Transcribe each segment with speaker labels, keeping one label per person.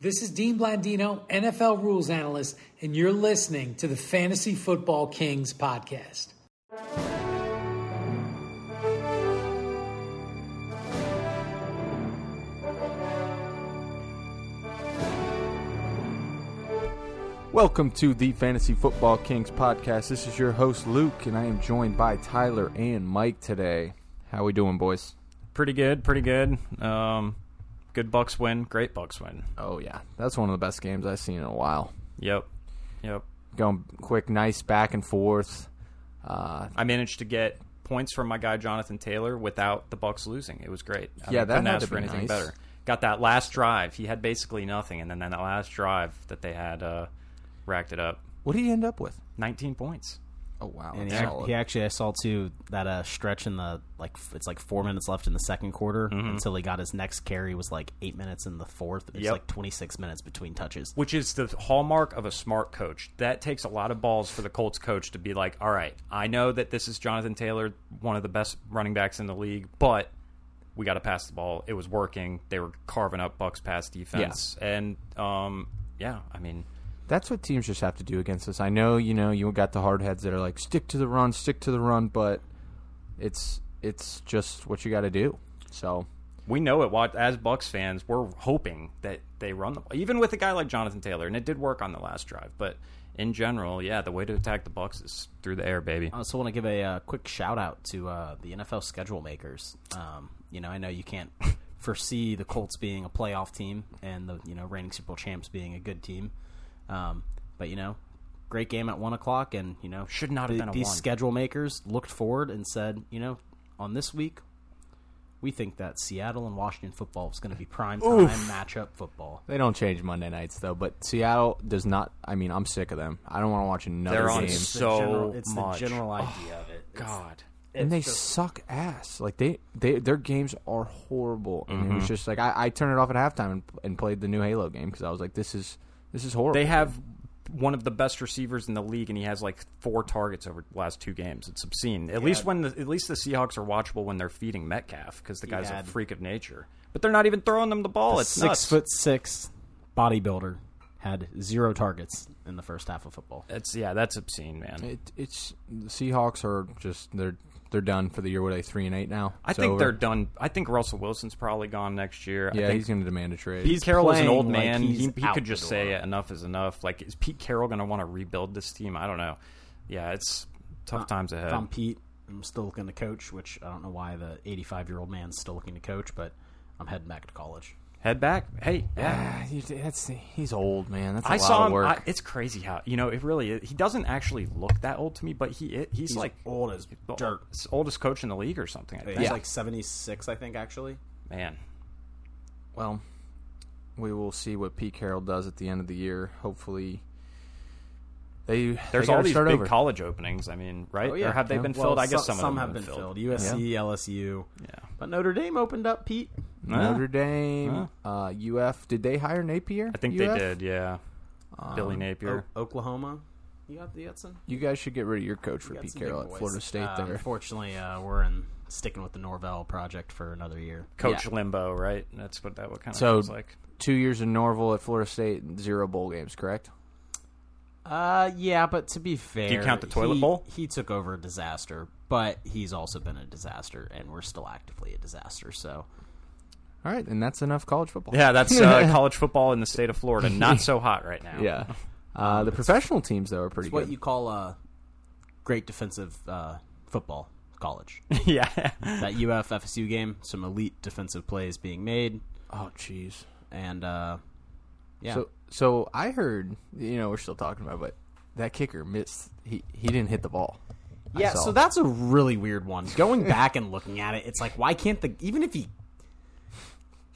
Speaker 1: This is Dean Blandino, NFL rules analyst, and you're listening to the Fantasy Football Kings podcast.
Speaker 2: Welcome to the Fantasy Football Kings podcast. This is your host Luke, and I am joined by Tyler and Mike today. How we doing, boys?
Speaker 3: pretty good, pretty good. Um, good Bucks win, great Bucks win.
Speaker 2: Oh yeah, that's one of the best games I've seen in a while.
Speaker 3: Yep, yep.
Speaker 2: Going quick, nice back and forth. Uh,
Speaker 3: I managed to get points from my guy Jonathan Taylor without the Bucks losing. It was great. I
Speaker 2: Yeah, that
Speaker 3: couldn't
Speaker 2: had
Speaker 3: ask
Speaker 2: to
Speaker 3: for
Speaker 2: be
Speaker 3: anything
Speaker 2: nice.
Speaker 3: better. Got that last drive. He had basically nothing, and then that last drive that they had uh, racked it up.
Speaker 2: what did he end up with?
Speaker 3: 19 points.
Speaker 2: Oh wow,
Speaker 4: And he,
Speaker 2: that's
Speaker 4: ac-
Speaker 2: solid.
Speaker 4: he actually, I saw too that uh, stretch in the like f- it's like four minutes left in the second quarter
Speaker 2: Mm-hmm.
Speaker 4: until he got his next carry was like eight minutes in the fourth. It's
Speaker 3: Yep.
Speaker 4: like twenty six minutes between touches.
Speaker 3: which is the hallmark of a smart coach. That takes a lot of balls for the Colts coach to be like, all right, I know that this is Jonathan Taylor, one of the best running backs in the league, but we got to pass the ball. It was working. They were carving up Bucks pass defense, and um, yeah, I mean,
Speaker 2: That's what teams just have to do against us. I know, you know, you got the hard heads that are like stick to the run, stick to the run, but it's it's just what you got to do. So
Speaker 3: we know it. Wa- As Bucks fans, we're hoping that they run the ball, even with a guy like Jonathan Taylor, and it did work on the last drive, but. In general, yeah, the way to attack the Bucks is through the air, baby.
Speaker 4: I also want to give a uh, quick shout out to uh, the NFL schedule makers. Um, you know, I know you can't foresee the Colts being a playoff team and the you know reigning Super Bowl champs being a good team, um, but you know, great game at one o'clock, and you know
Speaker 3: Should not have
Speaker 4: the-
Speaker 3: been a
Speaker 4: these
Speaker 3: one.
Speaker 4: schedule makers looked forward and said, you know, on this week. We think that Seattle and Washington football is going to be prime time matchup football.
Speaker 2: they don't change Monday nights though. But Seattle does not. I mean, I'm sick of them. I don't want to watch another
Speaker 3: They're
Speaker 2: game.
Speaker 3: on
Speaker 4: It's the
Speaker 3: So
Speaker 4: general, it's
Speaker 3: much.
Speaker 4: the general idea of it. It's-
Speaker 3: God.
Speaker 2: and they suck ass. Like they, they their games are horrible. And
Speaker 3: Mm-hmm.
Speaker 2: it was just like I, I turned it off at halftime and, and played the new Halo game because I was like, this is this is horrible.
Speaker 3: They have one of the best receivers in the league, and he has like four targets over the last two games. It's obscene. At least when the at least the Seahawks are watchable when they're feeding Metcalf because the guy's
Speaker 4: had-
Speaker 3: a freak of nature. But they're not even throwing them the ball. it's
Speaker 4: six
Speaker 3: nuts.
Speaker 4: foot six bodybuilder had zero targets in the first half of football.
Speaker 3: That's yeah, that's obscene, man.
Speaker 2: It, it's the Seahawks are just they're they're done for the year. What are they three and eight now?
Speaker 3: I
Speaker 2: It's
Speaker 3: think
Speaker 2: over.
Speaker 3: they're done. I think Russell Wilson's probably gone next year. I
Speaker 2: Yeah,
Speaker 3: think
Speaker 2: he's going to demand a trade.
Speaker 3: Pete Carroll is an
Speaker 4: playing
Speaker 3: old
Speaker 4: like
Speaker 3: man.
Speaker 4: he's
Speaker 3: he he
Speaker 4: out
Speaker 3: could
Speaker 4: the
Speaker 3: just
Speaker 4: door.
Speaker 3: say enough is enough. Like is Pete Carroll going to want to rebuild this team? I don't know. Yeah, it's tough times ahead.
Speaker 4: If I'm Pete, I'm still looking to coach, which I don't know why the 85 year old man's still looking to coach, but I'm heading back to college.
Speaker 3: Head back. Hey, yeah.
Speaker 2: Ah, he- that's he's old man. That's a
Speaker 3: I
Speaker 2: lot
Speaker 3: saw
Speaker 2: of
Speaker 3: him.
Speaker 2: work.
Speaker 3: I, it's crazy how you know it really. Is, he doesn't actually look that old to me, but he it, he's,
Speaker 4: He's
Speaker 3: like
Speaker 4: old as
Speaker 3: the
Speaker 4: dirt.
Speaker 3: s- oldest coach in the league or something. I think.
Speaker 4: He's like 76, I think, actually.
Speaker 3: man.
Speaker 2: well, we will see what Pete Carroll does at the end of the year. Hopefully, they
Speaker 3: There's
Speaker 2: they gotta
Speaker 3: all these
Speaker 2: start
Speaker 3: big
Speaker 2: over.
Speaker 3: college openings. I mean, right?
Speaker 4: Oh,
Speaker 2: Oh, yeah.
Speaker 3: Or have they
Speaker 2: Yeah.
Speaker 3: been
Speaker 2: Well,
Speaker 3: filled? I guess
Speaker 4: some,
Speaker 3: some, of them
Speaker 4: have been filled. USC, LSU.
Speaker 3: Yeah.
Speaker 4: But Notre Dame opened up, Pete.
Speaker 2: Notre Dame, uh, UF. Did they hire Napier?
Speaker 3: I think
Speaker 2: UF?
Speaker 3: they did. Yeah.
Speaker 2: Um,
Speaker 3: Billy Napier.
Speaker 2: oh,
Speaker 4: O- Oklahoma. You got the Edson?
Speaker 2: You guys should get rid of your coach for
Speaker 4: Got
Speaker 2: Pete
Speaker 4: some big
Speaker 2: Carroll at
Speaker 4: boys.
Speaker 2: Florida State.
Speaker 4: Uh,
Speaker 2: there,
Speaker 4: Unfortunately, uh, we're in sticking with the Norvell project for another year.
Speaker 3: Coach
Speaker 2: yeah.
Speaker 3: Limbo, right? That's what that what kind of
Speaker 2: So-
Speaker 3: feels like.
Speaker 2: two years in Norville at Florida State, and zero bowl games. Correct?
Speaker 4: Uh, yeah, but to be fair,
Speaker 3: count the toilet
Speaker 4: he-
Speaker 3: bowl?
Speaker 4: He took over a disaster, but he's also been a disaster, and we're still actively a disaster. So
Speaker 2: All right, and that's enough college football.
Speaker 3: Yeah, that's uh, college football in the state of Florida. Not so hot right now.
Speaker 2: yeah. Uh, the professional teams though are pretty
Speaker 4: it's what
Speaker 2: good.
Speaker 4: you call a great defensive uh, football college.
Speaker 3: yeah.
Speaker 4: that UF FSU game, some elite defensive plays being made,
Speaker 2: oh, jeez.
Speaker 4: and uh, yeah,
Speaker 2: So, so I heard. You know, we're still talking about, it, but that kicker missed. He he didn't hit the ball. I
Speaker 4: yeah.
Speaker 2: saw.
Speaker 4: So that's a really weird one. Going back and looking at it, it's like why can't the even if he.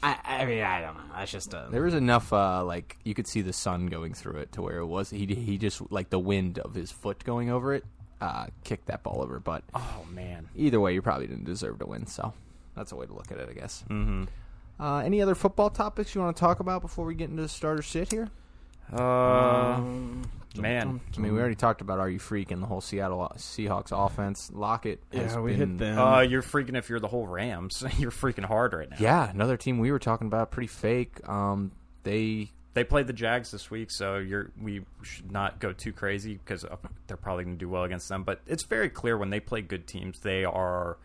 Speaker 4: I, I mean, I don't know. That's just a.
Speaker 2: There was enough, uh, like you could see the sun going through it to where it was. He he just like the wind of his foot going over it, uh, kicked that ball over. But
Speaker 3: Oh man.
Speaker 2: either way, you probably didn't deserve to win. So that's a way to look at it, I guess. Mm-hmm. Uh, any other football topics you want to talk about before we get into the starter sit here?
Speaker 3: Uh, man.
Speaker 2: I mean, we already talked about are you freak and the whole Seattle uh, Seahawks offense. Lockett, has been-
Speaker 4: them.
Speaker 3: Uh, you're freaking if you're the whole Rams. You're freaking hard right now.
Speaker 2: Yeah, another team we were talking about, pretty fake. Um, they
Speaker 3: They played the Jags this week, so you're we should not go too crazy because they're probably going to do well against them. But it's very clear when they play good teams, they are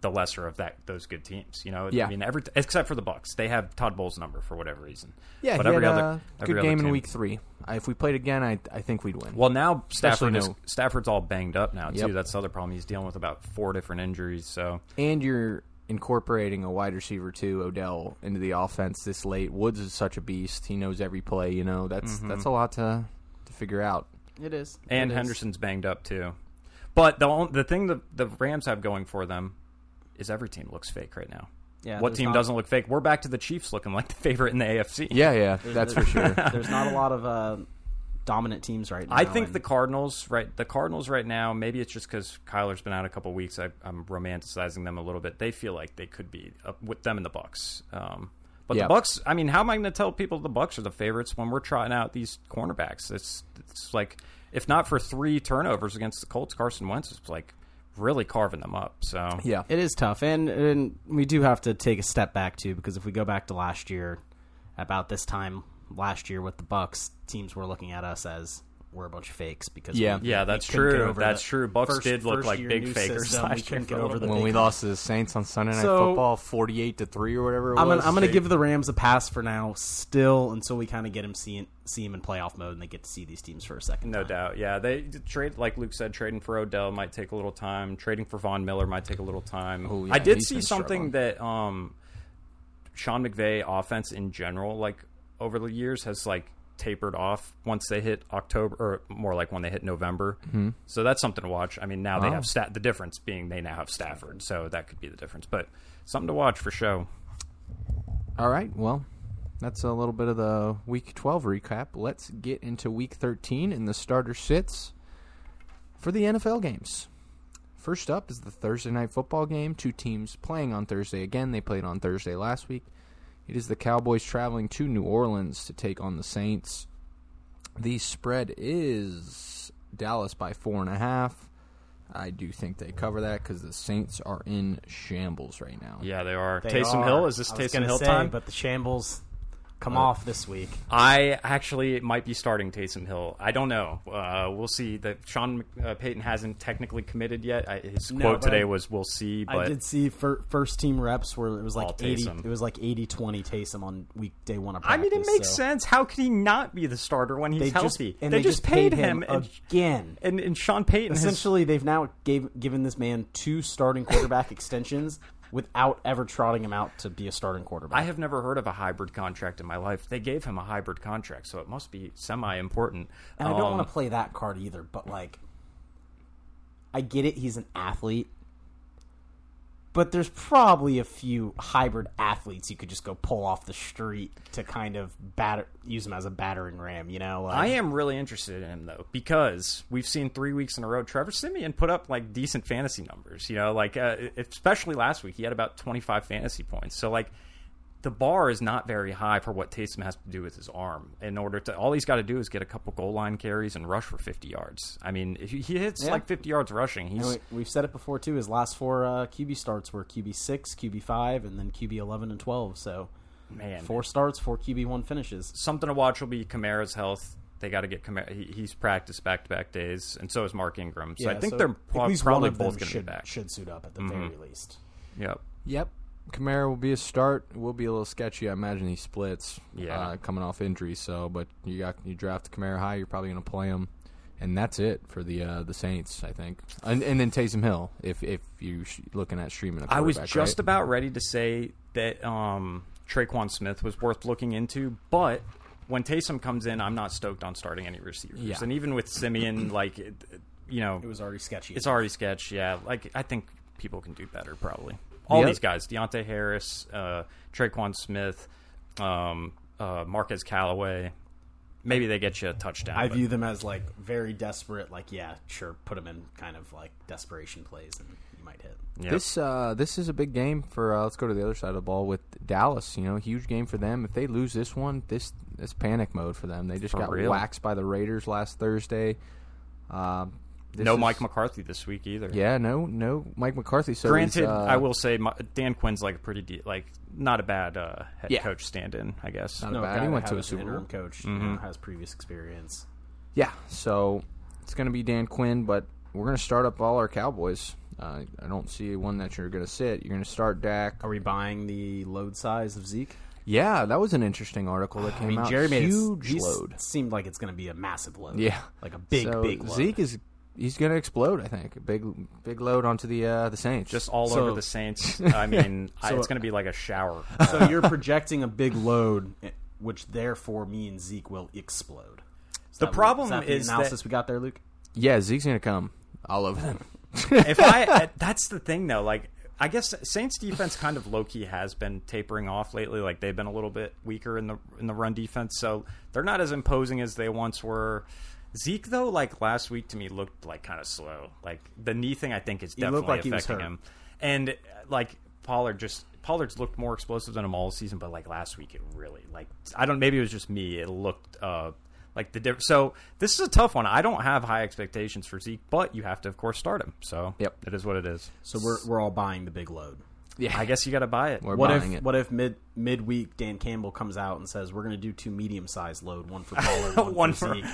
Speaker 3: the lesser of that those good teams. You know,
Speaker 2: Yeah.
Speaker 3: I mean, every except for the Bucks, they have Todd Bowles' number for whatever reason.
Speaker 2: Yeah,
Speaker 3: but
Speaker 2: he
Speaker 3: every
Speaker 2: had
Speaker 3: other
Speaker 2: a
Speaker 3: every
Speaker 2: good
Speaker 3: other
Speaker 2: game in
Speaker 3: team-
Speaker 2: week three. I, if we played again, I I think we'd win.
Speaker 3: Well, now Stafford
Speaker 2: Especially
Speaker 3: is,
Speaker 2: no-
Speaker 3: Stafford's all banged up now
Speaker 2: Yep.
Speaker 3: too. That's the other problem. He's dealing with about four different injuries. So
Speaker 2: and you're incorporating a wide receiver too, Odell, into the offense this late. Woods is such a beast; he knows every play. You know, that's
Speaker 4: Mm-hmm.
Speaker 2: that's a lot to to figure out.
Speaker 4: It is.
Speaker 3: and
Speaker 4: It is.
Speaker 3: Henderson's banged up too. But the on- the thing that the Rams have going for them is every team looks fake right now.
Speaker 4: Yeah,
Speaker 3: what
Speaker 4: there's
Speaker 3: team
Speaker 4: not-
Speaker 3: doesn't look fake? We're back to the Chiefs looking like the favorite in the AFC.
Speaker 2: Yeah, yeah, that's for sure.
Speaker 4: There's not a lot of uh, dominant teams right now.
Speaker 3: I think
Speaker 4: and
Speaker 3: the Cardinals right the Cardinals right now maybe it's just because Kyler's been out a couple weeks I, I'm romanticizing them a little bit they feel like they could be up with them and the Bucks um, but
Speaker 2: Yeah.
Speaker 3: the Bucks I mean how am I going to tell people the Bucks are the favorites when we're trying out these cornerbacks it's it's like if not for three turnovers against the Colts Carson Wentz is like really carving them up so
Speaker 2: Yeah,
Speaker 4: it is tough, and and we do have to take a step back too, because if we go back to last year, about this time last year with the Bucks, teams were looking at us as we're a bunch of fakes because
Speaker 2: Yeah.
Speaker 4: we,
Speaker 3: yeah
Speaker 4: we
Speaker 3: that's
Speaker 4: couldn't get
Speaker 3: true
Speaker 4: over
Speaker 3: that's
Speaker 4: the
Speaker 3: true Bucks
Speaker 4: first-
Speaker 3: did look
Speaker 4: first
Speaker 3: like
Speaker 4: year
Speaker 3: big
Speaker 4: new
Speaker 3: fakers
Speaker 4: system, we
Speaker 3: last year
Speaker 4: couldn't
Speaker 3: for
Speaker 4: get
Speaker 3: a
Speaker 4: over
Speaker 3: little
Speaker 4: the
Speaker 2: when we
Speaker 4: big-
Speaker 2: lost to the Saints on Sunday Night
Speaker 4: So-
Speaker 2: Football, forty-eight to three or whatever. It
Speaker 4: I'm
Speaker 2: was.
Speaker 4: gonna, I'm gonna give the Rams a pass for now, still until we kind of get them see see them in playoff mode and they get to see these teams for a second.
Speaker 3: No
Speaker 4: time.
Speaker 3: doubt. Yeah, they trade like Luke said. Trading for Odell might take a little time. Trading for Von Miller might take a little time.
Speaker 2: Oh, yeah,
Speaker 3: I did
Speaker 2: he's
Speaker 3: see
Speaker 2: been
Speaker 3: something
Speaker 2: struggling.
Speaker 3: that um, Sean McVay offense in general, like over the years, has like tapered off once they hit October, or more like when they hit November.
Speaker 4: Mm-hmm.
Speaker 3: So that's something to watch. I mean, now they
Speaker 2: Wow.
Speaker 3: have stat. The difference being they now have Stafford, so that could be the difference. But something to watch for show.
Speaker 2: All right. Well, that's a little bit of the week 12 recap. Let's get into week 13 and the starter sits for the NFL games. First up is the Thursday night football game. Two teams playing on Thursday again. They played on Thursday last week. It is the Cowboys traveling to New Orleans to take on the Saints. The spread is Dallas by four and a half. I do think they cover that because the Saints are in shambles right now.
Speaker 3: Yeah, they are.
Speaker 4: They
Speaker 3: Taysom
Speaker 4: are.
Speaker 3: Hill is this
Speaker 4: I was
Speaker 3: Taysom
Speaker 4: gonna
Speaker 3: Hill
Speaker 4: say,
Speaker 3: time?
Speaker 4: But the shambles come off this week.
Speaker 3: I actually might be starting Taysom Hill. I don't know. Uh, we'll see. That Sean Mc- uh, Payton hasn't technically committed yet. I, his
Speaker 4: No,
Speaker 3: quote
Speaker 4: but
Speaker 3: today
Speaker 4: I-
Speaker 3: was, "We'll see."
Speaker 4: I
Speaker 3: But
Speaker 4: did see fir- first team reps where it was
Speaker 3: All
Speaker 4: like eighty.
Speaker 3: Taysom.
Speaker 4: It was like 80-20 Taysom on week day one. Of
Speaker 3: I
Speaker 4: practice,
Speaker 3: mean, it makes
Speaker 4: so
Speaker 3: sense. How could he not be the starter when he's
Speaker 4: They just
Speaker 3: healthy?
Speaker 4: and
Speaker 3: they, just paid, him, and,
Speaker 4: again.
Speaker 3: and and Sean Payton has
Speaker 4: Essentially, they've now gave, given this man two starting quarterback extensions without ever trotting him out to be a starting quarterback.
Speaker 3: I have never heard of a hybrid contract in my life. They gave him a hybrid contract, so it must be semi important.
Speaker 4: And I don't
Speaker 3: Um,
Speaker 4: want to play that card either, but like, I get it. He's an athlete, but there's probably a few hybrid athletes you could just go pull off the street to kind of batter, use him as a battering ram. You know, like,
Speaker 3: I am really interested in him though because we've seen three weeks in a row Trevor Simeon put up like decent fantasy numbers. You know, like uh, especially last week he had about twenty five fantasy points. So like the bar is not very high for what Taysom has to do with his arm. In order to all he's got to do is get a couple goal line carries and rush for fifty yards. I mean, if he he hits
Speaker 4: Yeah.
Speaker 3: like fifty yards rushing, he's
Speaker 4: And we, we've said it before too. His last four uh, QB starts were QB six, QB five, and then QB eleven and twelve. So
Speaker 3: man
Speaker 4: four starts, four QB one finishes.
Speaker 3: something to watch will be Kamara's health. They got to get Kamara. He, he's practiced back to back days, and so is Mark Ingram. So I
Speaker 4: Yeah,
Speaker 3: think
Speaker 4: so
Speaker 3: they're
Speaker 4: at
Speaker 3: pro-
Speaker 4: least
Speaker 3: probably
Speaker 4: one of them
Speaker 3: both going to be
Speaker 4: should,
Speaker 3: back. Mm-hmm.
Speaker 4: should suit up at the very least.
Speaker 3: Yep.
Speaker 2: Yep. Kamara will be a start. Will be a little sketchy. I imagine he splits.
Speaker 3: Yeah.
Speaker 2: Uh, coming off injury, so but you got you draft Kamara high. You're probably going to play him, and that's it for the uh, the Saints. I think, and, and then Taysom Hill. If if you sh- looking at streaming, a
Speaker 3: I was
Speaker 2: quarterback,
Speaker 3: just
Speaker 2: right?
Speaker 3: about ready to say that um, Traquan Smith was worth looking into, but when Taysom comes in, I'm not stoked on starting any receivers.
Speaker 2: Yeah.
Speaker 3: And even with Simeon, like, it, it- you know,
Speaker 4: It was already sketchy.
Speaker 3: it's already sketch. Yeah, like I think people can do better probably. All
Speaker 2: Yep.
Speaker 3: these guys: Deontay Harris, uh, Traquan Smith, um, uh, Marquez Callaway. Maybe they get you a touchdown.
Speaker 4: I
Speaker 3: but-
Speaker 4: view them as like very desperate. Like, yeah, sure, put them in kind of like desperation plays, and you might hit.
Speaker 3: yeah.
Speaker 2: This uh, this is a big game for. Uh, let's go to the other side of the ball with Dallas. You know, huge game for them. If they lose this one, this it's panic mode for them. They just
Speaker 3: For
Speaker 2: got
Speaker 3: real.
Speaker 2: waxed by the Raiders last Thursday. Uh, This
Speaker 3: no
Speaker 2: is-
Speaker 3: Mike McCarthy this week either.
Speaker 2: Yeah, no, no. Mike McCarthy. So he's,
Speaker 3: Granted,
Speaker 2: uh,
Speaker 3: I will say my, Dan Quinn's like a pretty de- like not a bad uh, head
Speaker 2: Yeah.
Speaker 3: coach stand-in, I guess.
Speaker 2: Not a bad. He
Speaker 4: that
Speaker 2: went
Speaker 4: had
Speaker 2: to a
Speaker 4: as an
Speaker 2: Super Bowl. Mm-hmm.
Speaker 4: interim coach you know, has previous experience.
Speaker 2: Yeah, so it's going to be Dan Quinn, but we're going to start up all our Cowboys. Uh, I don't see one that you're going to sit. You're going to start Dak.
Speaker 4: Are we buying the load size of Zeke?
Speaker 2: Yeah, that was an interesting article that came
Speaker 4: Ah, I mean,
Speaker 2: out.
Speaker 4: Jerry made it s-
Speaker 2: Huge
Speaker 4: he s-
Speaker 2: load.
Speaker 4: Seemed like it's going to be a massive load.
Speaker 2: Yeah,
Speaker 4: like a big,
Speaker 2: So
Speaker 4: big load.
Speaker 2: Zeke is he's going to explode. I think a big, big load onto the uh, the Saints.
Speaker 3: Just all
Speaker 4: So-
Speaker 3: over the Saints. I mean, I,
Speaker 4: So-
Speaker 3: it's going to be like a shower.
Speaker 4: So you're projecting a big load, eh, which therefore means Zeke will explode. Is
Speaker 3: The
Speaker 4: that what-
Speaker 3: problem
Speaker 4: is, that
Speaker 3: is
Speaker 4: the
Speaker 3: that-
Speaker 4: analysis we got there, Luke.
Speaker 2: yeah, Zeke's going to come all over them.
Speaker 3: if I uh, that's the thing though, like I guess Saints defense kind of low key has been tapering off lately. Like they've been a little bit weaker in the in the run defense, so they're not as imposing as they once were. Zeke though, like last week to me looked like kind of slow. Like the knee thing, I think is
Speaker 4: looked
Speaker 3: definitely
Speaker 4: like he was
Speaker 3: affecting
Speaker 4: hurt.
Speaker 3: him. And uh, like Pollard just Pollard's looked more explosive than him all season, but like last week it really like I don't maybe it was just me. It looked uh like the diff- so this is a tough one. I don't have high expectations for Zeke, but you have to of course start him. So
Speaker 2: Yep.
Speaker 3: it is what it is.
Speaker 4: So we're we're all buying the big load.
Speaker 2: Yeah,
Speaker 3: I guess you got to buy it.
Speaker 2: We're
Speaker 4: What if
Speaker 2: buying it.
Speaker 4: what if mid midweek Dan Campbell comes out and says we're going to do two medium sized load, one for Pollard, one,
Speaker 3: One
Speaker 4: for
Speaker 3: for-
Speaker 4: Zeke.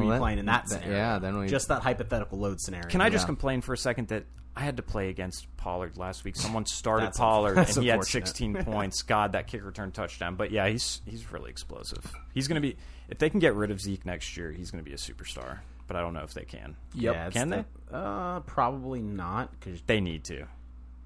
Speaker 2: Well,
Speaker 4: are you
Speaker 2: that-
Speaker 4: playing in that
Speaker 2: that-
Speaker 4: scenario?
Speaker 2: yeah, then we-
Speaker 4: just that hypothetical load scenario.
Speaker 3: Can I just
Speaker 2: Yeah.
Speaker 3: complain for a second that I had to play against Pollard last week? Someone started
Speaker 4: That's
Speaker 3: Pollard and
Speaker 4: unfortunate.
Speaker 3: he had
Speaker 4: That's
Speaker 3: 16 points. God, that kick return touchdown. But yeah, he's he's really explosive. He's going to be if they can get rid of Zeke next year, he's going to be a superstar. But I don't know if they can.
Speaker 2: Yep.
Speaker 4: Yeah, it's
Speaker 3: Can
Speaker 4: the- Uh, probably not because
Speaker 3: They need to.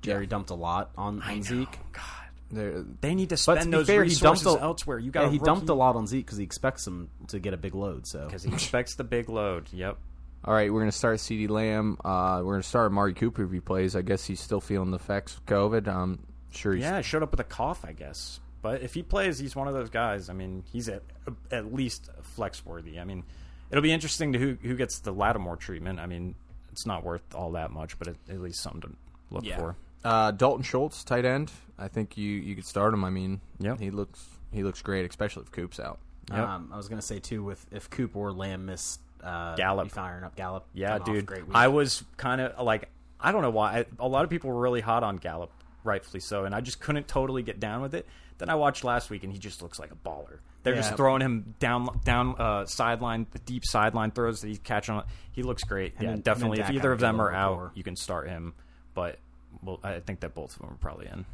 Speaker 4: Jerry dumped a lot on, on Zeke.
Speaker 3: God,
Speaker 2: They're-
Speaker 3: they need to
Speaker 4: But
Speaker 3: spend
Speaker 4: to be
Speaker 3: those
Speaker 4: fair, he dumped
Speaker 3: resources
Speaker 4: a,
Speaker 3: elsewhere. You
Speaker 4: yeah,
Speaker 3: got
Speaker 4: he dumped a lot on Zeke because he expects him to get a big load. So
Speaker 3: because he expects the big load. Yep.
Speaker 2: All right, we're going to start CD Lamb. Uh, we're going to start Amari Cooper if he plays. I guess he's still feeling the effects of COVID. I'm sure he's.
Speaker 3: Yeah, it showed up with a cough, I guess. But if he plays, he's one of those guys. I mean, he's at at least flex worthy. I mean, it'll be interesting to who who gets the Lattimore treatment. I mean, it's not worth all that much, but it, at least something to look for.
Speaker 2: Uh, Dalton Schultz, tight end. I think you, you could start him. I mean,
Speaker 3: Yep.
Speaker 2: he looks he looks great, especially if Coop's out.
Speaker 3: Yep.
Speaker 4: um, I was going to say too with if Coop or Lamb miss uh,
Speaker 3: Gallup.
Speaker 4: be firing up Gallup.
Speaker 3: Yeah,
Speaker 4: coming off a
Speaker 3: dude.
Speaker 4: great week.
Speaker 3: I was kind of like, I don't know why. I, a lot of people were really hot on Gallup, rightfully so, and I just couldn't totally get down with it. Then I watched last week, and he just looks like a baller. They're
Speaker 2: Yeah.
Speaker 3: just throwing him down, down uh, sideline, the deep sideline throws that he's catching. He looks great. yeah,
Speaker 4: then- and
Speaker 3: definitely.
Speaker 4: then
Speaker 3: If
Speaker 4: Dak
Speaker 3: either
Speaker 4: had
Speaker 3: of
Speaker 4: a good
Speaker 3: them are
Speaker 4: little
Speaker 3: out,
Speaker 4: tour.
Speaker 3: you can start him. But well, I think that both of them are probably in.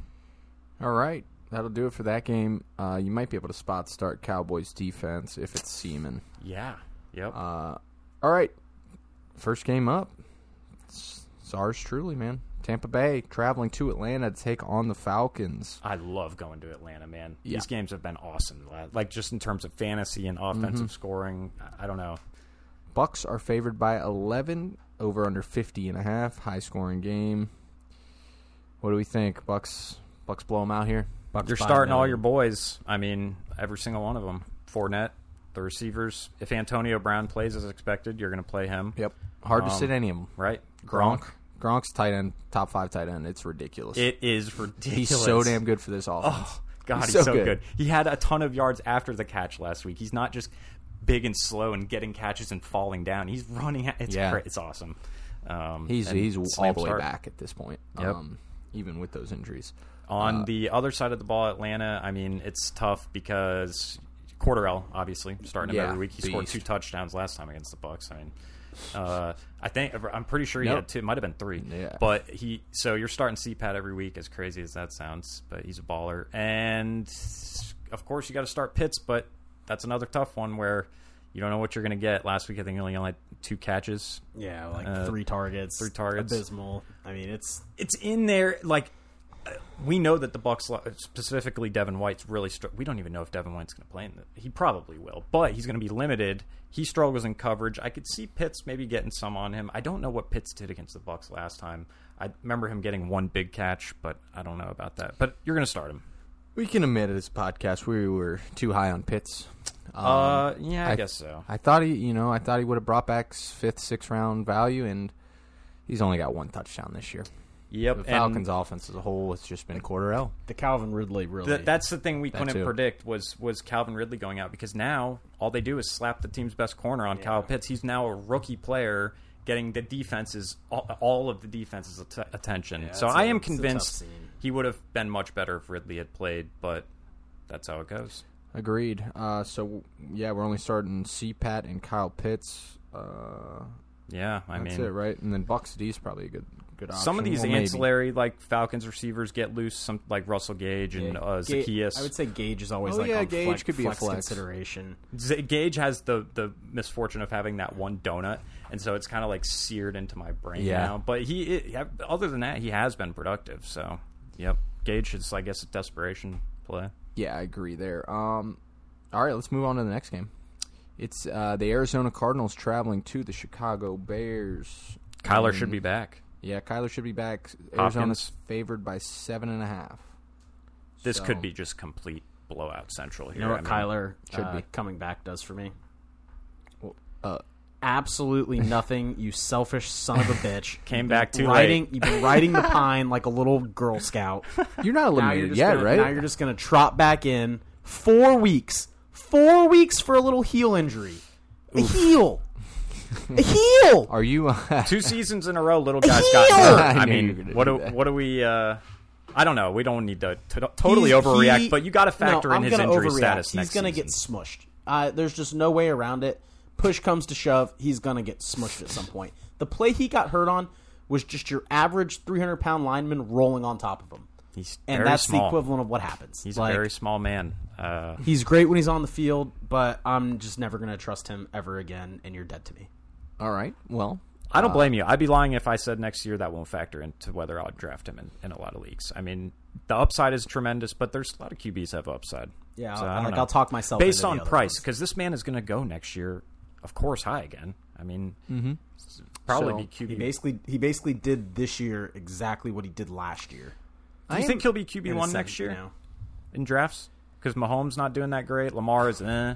Speaker 2: All right, that'll do it for that game. Uh, you might be able to spot start Cowboys defense if it's Seaman.
Speaker 3: Yeah. Yep.
Speaker 4: Uh,
Speaker 2: All right, first game up. It's, it's ours truly, man. Tampa Bay traveling to Atlanta to take on the Falcons.
Speaker 3: I love going to Atlanta, man.
Speaker 2: Yeah.
Speaker 3: These games have been awesome. Like just in terms of fantasy and
Speaker 4: Mm-hmm.
Speaker 3: offensive scoring, I- I don't know.
Speaker 2: Bucks are favored by 11 over under 50 and a half, high scoring game. What do we think? Bucks Bucks blow them out here.
Speaker 4: Bucks
Speaker 3: You're
Speaker 4: by
Speaker 3: starting all
Speaker 4: nine.
Speaker 3: your boys. I mean, every single one of them. Fournette, the receivers. If Antonio Brown plays as expected, you're going to play him.
Speaker 2: Yep. Hard to
Speaker 3: Um,
Speaker 2: sit any of them.
Speaker 3: Right?
Speaker 2: Gronk. Gronk's tight end, top 5 tight end. It's ridiculous.
Speaker 3: It is ridiculous.
Speaker 2: He's so damn good for this offense.
Speaker 3: Oh, God, he's,
Speaker 2: so
Speaker 3: so,
Speaker 2: good.
Speaker 3: good. He had a ton of yards after the catch last week. He's not just big and slow and getting catches and falling down. He's running. At, it's
Speaker 2: Yeah.
Speaker 3: cra- it's awesome. Um,
Speaker 2: he's
Speaker 3: and
Speaker 2: he's all
Speaker 3: slam
Speaker 2: the way
Speaker 3: start.
Speaker 2: back at this point.
Speaker 3: Yep.
Speaker 2: Um even with those injuries. Uh,
Speaker 3: On the other side of the ball, Atlanta, I mean, it's tough because Corderell, obviously, starting him
Speaker 2: Yeah,
Speaker 3: every week. He scored
Speaker 2: beast.
Speaker 3: two touchdowns last time against the Bucks. I mean, uh, I think I'm pretty sure he
Speaker 2: Nope.
Speaker 3: had two. Might have been three.
Speaker 2: Yeah.
Speaker 3: But he, so you're starting CPAT every week, as crazy as that sounds. But he's a baller, and of course you got to start Pitts. But that's another tough one where you don't know what you're going to get. Last week I think he only only had two catches.
Speaker 4: yeah, like
Speaker 3: Uh,
Speaker 4: three targets,
Speaker 3: three targets.
Speaker 4: abysmal. I mean, it's
Speaker 3: it's in there like uh, we know that the Bucks lo- specifically Devin White's really str- we don't even know if Devin White's going to play in the he probably will but he's going to be limited he struggles in coverage I could see Pitts maybe getting some on him I don't know what Pitts did against the Bucks last time I remember him getting one big catch but I don't know about that but you're going to start him
Speaker 2: We can admit at this podcast we were too high on Pitts. Um,
Speaker 3: uh yeah I,
Speaker 2: I-
Speaker 3: guess so
Speaker 2: I thought he, you know, I thought he would have brought back s- fifth, sixth round value, and he's only got one touchdown this year.
Speaker 3: yep
Speaker 2: The
Speaker 3: and-
Speaker 2: Falcons' offense as a whole, it's just been quarter L.
Speaker 4: the Calvin Ridley really.
Speaker 3: Th- that's the thing we
Speaker 2: That
Speaker 3: couldn't
Speaker 2: too.
Speaker 3: predict was was Calvin Ridley going out because now all they do is slap the team's best corner on Kyle Pitts. He's now a rookie player getting the defenses, all, all of the defenses' att- attention.
Speaker 4: Yeah,
Speaker 3: so
Speaker 4: it's a-
Speaker 3: I am
Speaker 4: it's a tough
Speaker 3: convinced
Speaker 4: scene.
Speaker 3: he would have been much better if Ridley had played, but that's how it goes.
Speaker 2: Agreed. Uh, so yeah, we're only starting CPAT and Kyle Pitts. Uh,
Speaker 3: Yeah, I
Speaker 2: that's
Speaker 3: mean,
Speaker 2: it, right? And then Bucks D is probably a good good option.
Speaker 3: some of these
Speaker 2: Well, maybe.
Speaker 3: ancillary like Falcons receivers get loose, some like Russell Gage and
Speaker 4: Yeah,
Speaker 3: uh,
Speaker 4: Ga-
Speaker 3: Zacchaeus.
Speaker 4: I would say Gage is always
Speaker 2: Oh,
Speaker 4: like
Speaker 2: yeah,
Speaker 4: on
Speaker 2: Gage
Speaker 4: flex,
Speaker 2: could be a
Speaker 4: flex
Speaker 2: flex.
Speaker 4: consideration.
Speaker 3: Z- Gage has the the misfortune of having that one donut, and so it's kind of like seared into my brain
Speaker 2: Yeah.
Speaker 3: now. But he, it, other than that, he has been productive. So, yep, Gage is, I guess, a desperation play.
Speaker 2: Yeah, I agree there. Um, all right, let's move on to the next game. It's uh, the Arizona Cardinals traveling to the Chicago Bears.
Speaker 3: Kyler
Speaker 4: Mm-hmm.
Speaker 3: should be back.
Speaker 2: Yeah, Kyler should be back. Arizona's
Speaker 3: Hopkins.
Speaker 2: favored by seven and a half.
Speaker 3: This
Speaker 2: So-
Speaker 3: could be just complete blowout central here.
Speaker 4: You know what
Speaker 3: I mean,
Speaker 4: Kyler
Speaker 2: should
Speaker 4: uh,
Speaker 2: be.
Speaker 4: coming back does for me?
Speaker 2: Uh,
Speaker 4: Absolutely nothing. you selfish son of a bitch.
Speaker 3: Came
Speaker 4: You've
Speaker 3: back
Speaker 4: been
Speaker 3: too
Speaker 4: riding,
Speaker 3: late.
Speaker 4: You've been riding the pine like a little Girl Scout.
Speaker 2: you're not
Speaker 4: Now you're
Speaker 2: eliminated
Speaker 4: just
Speaker 2: yet,
Speaker 4: gonna,
Speaker 2: right?
Speaker 4: Now you're just gonna trot back in four weeks. Four weeks for a little heel injury. A heel. a heel.
Speaker 2: Are you?
Speaker 3: Two seasons in a row, little guys got hurt.
Speaker 2: I
Speaker 3: I,
Speaker 2: knew you were
Speaker 3: mean,
Speaker 2: gonna
Speaker 3: what
Speaker 2: do
Speaker 3: do
Speaker 2: that.
Speaker 3: what do we? Uh, I don't know. We don't need to t- totally
Speaker 4: He's-
Speaker 3: overreact,
Speaker 4: he-
Speaker 3: but you got to factor
Speaker 4: no,
Speaker 3: in
Speaker 4: I'm
Speaker 3: his
Speaker 4: gonna
Speaker 3: injury
Speaker 4: overreact.
Speaker 3: status
Speaker 4: He's
Speaker 3: next
Speaker 4: gonna
Speaker 3: season.
Speaker 4: get smushed. Uh, there's just no way around it. Push comes to shove, he's gonna get smushed at some point. The play he got hurt on was just your average 300 pound lineman rolling on top of him,
Speaker 3: He's
Speaker 4: and
Speaker 3: very
Speaker 4: that's the
Speaker 3: small.
Speaker 4: equivalent of what happens.
Speaker 3: He's
Speaker 4: Like,
Speaker 3: a very small man. Uh,
Speaker 4: he's great when he's on the field, but I'm just never gonna trust him ever again. And you're dead to me.
Speaker 2: all right. Well,
Speaker 3: I don't blame you. I'd be lying if I said next year that won't factor into whether I'll draft him in, in a lot of leagues. I mean, the upside is tremendous, but there's a lot of QBs have upside.
Speaker 4: Yeah,
Speaker 3: So,
Speaker 4: I'll-
Speaker 3: I don't
Speaker 4: like,
Speaker 3: know.
Speaker 4: I'll talk myself
Speaker 3: based
Speaker 4: into the
Speaker 3: on
Speaker 4: other
Speaker 3: price
Speaker 4: ones.
Speaker 3: because this man is going to go next year, of course, high again. I mean, s- probably
Speaker 2: So,
Speaker 3: be
Speaker 4: He
Speaker 3: QB.
Speaker 4: basically he basically did this year exactly what he did last year.
Speaker 3: Do you think he'll be QB
Speaker 4: In a
Speaker 3: one
Speaker 4: sense,
Speaker 3: next year
Speaker 4: you know.
Speaker 3: in drafts? Because Mahomes not doing that great. Lamar is. Eh.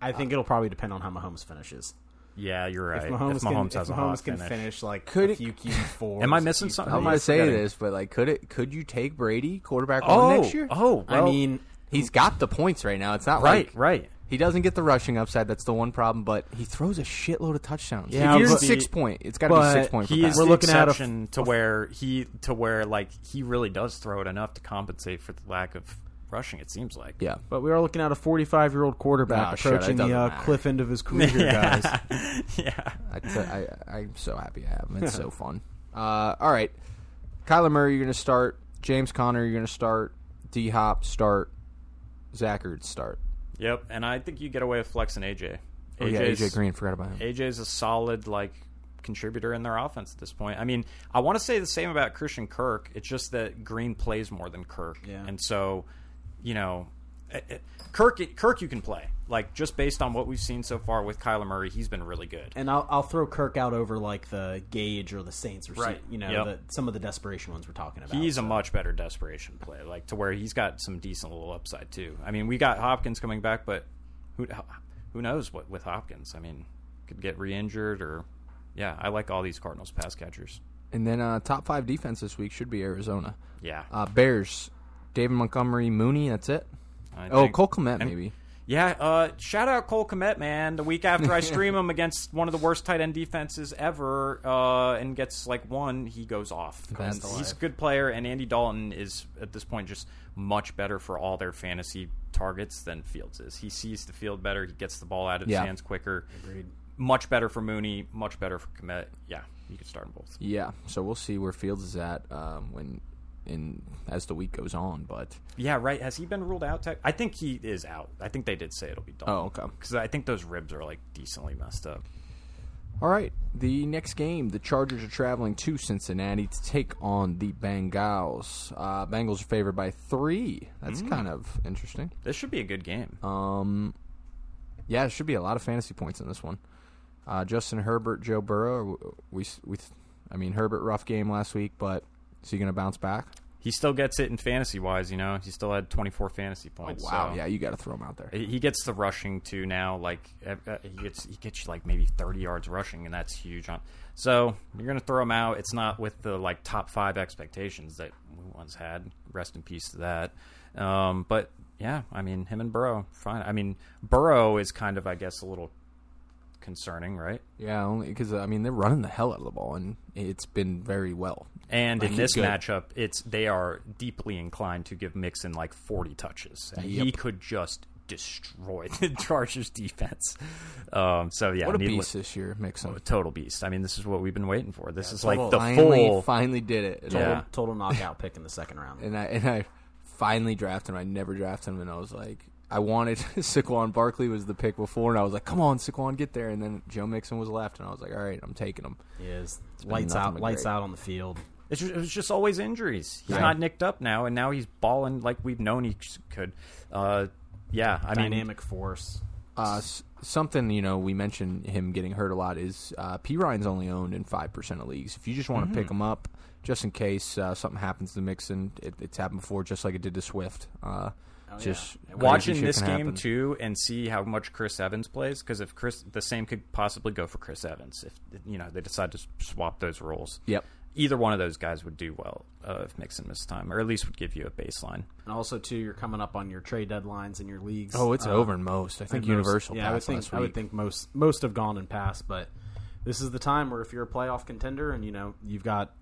Speaker 4: I
Speaker 3: Uh.
Speaker 4: think it'll probably depend on how Mahomes finishes.
Speaker 3: Yeah, you're right.
Speaker 4: If Mahomes,
Speaker 3: Mahomes
Speaker 4: can,
Speaker 3: has
Speaker 4: if
Speaker 3: a
Speaker 4: Mahomes
Speaker 3: hot
Speaker 4: can
Speaker 3: finish.
Speaker 4: finish, like
Speaker 2: Could
Speaker 4: a
Speaker 2: it-
Speaker 4: few QB fours.
Speaker 3: Am I
Speaker 4: a few
Speaker 3: missing something?
Speaker 2: I'm
Speaker 3: How am
Speaker 4: threes.
Speaker 2: gonna say
Speaker 3: forgetting.
Speaker 2: this, but like, could it? Could you take Brady quarterback
Speaker 3: Oh,
Speaker 2: one next year?
Speaker 3: oh,
Speaker 4: I
Speaker 3: well,
Speaker 4: mean,
Speaker 2: he's got the points right now. It's not
Speaker 3: right,
Speaker 2: like
Speaker 3: right.
Speaker 2: He doesn't get the rushing upside. That's the one problem. But he throws a shitload of touchdowns.
Speaker 4: Yeah,
Speaker 2: if you're
Speaker 4: but-
Speaker 2: at six point, it's got to be
Speaker 4: but
Speaker 2: six point. For
Speaker 3: He is
Speaker 2: Pat.
Speaker 3: the
Speaker 4: We're looking at a f-
Speaker 3: exception to where he to where like he really does throw it enough to compensate for the lack of rushing. It seems like
Speaker 2: yeah.
Speaker 4: but we are looking at a 45 year old quarterback
Speaker 2: Nah, shut it,
Speaker 4: approaching
Speaker 2: doesn't
Speaker 4: the uh,
Speaker 2: matter.
Speaker 4: cliff end of his career, guys.
Speaker 3: yeah.
Speaker 2: I t- I, I'm so happy I have him. It's so fun. Uh, all right, Kyler Murray, you're gonna start. James Conner, you're gonna start. D Hop, start. Zachard, start.
Speaker 3: Yep. And I think you get away with Flex and AJ.
Speaker 2: Oh yeah, AJ
Speaker 3: AJ's
Speaker 2: Green. Forgot about him.
Speaker 3: AJ's a solid like contributor in their offense at this point. I mean, I want to say the same about Christian Kirk. It's just that Green plays more than Kirk,
Speaker 4: Yeah.
Speaker 3: and so you know, eh, eh, Kirk Kirk you can play like just based on what we've seen so far with Kyler Murray. He's been really good.
Speaker 4: and I'll, I'll throw Kirk out over like the Gage or the Saints, or some-
Speaker 3: Right.
Speaker 4: you know,
Speaker 3: Yep.
Speaker 4: the, some of the desperation ones we're talking about.
Speaker 3: He's a
Speaker 4: so.
Speaker 3: much better desperation play, like to where he's got some decent little upside too. I mean, we got Hopkins coming back, but who who knows what with Hopkins? I mean, could get re-injured or yeah. I like all these Cardinals pass catchers.
Speaker 2: And then uh, top five defense this week should be Arizona.
Speaker 3: Yeah.
Speaker 2: Uh, Bears, David Montgomery, Mooney. That's it.
Speaker 3: I
Speaker 2: Oh,
Speaker 3: think-
Speaker 2: Cole Komet,
Speaker 3: and-
Speaker 2: maybe.
Speaker 3: Yeah, uh, shout out Cole Komet, man. The week after I stream him against one of the worst tight end defenses ever uh, and gets like one, he goes off.
Speaker 2: That's
Speaker 3: He's
Speaker 2: life.
Speaker 3: a good player, and Andy Dalton is at this point just much better for all their fantasy targets than Fields is. He sees the field better, he gets the ball out of his
Speaker 2: Yeah.
Speaker 3: hands quicker.
Speaker 4: Agreed.
Speaker 3: Much better for Mooney, much better for Komet. Yeah, you can start them both.
Speaker 2: Yeah, so we'll see where Fields is at um, when in as the week goes on. But
Speaker 3: Yeah, right. Has he been ruled out? Tech? I think he is out. I think they did say it'll be Dalton.
Speaker 2: oh, okay.
Speaker 3: Because I think those ribs are like decently messed up.
Speaker 2: All right, the next game, the Chargers are traveling to Cincinnati to take on the Bengals. Uh, Bengals are favored by three. That's kind of interesting.
Speaker 3: This should be a good game.
Speaker 2: Um, yeah, it should be a lot of fantasy points in this one. Uh, Justin Herbert, Joe Burrow. We we, I mean Herbert rough game last week, but is he going to bounce back?
Speaker 3: he still gets it in fantasy wise. You know, he still had 24 fantasy points. so-
Speaker 2: yeah, you got to throw him out there.
Speaker 3: He he gets the rushing too now. Like eh, eh, he gets, he gets you like maybe 30 yards rushing, and that's huge. On so you're gonna throw him out. It's not with the like top five expectations that we once had. Rest in peace to that. Um, but yeah, I mean him and Burrow, fine. I mean Burrow is kind of I guess a little concerning, right?
Speaker 2: Yeah, only because I mean they're running the hell out of the ball, and it's been very well.
Speaker 3: And
Speaker 2: Like,
Speaker 3: in
Speaker 2: he's
Speaker 3: this
Speaker 2: good.
Speaker 3: matchup, it's they are deeply inclined to give Mixon like 40 touches. And He could just destroy the Chargers defense. Um, so yeah,
Speaker 2: What a
Speaker 3: needless-
Speaker 2: beast this year, Mixon.
Speaker 3: total beast. I mean, this is what we've been waiting for. This is
Speaker 4: total-
Speaker 3: like the
Speaker 2: Finally,
Speaker 3: Oh, full.
Speaker 2: finally did it. And I-
Speaker 3: Yeah.
Speaker 4: Total knockout pick in the second round.
Speaker 2: and I and I finally drafted him. I never drafted him, and I was like, I wanted Saquon Barkley was the pick before, and I was like, come on, Saquon, get there. And then Joe Mixon was left, and I was like, all right, I'm taking him.
Speaker 4: He is
Speaker 2: been
Speaker 4: lights
Speaker 2: nothing
Speaker 4: out,
Speaker 2: but
Speaker 4: lights
Speaker 2: great.
Speaker 4: out on the field.
Speaker 3: It's just, it was just always injuries. He's
Speaker 2: Yeah.
Speaker 3: not nicked up now, and now he's balling like we've known he could. Uh, yeah, I mean,
Speaker 4: Dynamic force.
Speaker 2: Uh, s- something you know we mentioned him getting hurt a lot is uh, P Ryan's only owned in five percent of leagues. If you just want to
Speaker 3: Mm-hmm.
Speaker 2: pick him up, just in case uh, something happens to Mixon, it, it's happened before, just like it did to Swift. Uh,
Speaker 4: yeah.
Speaker 2: just crazy
Speaker 3: Oh, watching
Speaker 2: shit
Speaker 3: this
Speaker 2: can
Speaker 3: game
Speaker 2: happen.
Speaker 3: too, and see how much Chris Evans plays because if Chris, the same could possibly go for Chris Evans if you know they decide to swap those roles.
Speaker 2: Yep.
Speaker 3: Either one of those guys would do well uh, if Mixon missed time, or at least would give you a baseline.
Speaker 4: And also, too, you're coming up on your trade deadlines and your leagues.
Speaker 2: Oh, it's
Speaker 4: Uh,
Speaker 2: over in most. I think
Speaker 4: and most-
Speaker 2: Universal.
Speaker 4: yeah, I would
Speaker 2: passed
Speaker 4: think.
Speaker 2: last
Speaker 4: I would
Speaker 2: week.
Speaker 4: think most most have gone and passed, but this is the time where if you're a playoff contender and you know you've got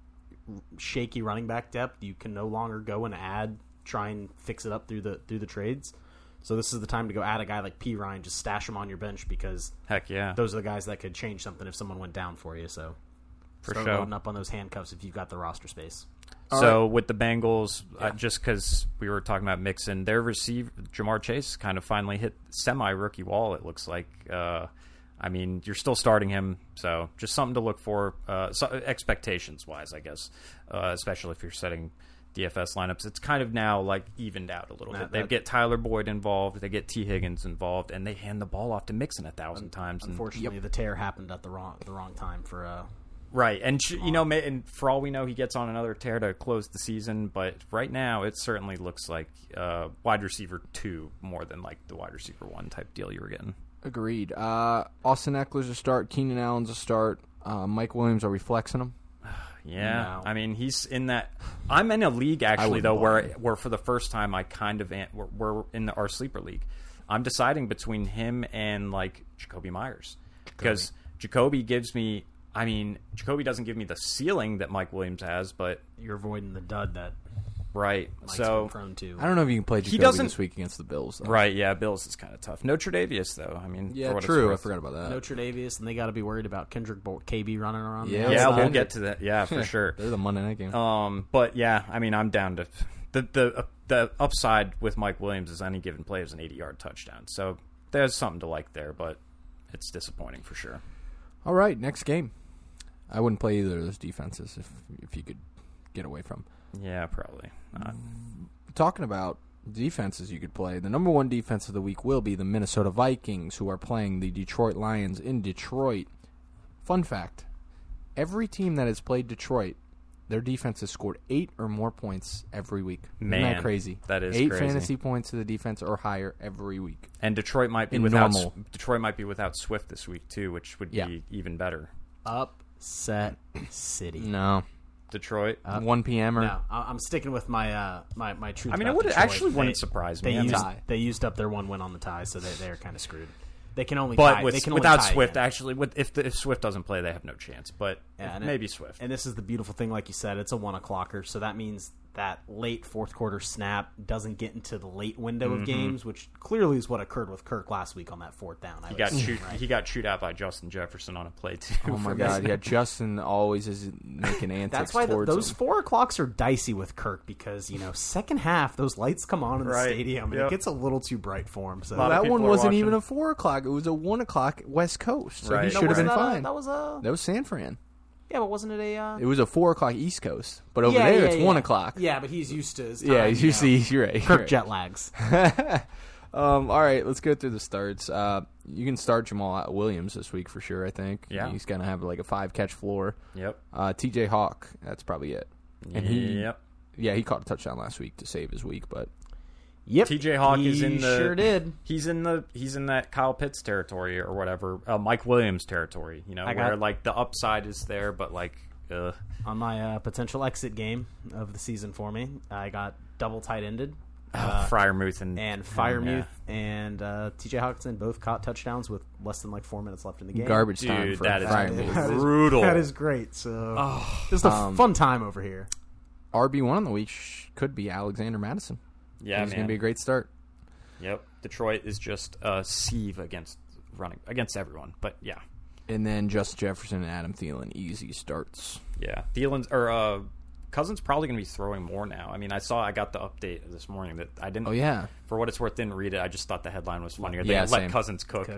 Speaker 4: shaky running back depth, you can no longer go and add, try and fix it up through the through the trades. So this is the time to go add a guy like P Ryan, just stash him on your bench because
Speaker 3: Heck yeah,
Speaker 4: those are the guys that could change something if someone went down for you. So
Speaker 3: for
Speaker 4: start
Speaker 3: sure.
Speaker 4: loading up on those handcuffs if you've got the roster
Speaker 2: Mm,
Speaker 4: space.
Speaker 3: So with the Bengals, uh, just because we were talking about Mixon, their receiver Jamar Chase kind of finally hit semi rookie wall. It looks like. Uh, I mean, you're still starting him, so just something to look for, uh, so, expectations wise, I guess. Uh, especially if you're setting DFS lineups, it's kind of now like evened out a little
Speaker 4: That-
Speaker 3: bit. They
Speaker 4: that-
Speaker 3: get Tyler Boyd involved, they get T Higgins involved, and they hand the ball off to Mixon a thousand times. And
Speaker 4: Unfortunately, the tear happened at the wrong the wrong time for uh,
Speaker 3: Right, and sh- you know, ma- and for all we know, he gets on another tear to close the season. But right now, it certainly looks like uh, wide receiver two more than like the wide receiver one type deal you were getting.
Speaker 2: Agreed. Uh, Austin Eckler's a start. Keenan Allen's a start. Uh, Mike Williams, are we flexing him?
Speaker 3: Yeah,
Speaker 4: No.
Speaker 3: I mean, he's in that. I'm in a league actually
Speaker 2: wouldn't
Speaker 3: though,
Speaker 2: buy
Speaker 3: where
Speaker 2: him.
Speaker 3: where for the first time, I kind of an- we're, we're in the, our sleeper league. I'm deciding between him and like Jacoby Myers because Jacoby gives me. I mean, Jacoby doesn't give me the ceiling that Mike Williams has, but
Speaker 4: you're avoiding the dud that
Speaker 3: right.
Speaker 4: Mike's
Speaker 3: so
Speaker 4: been prone to. uh,
Speaker 2: I don't know if you can play Jacoby
Speaker 3: doesn't-
Speaker 2: this week against the Bills. Though.
Speaker 3: Right, yeah, Bills is kind of tough. No Tredavious though. I mean, for
Speaker 2: Yeah,
Speaker 3: what it's
Speaker 2: true. I
Speaker 3: worth.
Speaker 2: forgot about that.
Speaker 4: No Tre'Davious, and they got to be worried about Kendrick Bolt, KB running around.
Speaker 2: Yeah.
Speaker 4: the
Speaker 3: Yeah,
Speaker 4: outside.
Speaker 3: we'll get to that. Yeah, for sure.
Speaker 2: They're the Monday night game.
Speaker 3: Um, but yeah, I mean, I'm down to the the uh, the upside with Mike Williams is any given play is an 80 yard touchdown. So there's something to like there, but it's disappointing for sure.
Speaker 2: All right, next game. I wouldn't play either of those defenses if if you could get away from.
Speaker 3: Yeah, probably. Uh, Not.
Speaker 2: Talking about defenses you could play, the number one defense of the week will be the Minnesota Vikings, who are playing the Detroit Lions in Detroit. Fun fact: every team that has played Detroit, their defense has scored eight or more points every week. Isn't that
Speaker 3: Man,
Speaker 2: crazy?
Speaker 3: that is
Speaker 2: eight
Speaker 3: crazy.
Speaker 2: fantasy points to the defense or higher every week.
Speaker 3: And Detroit might be
Speaker 2: In
Speaker 3: without
Speaker 2: normal.
Speaker 3: Detroit might be without Swift this week too, which would
Speaker 2: Yeah.
Speaker 3: be even better.
Speaker 4: upset city.
Speaker 2: No,
Speaker 3: Detroit.
Speaker 2: Uh, one p.m. or
Speaker 4: No, I- I'm sticking with my uh, my my truth.
Speaker 3: I mean,
Speaker 4: about
Speaker 3: it would
Speaker 4: Detroit.
Speaker 3: actually
Speaker 4: They-
Speaker 3: wouldn't surprise
Speaker 4: They
Speaker 3: me. I mean,
Speaker 4: used
Speaker 2: tie.
Speaker 4: they used up their one win on the tie, so they they're kind of screwed. They can only
Speaker 3: but
Speaker 4: tie-
Speaker 3: with,
Speaker 4: they can only
Speaker 3: without
Speaker 4: tie
Speaker 3: Swift,
Speaker 4: again.
Speaker 3: actually, with, if the, if Swift doesn't play, they have no chance. But
Speaker 4: Yeah, and it-
Speaker 3: maybe Swift.
Speaker 4: And this is the beautiful thing, like you said, it's a one o'clocker, so that means that late fourth quarter snap doesn't get into the late window
Speaker 3: Mm-hmm.
Speaker 4: of games, which clearly is what occurred with Kirk last week on that fourth down. I
Speaker 3: He got shoot. He got chewed out by Justin Jefferson on a play too.
Speaker 2: Oh my
Speaker 3: for
Speaker 2: god!
Speaker 3: missing-
Speaker 2: Yeah, Justin always is making antics.
Speaker 4: That's why th
Speaker 2: towards
Speaker 4: those
Speaker 2: him.
Speaker 4: four o'clocks are dicey with Kirk because you know second half those lights come on in the
Speaker 3: Right.
Speaker 4: stadium and
Speaker 3: Yep.
Speaker 4: it gets a little too bright for him. So
Speaker 3: Lot of
Speaker 2: That one
Speaker 3: people are
Speaker 2: wasn't
Speaker 3: watching.
Speaker 2: even a four o'clock. It was a one o'clock West Coast. So he
Speaker 3: Right. uh, No,
Speaker 2: should have been
Speaker 4: Wasn't that a-
Speaker 2: fine.
Speaker 4: that was a
Speaker 2: that was San Fran.
Speaker 4: yeah, but wasn't it a? Uh,
Speaker 2: It was a four o'clock East Coast, but over there it's one o'clock.
Speaker 4: Yeah, but he's used to his time,
Speaker 2: yeah. You see, you're right. you're
Speaker 4: Kirk
Speaker 2: right.
Speaker 4: jet lags.
Speaker 2: Um, all right, let's go through the starts. Uh, you can start Jamal Williams this week for sure. I think.
Speaker 3: Yeah.
Speaker 2: he's gonna have like a five catch floor.
Speaker 3: Yep.
Speaker 2: Uh, T.J. Hawk. That's probably it. And he,
Speaker 3: Yep.
Speaker 2: yeah, he caught a touchdown last week to save his week, but
Speaker 4: Yep,
Speaker 3: TJ Hawk
Speaker 4: he
Speaker 3: is in the
Speaker 4: sure did.
Speaker 3: He's in the he's in that Kyle Pitts territory or whatever, uh, Mike Williams territory. You know,
Speaker 4: I got-
Speaker 3: where like the upside is there, but like, uh,
Speaker 4: On my uh, potential exit game of the season for me, I got double tight ended.
Speaker 3: Fryermuth and
Speaker 4: uh, and Firemuth and uh, TJ Hawkinson both caught touchdowns with less than like four minutes left in the game.
Speaker 2: Garbage time
Speaker 3: Dude,
Speaker 2: for
Speaker 3: that is
Speaker 2: frying
Speaker 3: unbelievable.
Speaker 2: meat.
Speaker 3: That is- Brutal.
Speaker 5: That is great. So
Speaker 2: Oh,
Speaker 5: this is a
Speaker 2: um,
Speaker 5: fun time over here.
Speaker 2: RB one on the week sh- could be Alexander Madison.
Speaker 3: Yeah,
Speaker 2: He's
Speaker 3: man.
Speaker 2: going to be a great start.
Speaker 3: Yep. Detroit is just a sieve against running against everyone. But yeah,
Speaker 2: And then Justin Jefferson and Adam Thielen easy starts.
Speaker 3: yeah. Thielen's or uh, Cousins probably going to be throwing more now. I mean, I saw I got the update this morning that I didn't.
Speaker 2: Oh yeah,
Speaker 3: For what it's worth, didn't read it. I just thought the headline was funnier. They
Speaker 2: Yeah,
Speaker 3: let
Speaker 2: same.
Speaker 3: Cousins cook.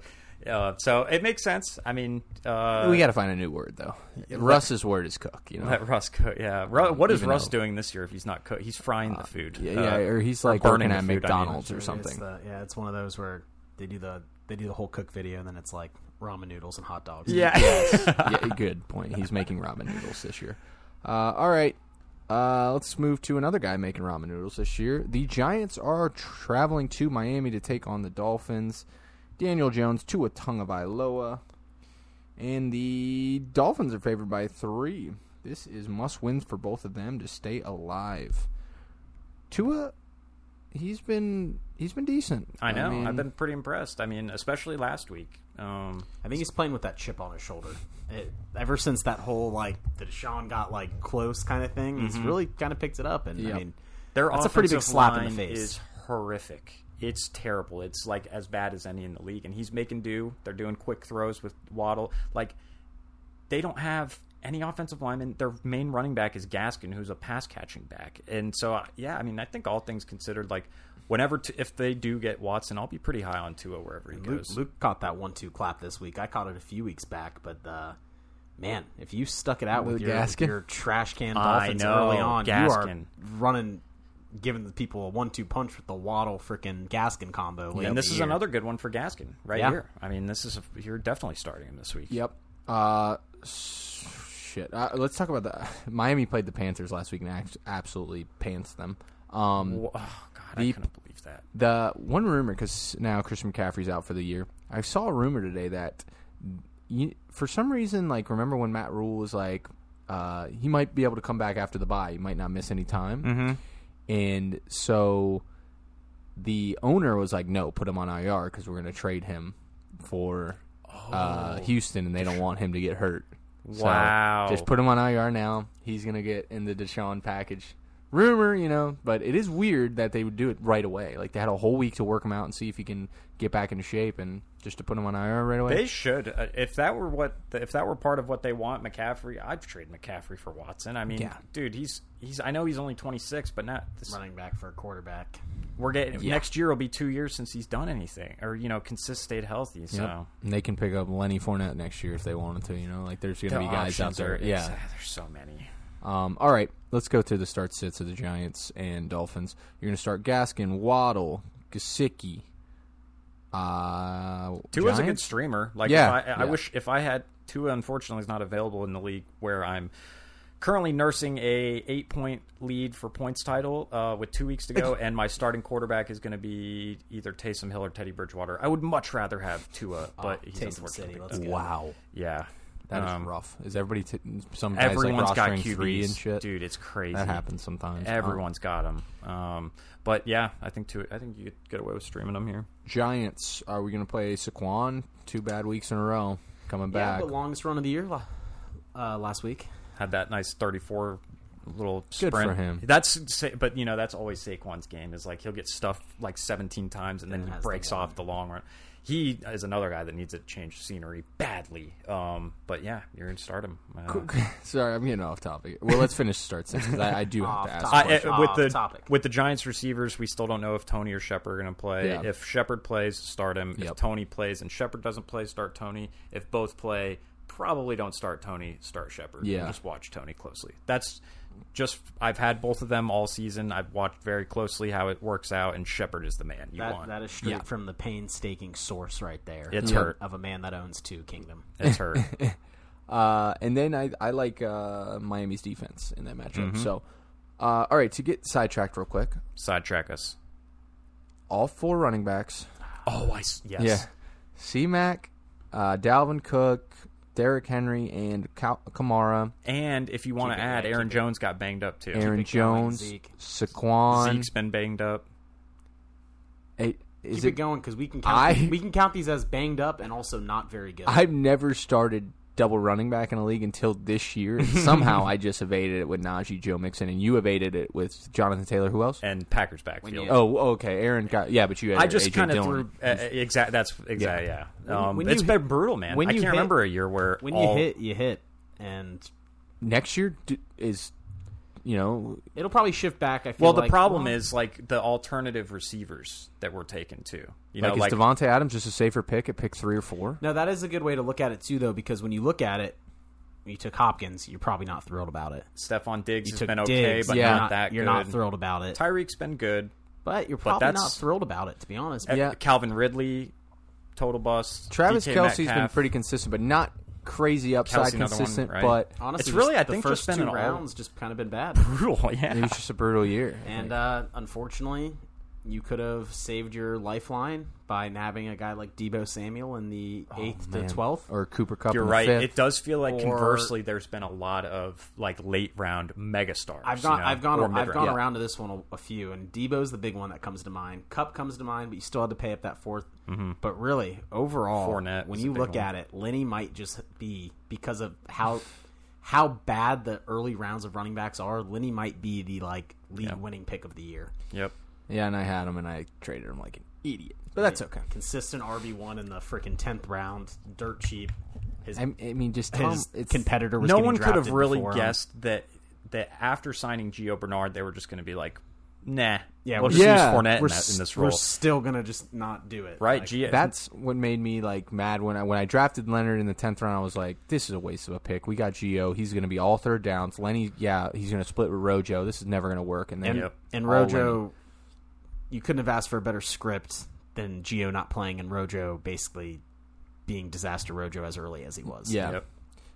Speaker 3: Uh, so it makes sense. I mean, uh,
Speaker 2: we got to find a new word though. Russ's word is cook. You know,
Speaker 3: let Russ cook. Yeah. Ru what is
Speaker 2: Even
Speaker 3: Russ
Speaker 2: though-
Speaker 3: doing this year if he's not cook? He's frying the food.
Speaker 2: yeah,
Speaker 3: Uh,
Speaker 2: yeah, or he's like
Speaker 3: burning
Speaker 2: working at
Speaker 3: the food, I mean.
Speaker 2: McDonald's or
Speaker 4: It's
Speaker 2: something.
Speaker 4: the- yeah, it's one of those where they do the they do the whole cook video and then it's like ramen noodles and hot dogs.
Speaker 3: yeah.
Speaker 2: yeah, good point. He's making ramen noodles this year. Uh, all right, uh, let's move to another guy making ramen noodles this year. The Giants are traveling to Miami to take on the Dolphins. Daniel Jones to a tongue of Iloa, and the Dolphins are favored by three. This is must wins for both of them to stay alive. Tua, he's been he's been decent.
Speaker 3: I know. I
Speaker 2: mean,
Speaker 3: have been pretty impressed. I mean, especially last week. Um,
Speaker 4: I think he's playing with that chip on his shoulder. It, ever since that whole like the Deshaun got like close kind of thing, he's really kind of picked it up. And
Speaker 2: Mm-hmm. Yep.
Speaker 4: I mean,
Speaker 3: Their
Speaker 4: That's a pretty big
Speaker 3: offensive
Speaker 4: slap in the
Speaker 3: line
Speaker 4: face.
Speaker 3: Is horrific. It's terrible. It's like as bad as any in the league, and he's making do. They're doing quick throws with Waddle. Like they don't have any offensive lineman. Their main running back is Gaskin, who's a pass catching back. And so, uh, yeah, I mean, I think all things considered, like whenever t- if they do get Watson, I'll be pretty high on Tua wherever he
Speaker 4: Luke,
Speaker 3: goes.
Speaker 4: Luke caught that one-two clap this week. I caught it a few weeks back, but uh, man, if you stuck it out with
Speaker 2: Luke
Speaker 4: your, with
Speaker 2: Gaskin?
Speaker 4: your trash can
Speaker 3: I
Speaker 4: dolphins
Speaker 3: know,
Speaker 4: early on,
Speaker 3: Gaskin.
Speaker 4: you are running, giving the people a one-two punch with the Waddle freaking Gaskin combo. late in
Speaker 3: and this
Speaker 4: the
Speaker 3: is
Speaker 4: year.
Speaker 3: another good one for Gaskin right
Speaker 4: Yeah.
Speaker 3: here. I mean, this is a, you're definitely starting him this week.
Speaker 2: Yep. Uh, s- shit. Uh, let's talk about the Miami played the Panthers last week and act- absolutely pants them. Um,
Speaker 3: Wha- Oh, God, I
Speaker 2: The-
Speaker 3: couldn't believe that.
Speaker 2: the one rumor because now Christian McCaffrey's out for the year. I saw a rumor today that you, for some reason, like remember when Matt Rule was like, uh, he might be able to come back after the bye. He might not miss any time, and so the owner was like, no, put him on IR because we're going to trade him for. Uh, Houston, and they don't want him to get hurt. So,
Speaker 3: Wow.
Speaker 2: just put him on IR now. He's gonna get in the Deshaun package. Rumor, you know, but it is weird that they would do it right away. Like they had a whole week to work him out and see if he can get back into shape, and just to put him on IR right away.
Speaker 3: They should. Uh, If that were what, if that were part of what they want, McCaffrey, I'd trade McCaffrey for Watson. I mean,
Speaker 2: Yeah.
Speaker 3: dude, he's he's. I know he's only twenty six, but not. This,
Speaker 4: running back for a quarterback.
Speaker 3: we're getting next year will be two years since he's done anything, or you know, consist stayed healthy. So
Speaker 2: Yep. And they can pick up Lenny Fournette next year if they wanted to. You know, like there's gonna
Speaker 3: The
Speaker 2: be guys out
Speaker 3: options
Speaker 2: there.
Speaker 3: are-
Speaker 2: yeah.
Speaker 3: there's so many.
Speaker 2: Um, all right, let's go through the start sits of the Giants and Dolphins. You're gonna start Gaskin, Waddle, Gasicki. Uh,
Speaker 3: Tua's a good
Speaker 2: Giants?
Speaker 3: streamer. Like,
Speaker 2: Yeah,
Speaker 3: if I, I
Speaker 2: yeah.
Speaker 3: wish if I had Tua. Unfortunately, is not available in the league where I'm currently nursing a eight point lead for points title uh, with two weeks to go, and my starting quarterback is going to be either Taysom Hill or Teddy Bridgewater. I would much rather have Tua,
Speaker 2: Ah,
Speaker 3: but he's
Speaker 4: Taysom
Speaker 3: unfortunately
Speaker 4: City. Let's go.
Speaker 2: Wow.
Speaker 3: yeah.
Speaker 2: That is
Speaker 3: Um,
Speaker 2: rough. Is everybody t- some guys
Speaker 3: Everyone's
Speaker 2: like
Speaker 3: got
Speaker 2: rostering
Speaker 3: QBs,
Speaker 2: three and shit?
Speaker 3: dude. It's crazy.
Speaker 2: that happens sometimes. Uh,
Speaker 3: Everyone's got him. Um, but yeah, I think Tua. I think you could get away with streaming him here.
Speaker 2: Um, Giants. Are we going to play Saquon? Two bad weeks in a row. Coming
Speaker 4: Yeah,
Speaker 2: back.
Speaker 4: but longest run of the year la- uh, last week.
Speaker 3: had that nice 34 little
Speaker 2: Good
Speaker 3: sprint.
Speaker 2: for him.
Speaker 3: That's Sa- but you know that's always Saquon's game is like he'll get stuffed like 17 times and then he
Speaker 4: has the
Speaker 3: breaks off the long run. He is another guy that needs to change scenery badly. Um, but yeah, you're going to start him. Uh,
Speaker 2: Sorry, I'm getting off topic. Well, let's finish start six 'cause I, I do have
Speaker 4: Off
Speaker 2: to ask.
Speaker 4: topic.
Speaker 2: a
Speaker 3: I,
Speaker 2: question.
Speaker 4: Question.
Speaker 3: uh, with
Speaker 4: Off
Speaker 3: the
Speaker 4: topic.
Speaker 3: with the Giants receivers, we still don't know if Tony or Shepard are going to play.
Speaker 2: Yeah.
Speaker 3: If Shepard plays, start him. If
Speaker 2: Yep.
Speaker 3: Tony plays and Shepard doesn't play, start Tony. If both play, probably don't start Tony. Start Shepard.
Speaker 2: Yeah.
Speaker 3: And just watch Tony closely. That's just I've had both of them all season. I've watched very closely how it works out, and Shepard is the man you
Speaker 4: That,
Speaker 3: want.
Speaker 4: that is straight
Speaker 2: Yeah.
Speaker 4: from the painstaking source right there.
Speaker 3: it's
Speaker 2: Yeah.
Speaker 3: hurt.
Speaker 4: of a man that owns two kingdom.
Speaker 3: It's hurt.
Speaker 2: Uh, and then I, I like uh, Miami's defense in that matchup.
Speaker 4: Mm-hmm.
Speaker 2: So, uh, all right, to get sidetracked real quick,
Speaker 3: Sidetrack us.
Speaker 2: all four running backs
Speaker 3: Oh, I s- yes.
Speaker 2: Yeah. C Mac, uh, Dalvin Cook, Derrick Henry, and Cal- Kamara,
Speaker 3: And if you want to
Speaker 4: Keep it,
Speaker 3: add,
Speaker 4: yeah,
Speaker 3: Aaron
Speaker 4: keep it.
Speaker 3: Jones got banged up too.
Speaker 2: Aaron
Speaker 4: it going,
Speaker 2: Jones,
Speaker 4: Zeke.
Speaker 2: Saquon.
Speaker 3: Zeke's been banged up.
Speaker 2: Hey, is
Speaker 4: Keep it, going because we can count
Speaker 2: I-
Speaker 4: we can count these as banged up and also not very good.
Speaker 2: I've never started double running back in a league until this year. And somehow I just evaded it with Najee, Joe Mixon, and you evaded it with Jonathan Taylor. Who else?
Speaker 3: and Packers backfield.
Speaker 2: Oh, okay. Aaron got yeah, but you. Had
Speaker 3: I just
Speaker 2: AJ
Speaker 3: kind of
Speaker 2: Dillon.
Speaker 3: threw uh, exact. That's exactly yeah. Um,
Speaker 4: when
Speaker 3: it's
Speaker 4: you
Speaker 3: been brutal, man. I
Speaker 4: when you
Speaker 3: can't
Speaker 4: hit-
Speaker 3: remember a year where
Speaker 4: when
Speaker 3: all-
Speaker 4: you hit, you hit, and
Speaker 2: next year d- is, you know,
Speaker 4: it'll probably shift back. I feel
Speaker 3: Well, the
Speaker 4: like,
Speaker 3: problem
Speaker 4: well,
Speaker 3: is like the alternative receivers that were taken too. You know,
Speaker 2: like,
Speaker 3: like
Speaker 2: is Devonte Adams just a safer pick at pick three or four?
Speaker 4: no. That is a good way to look at it too, though, because when you look at it, you took Hopkins. You're probably not thrilled about it.
Speaker 3: Stephon Diggs has
Speaker 4: took
Speaker 3: been okay,
Speaker 4: Diggs,
Speaker 3: but
Speaker 4: you're
Speaker 2: yeah.
Speaker 3: not that
Speaker 4: You're
Speaker 3: good.
Speaker 4: not thrilled about it,
Speaker 3: Tyreek's been good.
Speaker 4: but you're probably not
Speaker 3: that's-
Speaker 4: thrilled about it to be honest.
Speaker 2: Yeah.
Speaker 3: Calvin Ridley, total bust.
Speaker 2: Travis
Speaker 3: DK
Speaker 2: Kelsey's
Speaker 3: Metcalf.
Speaker 2: been pretty consistent, but not crazy upside
Speaker 3: Kelsey, another one,
Speaker 2: consistent.
Speaker 3: right?
Speaker 2: But
Speaker 4: Honestly,
Speaker 3: It's really,
Speaker 4: just
Speaker 3: I
Speaker 4: the
Speaker 3: think, just
Speaker 4: first
Speaker 3: been
Speaker 4: two
Speaker 3: an all-
Speaker 4: rounds just kind of been bad,
Speaker 3: brutal. Yeah,
Speaker 2: it was just a brutal year.
Speaker 4: and uh, unfortunately, you could have saved your lifeline by having a guy like Debo Samuel in the
Speaker 3: Oh,
Speaker 4: eighth to
Speaker 2: Man.
Speaker 4: twelfth.
Speaker 2: or Cooper Cup.
Speaker 3: you're
Speaker 2: in the
Speaker 3: right.
Speaker 2: fifth.
Speaker 3: It does feel like
Speaker 4: Or-
Speaker 3: conversely, there's been a lot of like late round megastars.
Speaker 4: I've gone,
Speaker 3: you know,
Speaker 4: I've gone,
Speaker 3: or
Speaker 4: I've
Speaker 3: mid-round.
Speaker 4: gone
Speaker 3: Yeah.
Speaker 4: around to this one a, a few, and Debo's the big one that comes to mind. Cup comes to mind, but you still had to pay up that 4th But really, overall,
Speaker 3: Mm-hmm. Fournette
Speaker 4: when
Speaker 3: was
Speaker 4: you
Speaker 3: the big
Speaker 4: look
Speaker 3: one.
Speaker 4: at it, Lenny might just be because of how how bad the early rounds of running backs are. Lenny might be the like league winning pick of the year,
Speaker 3: Yep.
Speaker 2: Yeah, and I had him, and I traded him like an idiot. But that's okay.
Speaker 4: consistent RB one in the freaking tenth round, dirt cheap. His,
Speaker 2: I, I mean, just Tom,
Speaker 4: his
Speaker 2: it's
Speaker 4: competitor was
Speaker 3: No
Speaker 4: getting
Speaker 3: one could have
Speaker 4: drafted
Speaker 3: really
Speaker 4: before him.
Speaker 3: guessed that that after signing Gio Bernard, they were just going to be like, nah.
Speaker 4: Yeah,
Speaker 3: we'll
Speaker 4: we're-
Speaker 3: just
Speaker 2: Yeah,
Speaker 3: use Fournette in,
Speaker 4: We're,
Speaker 3: that, in this
Speaker 4: s- we're
Speaker 3: role.
Speaker 4: still gonna just not do it,
Speaker 3: Right,
Speaker 4: Like,
Speaker 3: Gio.
Speaker 2: That's what made me like mad when I when I drafted Leonard in the tenth round. I was like, "This is a waste of a pick. We got Gio. He's going to be all third downs. Lenny, yeah, he's going to split with Rojo. This is never going to work." And then
Speaker 3: Yep.
Speaker 4: And
Speaker 2: all
Speaker 4: Rojo,
Speaker 2: Lenny.
Speaker 4: you couldn't have asked for a better script than Gio not playing and Rojo basically being disaster Rojo as early as he was.
Speaker 2: yeah,
Speaker 3: Yep.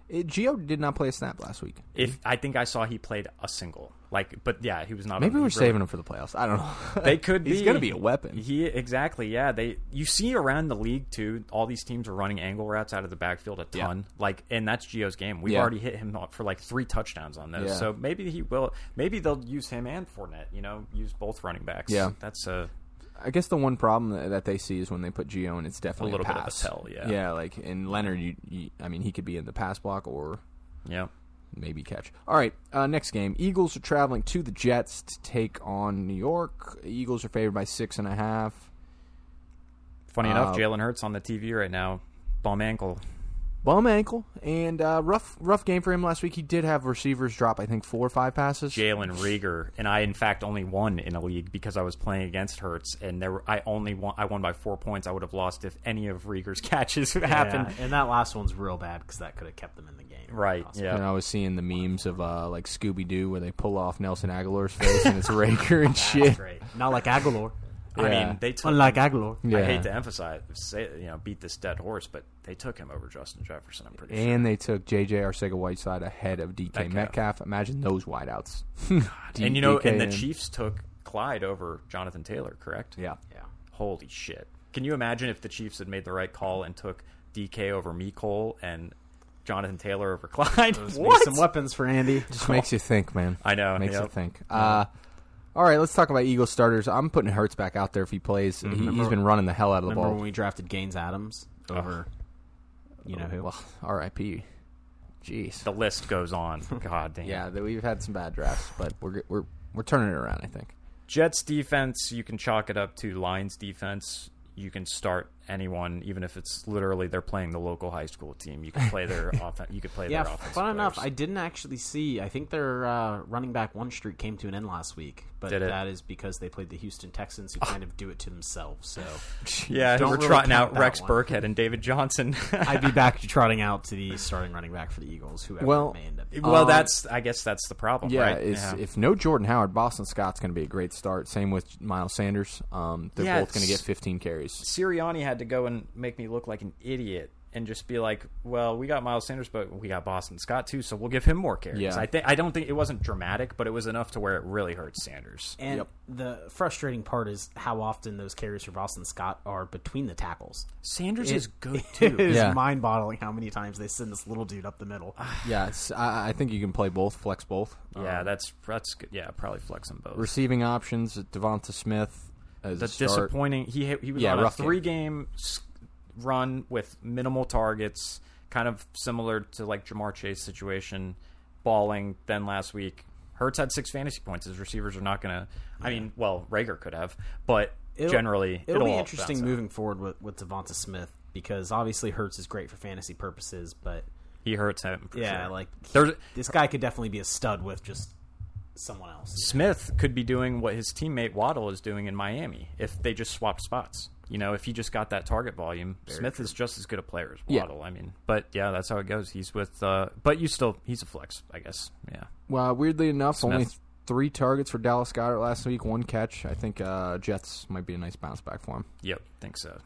Speaker 2: It- Gio did not play a snap last week.
Speaker 3: If I think I saw he played a single, like, but yeah, he was not.
Speaker 2: Maybe
Speaker 3: he
Speaker 2: we're
Speaker 3: really-
Speaker 2: saving him for the playoffs. I don't know.
Speaker 3: They could.
Speaker 2: He's
Speaker 3: be.
Speaker 2: gonna be a weapon.
Speaker 3: He exactly. Yeah. They. You see around the league too. All these teams are running angle routes out of the backfield a
Speaker 2: Yeah.
Speaker 3: ton. Like, and that's Geo's game. We've
Speaker 2: Yeah.
Speaker 3: already hit him up for like three touchdowns on those.
Speaker 2: Yeah.
Speaker 3: So maybe he will. Maybe they'll use him and Fournette. You know, use both running backs.
Speaker 2: Yeah.
Speaker 3: That's a.
Speaker 2: I guess the one problem that, that they see is when they put Gio in, it's definitely
Speaker 3: little bit of a
Speaker 2: pass.
Speaker 3: tell, yeah.
Speaker 2: yeah. Like in Leonard, you, you, I mean, he could be in the pass block or
Speaker 3: Yeah.
Speaker 2: maybe catch. All right, uh, next game. Eagles are traveling to the Jets to take on New York. Eagles are favored by six and a half.
Speaker 3: Funny
Speaker 2: Uh,
Speaker 3: enough, Jalen Hurts on the TV right now. Bum ankle.
Speaker 2: Bum ankle and uh, rough rough game for him last week. He did have receivers drop I think four or five passes.
Speaker 3: Jalen Rieger, and I in fact only won in a league because I was playing against Hertz, and there were, I only won. I won by four points. I would have lost if any of Rieger's catches had
Speaker 4: Yeah,
Speaker 3: happened.
Speaker 4: and that last one's real bad because that could have kept them in the game.
Speaker 3: Right? Yeah.
Speaker 2: And I was seeing the memes of uh, like Scooby Doo where they pull off Nelson Aguilar's face and it's Raker and shit.
Speaker 4: Great. Not like Aguilar.
Speaker 3: I
Speaker 2: Yeah.
Speaker 3: mean, they took.
Speaker 4: Unlike Aguilar.
Speaker 2: Yeah.
Speaker 3: I hate to emphasize, say, you know, beat this dead horse, but they took him over Justin Jefferson. I'm pretty sure.
Speaker 2: And they took J.J. Arcega-Whiteside ahead of D.K. Metcalf.
Speaker 3: Metcalf.
Speaker 2: Imagine those wideouts. D-
Speaker 3: And you know,
Speaker 2: DK
Speaker 3: and the Chiefs took Clyde over Jonathan Taylor, correct?
Speaker 2: Yeah.
Speaker 4: Yeah.
Speaker 3: Holy shit! Can you imagine if the Chiefs had made the right call and took DK over Mecole and Jonathan Taylor over Clyde? What?
Speaker 4: Some weapons for Andy.
Speaker 2: Just makes you think, man.
Speaker 3: I know,
Speaker 2: Makes you
Speaker 3: yep.
Speaker 2: think. Uh, all right, let's talk about Eagles starters. I'm putting Hertz back out there if he plays.
Speaker 3: Mm-hmm.
Speaker 2: He, he's been running the hell out of the
Speaker 4: Remember
Speaker 2: ball.
Speaker 4: when we drafted Gaines Adams over, you know who?
Speaker 2: well, R.I.P. Jeez.
Speaker 3: the list goes on. God damn.
Speaker 2: Yeah, th- we've had some bad drafts, but we're g- we're we're turning it around. I think.
Speaker 3: Jets defense, you can chalk it up to Lions defense. You can start anyone, even if it's literally they're playing the local high school team. You can play their offense. You could play
Speaker 4: Yeah,
Speaker 3: their offense.
Speaker 4: fun enough. I didn't actually see. I think their uh, running back one streak came to an end last week, but
Speaker 3: Did it?
Speaker 4: that is because they played the Houston Texans, who kind of do it to themselves. So
Speaker 3: yeah,
Speaker 4: don't
Speaker 3: we're
Speaker 4: really
Speaker 3: trotting
Speaker 4: count
Speaker 3: out
Speaker 4: that
Speaker 3: Rex
Speaker 4: one.
Speaker 3: Burkhead and David Johnson.
Speaker 4: I'd be back to trotting out to the starting running back for the Eagles, whoever
Speaker 2: Well,
Speaker 4: it may end up. Being.
Speaker 3: well, that's I guess that's the problem,
Speaker 2: Yeah,
Speaker 3: right?
Speaker 2: is
Speaker 3: yeah.
Speaker 2: if no Jordan Howard, Boston Scott's going to be a great start. Same with Miles Sanders. Um, they're
Speaker 3: Yeah,
Speaker 2: both going to get
Speaker 3: it's-
Speaker 2: 15 carries.
Speaker 3: Sirianni had to go and make me look like an idiot and just be like, "Well, we got Miles Sanders, but we got Boston Scott too, so we'll give him more carries."
Speaker 2: Yeah.
Speaker 3: I think I don't think it wasn't dramatic, but it was enough to where it really hurt Sanders.
Speaker 4: And
Speaker 2: Yep.
Speaker 4: the frustrating part is how often those carries for Boston Scott are between the tackles.
Speaker 3: Sanders is good
Speaker 4: It
Speaker 3: too.
Speaker 4: is
Speaker 2: Yeah.
Speaker 4: mind-boggling how many times they send this little dude up the middle.
Speaker 2: Yeah, it's, I, I think you can play both, flex both.
Speaker 3: yeah, that's that's good. yeah, probably flex them both.
Speaker 2: Receiving options: Devonta Smith, as
Speaker 3: the
Speaker 2: a start.
Speaker 3: disappointing. He hit- he was
Speaker 2: Yeah,
Speaker 3: on a
Speaker 2: rough game.
Speaker 3: three game run with minimal targets, kind of similar to like Jamar Chase situation, balling. Then last week, Hertz had six fantasy points. His receivers are not gonna. I mean, well, Rager could have, but generally,
Speaker 4: it'll, be
Speaker 3: all
Speaker 4: interesting
Speaker 3: bounce out.
Speaker 4: moving forward with, with Devonta Smith because obviously Hertz is great for fantasy purposes, but
Speaker 3: He hurts him. For
Speaker 4: yeah,
Speaker 3: sure.
Speaker 4: like
Speaker 3: There's-
Speaker 4: this guy could definitely be a stud with just someone else.
Speaker 3: Smith could be doing what his teammate Waddle is doing in Miami if they just swapped spots. You know, if he just got that target volume, Smith is just as good a player as
Speaker 2: Yeah.
Speaker 3: Waddle. I mean, but yeah, that's how it goes. He's with, uh, but you still he's a flex, I guess. Yeah,
Speaker 2: Well, weirdly enough, only
Speaker 3: Smith.
Speaker 2: three targets for Dallas Goddard last week, one catch. I think uh, Jets might be a nice bounce back for him.
Speaker 3: yep, think so.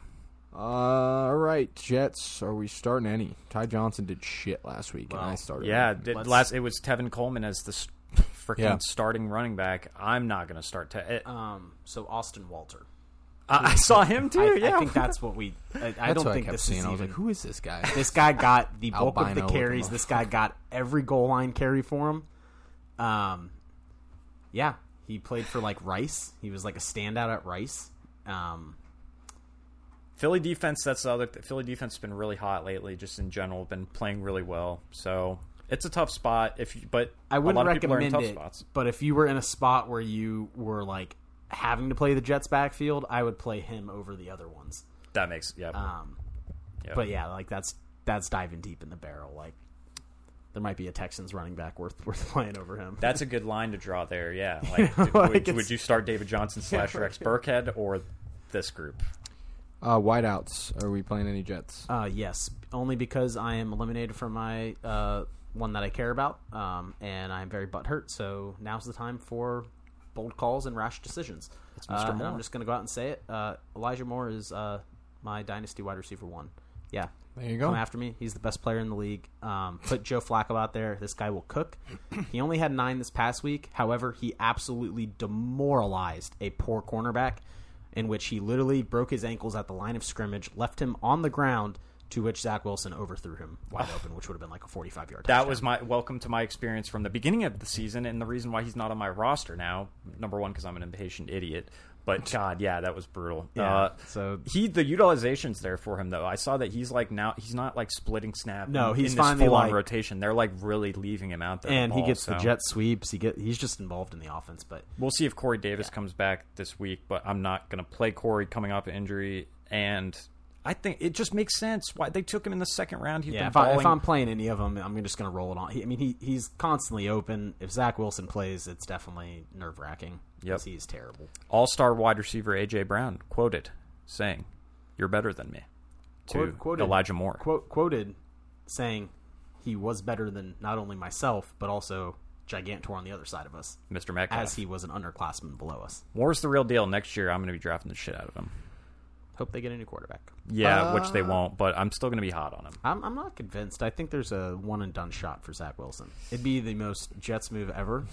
Speaker 2: All right, Jets. Are we starting any? Ty Johnson did shit last week, and I
Speaker 4: Wow.
Speaker 2: started.
Speaker 3: Yeah,
Speaker 2: him.
Speaker 3: did-
Speaker 4: Let's-
Speaker 3: last it was Tevin Coleman as the s- freaking
Speaker 2: Yeah.
Speaker 3: starting running back. I'm not gonna start. Te- it-
Speaker 4: Um, so Austin Walter,
Speaker 3: I, I saw him too.
Speaker 4: I,
Speaker 3: yeah,
Speaker 4: I think that's what we. I, I
Speaker 2: That's
Speaker 4: don't
Speaker 2: what
Speaker 4: think
Speaker 2: I kept
Speaker 4: this
Speaker 2: seeing.
Speaker 4: is
Speaker 2: I was
Speaker 4: even-
Speaker 2: like, who is this guy?
Speaker 4: This guy got the bulk of
Speaker 2: Albino
Speaker 4: the
Speaker 2: looking
Speaker 4: carries.
Speaker 2: motherfucker.
Speaker 4: This guy got every goal line carry for him. Um, yeah, he played for like Rice. He was like a standout at Rice. Um,
Speaker 3: Philly defense. That's the other. Philly defense has been really hot lately, just in general. Been playing really well. So it's a tough spot. If you, but
Speaker 4: I
Speaker 3: a
Speaker 4: wouldn't
Speaker 3: lot of people are in
Speaker 4: recommend
Speaker 3: tough
Speaker 4: it,
Speaker 3: spots.
Speaker 4: but if you were in a spot where you were like having to play the Jets backfield, I would play him over the other ones.
Speaker 3: That makes yeah.
Speaker 4: Um,
Speaker 3: Yeah.
Speaker 4: But yeah, like that's that's diving deep in the barrel. Like there might be a Texans running back worth worth playing over him.
Speaker 3: That's a good line to draw there. Yeah, like,
Speaker 4: Yeah,
Speaker 3: d-
Speaker 4: like
Speaker 3: would,
Speaker 4: it's-
Speaker 3: would you start David Johnson slash Rex Burkhead or this group?
Speaker 2: Uh, wideouts. Are we playing any Jets?
Speaker 4: Uh, yes, only because I am eliminated from my uh, one that I care about, um, and I'm very butthurt. So now's the time for bold calls and rash decisions.
Speaker 3: Mr.
Speaker 4: Uh, and I'm
Speaker 3: Moore.
Speaker 4: just going to go out and say it. Uh, Elijah Moore is uh, my dynasty wide receiver one. Yeah,
Speaker 2: There you
Speaker 4: come
Speaker 2: go.
Speaker 4: after me. He's the best player in the league. Um, put Joe Flacco out there. This guy will cook. He only had nine this past week. However, he absolutely demoralized a poor cornerback, in which he literally broke his ankles at the line of scrimmage, left him on the ground, to which Zach Wilson overthrew him wide open, which would have been like a 45 yard.
Speaker 3: That was my welcome to my experience from the beginning of the season, and the reason why he's not on my roster now. Number one, because I'm an impatient idiot. But God, yeah, that was brutal.
Speaker 4: Yeah,
Speaker 3: uh,
Speaker 4: so-
Speaker 3: he the utilization's there for him though. I saw that he's like now he's not like splitting snap.
Speaker 4: No,
Speaker 3: in
Speaker 4: he's
Speaker 3: this
Speaker 4: finally,
Speaker 3: full-on
Speaker 4: like-
Speaker 3: rotation. They're like really leaving him out there,
Speaker 4: and he
Speaker 3: all,
Speaker 4: gets the
Speaker 3: so.
Speaker 4: jet sweeps. He get he's just involved in the offense, but
Speaker 3: We'll see if Corey Davis comes back this week, but I'm not going to play Corey coming off an injury. And I think it just makes sense why they took him in the second round. He's
Speaker 4: Yeah,
Speaker 3: been
Speaker 4: if, I,
Speaker 3: balling.
Speaker 4: if I'm playing any of them, I'm just going to roll it on. He, I mean, he he's constantly open. If Zach Wilson plays, it's definitely nerve wracking.
Speaker 3: Yep.
Speaker 4: he's terrible.
Speaker 3: All-star wide receiver AJ Brown quoted saying, "You're better than me." To
Speaker 4: Quote- quoted.
Speaker 3: Elijah Moore.
Speaker 4: Quote quoted saying he was better than not only myself but also Gigantor on the other side of us,
Speaker 3: Mr. Metcalf.
Speaker 4: as he was an underclassman below us.
Speaker 3: Moore's the real deal. Next year, I'm going to be drafting the shit out of him.
Speaker 4: Hope they get a new quarterback.
Speaker 3: Yeah, which
Speaker 4: Uh.
Speaker 3: they won't, but I'm still going to be hot on him.
Speaker 4: I'm, I'm not convinced. I think there's a one and done shot for Zach Wilson. It'd be the most Jets move ever.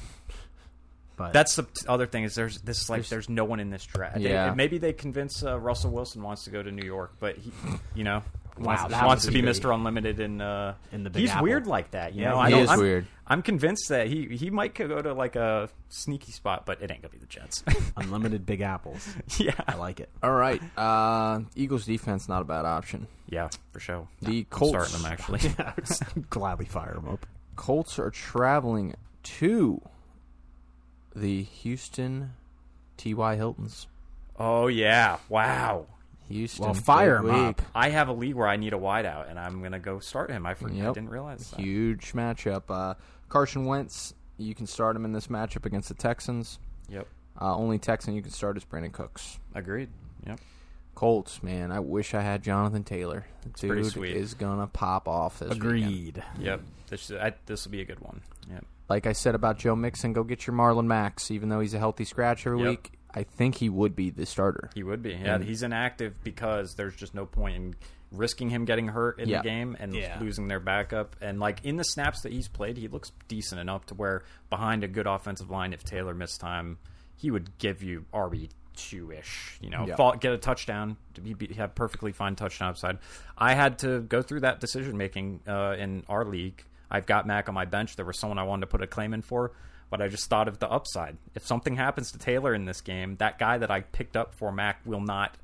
Speaker 4: But
Speaker 3: That's the t- other thing is there's this like there's no one in this draft. They-
Speaker 2: Yeah.
Speaker 3: maybe they convince uh, Russell Wilson wants to go to New York, but he, you know,
Speaker 4: Wow,
Speaker 3: wants,
Speaker 4: that
Speaker 3: wants
Speaker 4: would
Speaker 3: to be
Speaker 4: be-
Speaker 3: Mr. Unlimited and uh,
Speaker 4: In the Big
Speaker 3: he's
Speaker 4: Apple.
Speaker 3: weird like that. You
Speaker 4: Yeah,
Speaker 3: know,
Speaker 4: he
Speaker 3: I don't,
Speaker 2: is
Speaker 3: I'm,
Speaker 2: weird.
Speaker 3: I'm convinced that he he might go to like a sneaky spot, but it ain't gonna be the Jets.
Speaker 4: unlimited big apples. I
Speaker 3: yeah,
Speaker 4: like it.
Speaker 2: All right. Uh, Eagles defense not a bad option.
Speaker 3: yeah, for sure.
Speaker 2: The
Speaker 3: I'm
Speaker 2: Colts.
Speaker 3: starting them actually.
Speaker 4: I would just gladly fire him up.
Speaker 2: Colts are traveling to the Houston T.Y. Hiltons.
Speaker 3: oh yeah, wow.
Speaker 2: Houston.
Speaker 4: Well, fire
Speaker 2: big
Speaker 4: him up.
Speaker 2: week.
Speaker 3: I have a league where I need a wideout, and I'm gonna go start him. I, for- I
Speaker 2: Yep.
Speaker 3: didn't realize that.
Speaker 2: Huge matchup. Uh, Carson Wentz, you can start him in this matchup against the Texans.
Speaker 3: Yep,
Speaker 2: Uh, only Texan you can start is Brandon Cooks.
Speaker 3: agreed. Yep.
Speaker 2: Colts, man, I wish I had Jonathan Taylor. The Dude
Speaker 3: pretty sweet.
Speaker 2: is gonna pop off this weekend.
Speaker 4: Agreed.
Speaker 3: Yep, this I, this will be a good one. Yep.
Speaker 2: Like I said about Joe Mixon, go get your Marlon Max, even though he's a healthy scratch every
Speaker 3: Yep.
Speaker 2: week. I think he would be the starter.
Speaker 3: He would be. Yeah, he's inactive because there's just no point in risking him getting hurt in
Speaker 2: Yeah.
Speaker 3: the game and
Speaker 4: Yeah.
Speaker 3: losing their backup. And like in the snaps that he's played, he looks decent enough to where behind a good offensive line, if Taylor missed time, he would give you RB two ish. You know,
Speaker 2: Yeah.
Speaker 3: fall, get a touchdown. He'd be, have perfectly fine touchdown upside. I had to go through that decision making uh, in our league. I've got Mac on my bench. There was someone I wanted to put a claim in for. but But I just thought of the upside. If something happens to Taylor in this game, that guy that I picked up for Mac will not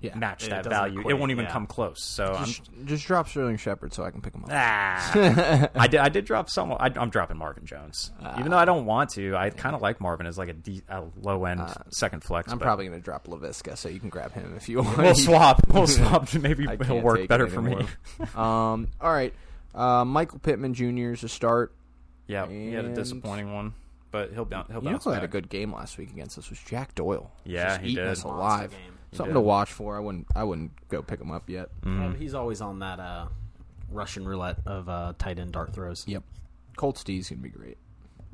Speaker 2: Yeah.
Speaker 3: match
Speaker 4: It
Speaker 3: that
Speaker 4: doesn't
Speaker 3: value.
Speaker 4: equate,
Speaker 3: it won't even
Speaker 4: yeah.
Speaker 3: come close. So I'm
Speaker 2: Just, just drop Sterling Shepard so I can pick him up.
Speaker 3: Ah, I did. I did drop some. I, I'm dropping Marvin Jones, even though I don't want to. I kind of like Marvin as like a, de- a low end second flex.
Speaker 2: Uh, I'm
Speaker 3: but
Speaker 2: probably going to drop Lavisca so you can grab him if you want.
Speaker 3: we'll swap. We'll swap. Maybe
Speaker 2: I
Speaker 3: it'll
Speaker 2: can't take
Speaker 3: work
Speaker 2: it
Speaker 3: better for me.
Speaker 2: anymore. um, all right. Uh, Michael Pittman Jr. is a start.
Speaker 3: Yeah, he had a
Speaker 2: And-
Speaker 3: disappointing one, but he'll bounce. He'll
Speaker 2: You know
Speaker 3: bounce
Speaker 2: who had
Speaker 3: back.
Speaker 2: a good game last week against us was Jack Doyle.
Speaker 3: Yeah,
Speaker 2: Just
Speaker 3: he
Speaker 2: eating
Speaker 3: did.
Speaker 2: us alive.
Speaker 4: Monster game.
Speaker 2: Something
Speaker 3: did. Mm.
Speaker 2: to watch for. I wouldn't. I wouldn't go pick him up yet.
Speaker 4: Yeah, but he's always on that uh, Russian roulette of uh, tight end dart throws.
Speaker 2: Yep. Colts D's gonna be great.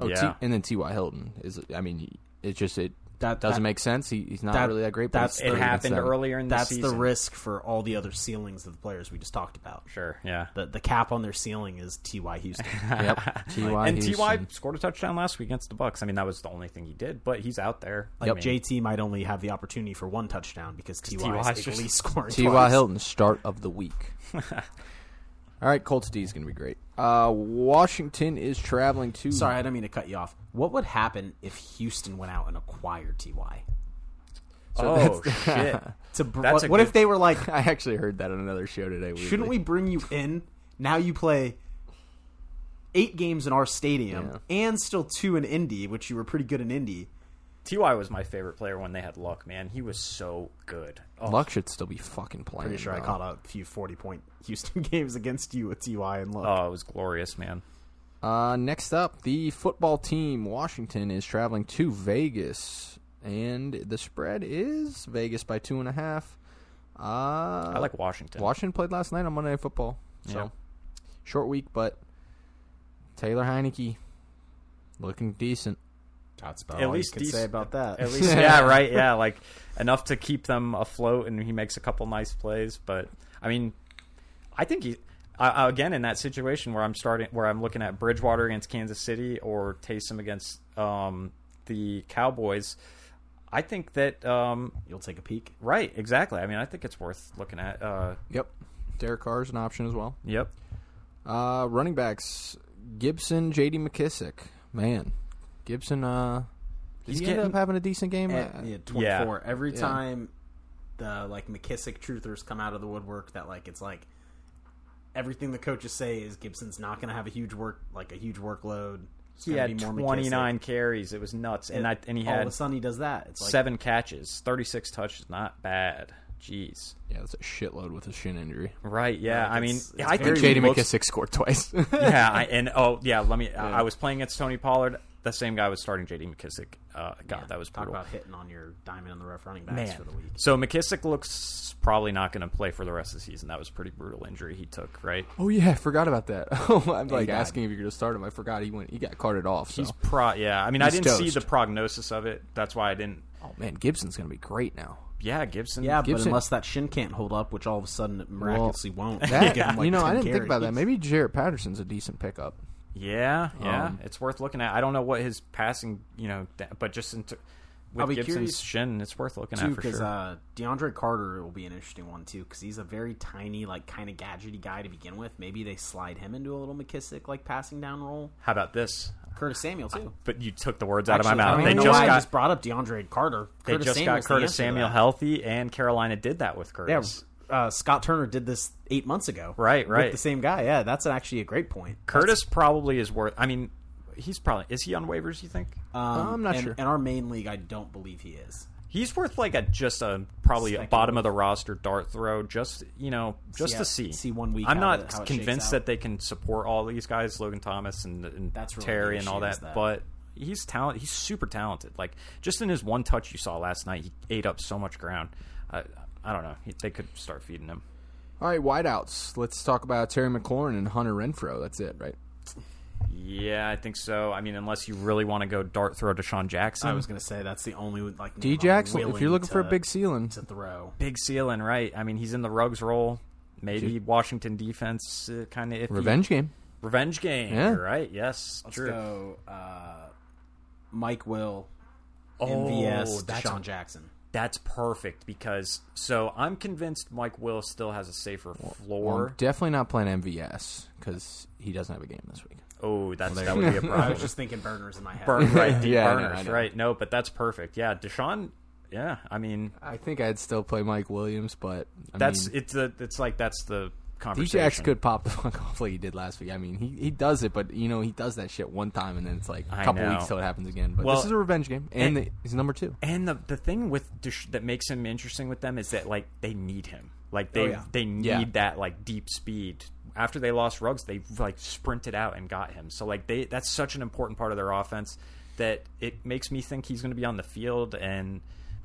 Speaker 2: Oh,
Speaker 3: Yeah.
Speaker 2: T, and then T. Y. Hilton is. I mean, he- it's just it
Speaker 4: That-
Speaker 2: doesn't
Speaker 4: that-
Speaker 2: make sense. He, he's not
Speaker 4: that-
Speaker 2: really that great. But
Speaker 4: that's-
Speaker 2: it's
Speaker 4: It
Speaker 2: great
Speaker 3: It
Speaker 2: against
Speaker 3: happened
Speaker 2: them.
Speaker 3: earlier in the
Speaker 4: That's
Speaker 3: season.
Speaker 4: the risk for all the other ceilings of the players we just talked about.
Speaker 3: Sure. Yeah.
Speaker 4: The the cap on their ceiling is T.Y. Houston.
Speaker 2: Yep. T. Y.
Speaker 3: and Ty
Speaker 2: Houston.
Speaker 3: scored a touchdown last week against the Bucks. I mean, that was the only thing he did, but he's out there. I
Speaker 4: Like
Speaker 3: mean,
Speaker 4: JT might only have the opportunity for one touchdown because T.Y.
Speaker 3: T.Y. 's
Speaker 4: is at
Speaker 3: just-
Speaker 4: least scoring
Speaker 2: T. Y.
Speaker 4: twice.
Speaker 2: Hilton start of the week. All right, Colts D is gonna be great. Uh, Washington is traveling to.
Speaker 4: Sorry, I don't mean to cut you off. What would happen if Houston went out and acquired T.Y.?
Speaker 3: oh shit!
Speaker 4: To br-
Speaker 3: That's
Speaker 4: what
Speaker 3: a
Speaker 4: what
Speaker 3: good-
Speaker 4: if they were like,
Speaker 2: I actually heard that on another show today. weirdly.
Speaker 4: shouldn't we bring you in? Now you play eight games in our stadium and still two in Indy, which you were pretty good in Indy.
Speaker 3: Ty was my favorite player when they had Luck. Man, he was so good. Oh,
Speaker 2: Luck should still be fucking playing.
Speaker 4: Pretty sure I
Speaker 2: bro.
Speaker 4: caught a few forty-point Houston games against you with Ty and Luck.
Speaker 3: oh, it was glorious, man.
Speaker 2: Uh, next up, the football team Washington is traveling to Vegas, and the spread is Vegas by two and a half. Uh,
Speaker 3: I like Washington.
Speaker 2: Washington played last night on Monday Night Football, so
Speaker 3: Yeah.
Speaker 2: short week, but Taylor Heineke looking decent.
Speaker 4: That's about
Speaker 3: At
Speaker 4: all
Speaker 3: least
Speaker 4: you can
Speaker 3: dec-
Speaker 4: say about that.
Speaker 3: At least, yeah, right, yeah, like enough to keep them afloat, and he makes a couple nice plays. But I mean, I think he I, I- again in that situation where I'm starting, where I'm looking at Bridgewater against Kansas City or Taysom against um, the Cowboys. I think that um,
Speaker 4: You'll take a peek.
Speaker 3: right, exactly. I mean, I think it's worth looking at. Uh,
Speaker 2: Yep, Derek Carr is an option as well.
Speaker 3: yep,
Speaker 2: Uh, running backs Gibson, J.D. McKissick. Man, Gibson. Uh, did
Speaker 4: He's
Speaker 2: he end
Speaker 4: getting-
Speaker 2: up having a decent game.
Speaker 4: at,
Speaker 2: Uh,
Speaker 4: yeah, 24 every
Speaker 2: Yeah.
Speaker 4: time the like mckissick truthers come out of the woodwork that like it's like everything the coaches say is gibson's not going to have a huge work like a huge workload It's
Speaker 3: he
Speaker 4: gonna
Speaker 3: had
Speaker 4: be more McKissick.
Speaker 3: 29 carries. It was nuts, and I, and he
Speaker 4: all
Speaker 3: had
Speaker 4: of a sudden he does that it's like
Speaker 3: seven catches, 36 touches. Not bad. Jeez.
Speaker 2: yeah, that's a shitload with a shin injury.
Speaker 3: Right. Yeah.
Speaker 4: Like,
Speaker 3: I mean,
Speaker 4: it's- it's
Speaker 3: I think
Speaker 4: very
Speaker 2: J.D.
Speaker 3: he looks-
Speaker 2: McKissick scored twice.
Speaker 3: yeah, I, and oh yeah, let me. I I was playing against Tony Pollard. The same guy was starting J.D. McKissick. Uh, God, that was
Speaker 4: talk
Speaker 3: brutal.
Speaker 4: about hitting on your diamond on the rough running backs
Speaker 3: Man.
Speaker 4: for the week
Speaker 3: So McKissick looks probably not going to play for the rest of the season. That was a pretty brutal injury he took. Right.
Speaker 2: oh yeah, I forgot about that. Oh, I'm like
Speaker 4: God.
Speaker 2: asking if you're gonna start him. I forgot he went. He got carted off. So.
Speaker 3: He's pro. Yeah. I mean, I
Speaker 2: He's
Speaker 3: didn't see
Speaker 2: toast.
Speaker 3: the prognosis of it. That's why I didn't.
Speaker 2: oh man, Gibson's gonna be great now.
Speaker 3: Yeah, Gibson.
Speaker 4: yeah but
Speaker 2: Gibson-
Speaker 4: unless that shin can't hold up which all of a sudden it miraculously won't
Speaker 2: That-
Speaker 4: give him, like,
Speaker 2: you know, I
Speaker 4: 10
Speaker 2: didn't think about that.
Speaker 4: carries.
Speaker 2: Maybe Jarrett Patterson's a decent pickup.
Speaker 3: Yeah. Yeah.
Speaker 2: Um,
Speaker 3: it's worth looking at. I don't know what his passing. You know, da- but just in t-
Speaker 4: I'll
Speaker 3: with
Speaker 4: be
Speaker 3: Gibson's
Speaker 4: curious,
Speaker 3: shin, it's worth looking
Speaker 4: too
Speaker 3: at for
Speaker 4: because
Speaker 3: sure.
Speaker 4: uh, DeAndre Carter will be an interesting one too because he's a very tiny, like kind of gadgety guy to begin with. Maybe they slide him into a little McKissick like passing down role.
Speaker 3: How about this?
Speaker 4: Curtis Samuel too.
Speaker 3: But you took the words out
Speaker 4: Actually,
Speaker 3: of my
Speaker 4: I
Speaker 3: mouth.
Speaker 4: don't
Speaker 3: They
Speaker 4: know
Speaker 3: just
Speaker 4: why I
Speaker 3: got
Speaker 4: just brought up DeAndre Carter.
Speaker 3: They
Speaker 4: Curtis
Speaker 3: just
Speaker 4: Samuel's
Speaker 3: got
Speaker 4: the
Speaker 3: Curtis
Speaker 4: answer to
Speaker 3: Samuel
Speaker 4: that.
Speaker 3: healthy, and Carolina did that with
Speaker 4: Yeah,
Speaker 3: Curtis.
Speaker 4: uh, Scott Turner did this eight months ago.
Speaker 3: Right,
Speaker 4: With
Speaker 3: right.
Speaker 4: the same guy. Yeah, that's actually a great point.
Speaker 3: Curtis probably is worth. I mean, he's probably is he on waivers? You think
Speaker 4: Um,
Speaker 2: I'm not
Speaker 4: and-
Speaker 2: sure.
Speaker 4: In our main league, I don't believe he is.
Speaker 3: he's worth like a just a probably a
Speaker 4: Second.
Speaker 3: bottom of the roster dart throw? Just you know, just
Speaker 4: See
Speaker 3: to
Speaker 4: how-
Speaker 3: see
Speaker 4: see one week
Speaker 3: I'm
Speaker 4: how
Speaker 3: not
Speaker 4: it- how it shakes
Speaker 3: convinced
Speaker 4: out.
Speaker 3: that they can support all these guys, Logan Thomas and, and
Speaker 4: That's really
Speaker 3: Terry
Speaker 4: the
Speaker 3: and all
Speaker 4: issue, is
Speaker 3: that,
Speaker 4: that-
Speaker 3: but. He's talent. He's super talented. Like just in his one touch you saw last night, he ate up so much ground. I I don't know. He, they could start feeding him.
Speaker 2: All right, wideouts. Let's talk about Terry McLaurin and Hunter Renfro. That's it, right?
Speaker 3: Yeah, I think so. I mean, unless you really want to go dart throw to Sean Jackson,
Speaker 4: I was going to say that's the only like name I'm
Speaker 2: Djax, if you're
Speaker 4: willing
Speaker 2: looking for a
Speaker 4: to-
Speaker 2: big ceiling,
Speaker 4: to throw.
Speaker 3: big ceiling, right? I mean, he's in the rugs role. Maybe Washington defense uh, kind of iffy.
Speaker 2: revenge game.
Speaker 3: revenge game.
Speaker 2: Yeah.
Speaker 3: You're right. Yes, true.
Speaker 4: So uh, Mike Will,
Speaker 3: Oh,
Speaker 4: MVS,
Speaker 3: that's
Speaker 4: Deshaun
Speaker 3: a-
Speaker 4: Jackson.
Speaker 3: Oh, That's perfect because so I'm convinced Mike Willis still has a safer
Speaker 2: Well, I'm
Speaker 3: floor.
Speaker 2: definitely not playing MVS because he doesn't have a game this week.
Speaker 3: oh, that's that would be a
Speaker 4: I
Speaker 3: problem.
Speaker 4: was just thinking burners in my head.
Speaker 3: Burn, right, deep
Speaker 2: Yeah, I know,
Speaker 3: burners,
Speaker 2: I know.
Speaker 3: right? No, but that's perfect. Yeah, Deshaun. Yeah, I mean
Speaker 2: I think I'd still play Mike Williams, but I
Speaker 3: that's
Speaker 2: mean,
Speaker 3: it's a, it's like that's the conversation.
Speaker 2: DJX could pop the fuck off like he did last week. I mean, he, he does it, but you know he does that shit one time, and then it's like
Speaker 3: I
Speaker 2: a couple
Speaker 3: know.
Speaker 2: weeks till it happens again. But
Speaker 3: Well,
Speaker 2: this is a revenge game, and,
Speaker 3: and-
Speaker 2: the, he's number two.
Speaker 3: And the the thing with Dish- that makes him interesting with them is that like they need him.
Speaker 4: Oh,
Speaker 3: Like they
Speaker 5: yeah.
Speaker 3: they need
Speaker 2: Yeah.
Speaker 3: that like deep speed. After they lost Ruggs, they like sprinted out and got him. So like they that's such an important part of their offense that it makes me think he's going to be on the field and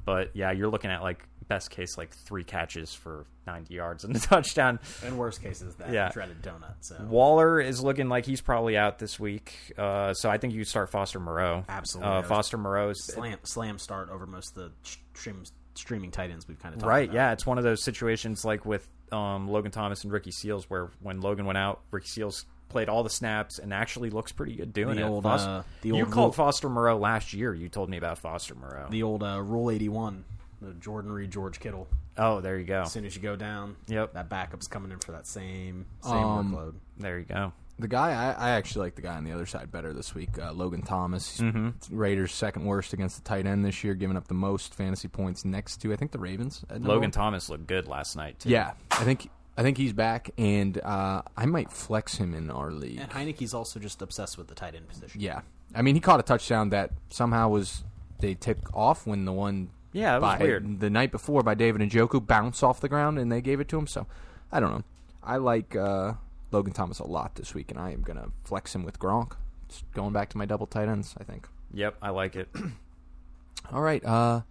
Speaker 3: but yeah, you're looking at like best case like 3 catches for 90 yards and a touchdown.
Speaker 4: And worst case is that
Speaker 3: Yeah.
Speaker 4: dreaded donut. So
Speaker 3: Waller is looking like he's probably out this week. Uh, so I think you start Foster Moreau.
Speaker 4: Absolutely.
Speaker 3: Uh, Foster Moreau's
Speaker 4: slam slam start over most of the stream, streaming tight ends we've kind of talked
Speaker 3: Right.
Speaker 4: about.
Speaker 3: Yeah. It's one of those situations like with um, Logan Thomas and Ricky Seals, where when Logan went out, Ricky Seals played all the snaps and actually looks pretty good doing
Speaker 4: The
Speaker 3: it.
Speaker 4: old,
Speaker 3: Foster,
Speaker 4: uh, the
Speaker 3: you
Speaker 4: old
Speaker 3: called
Speaker 4: rule-
Speaker 3: Foster Moreau last year. You told me about Foster Moreau.
Speaker 4: the old uh, Rule 81, the Jordan Reed, George Kittle.
Speaker 3: oh, there you go.
Speaker 4: As soon as you go down,
Speaker 3: Yep.
Speaker 4: that backup's coming in for that same same
Speaker 2: Um,
Speaker 4: workload.
Speaker 3: There you go.
Speaker 2: The guy I, I actually like the guy on the other side better this week. Uh, Logan Thomas,
Speaker 3: Mm-hmm.
Speaker 2: Raiders second worst against the tight end this year, giving up the most fantasy points next to I think the Ravens. at number
Speaker 3: Logan
Speaker 2: one.
Speaker 3: Thomas looked good last night. Too.
Speaker 2: Yeah, I think I think he's back, and uh, I might flex him in our league.
Speaker 4: And Heineke's also just obsessed with the tight end position.
Speaker 2: Yeah, I mean he caught a touchdown that somehow was they took off when the one
Speaker 3: Yeah, it was
Speaker 2: by-
Speaker 3: weird.
Speaker 2: the night before by David and Joku bounced off the ground and they gave it to him. So I don't know. I like uh, Logan Thomas a lot this week, and I am gonna flex him with Gronk. Just going back to my double tight ends, I think.
Speaker 3: Yep. I like it.
Speaker 2: All right, uh,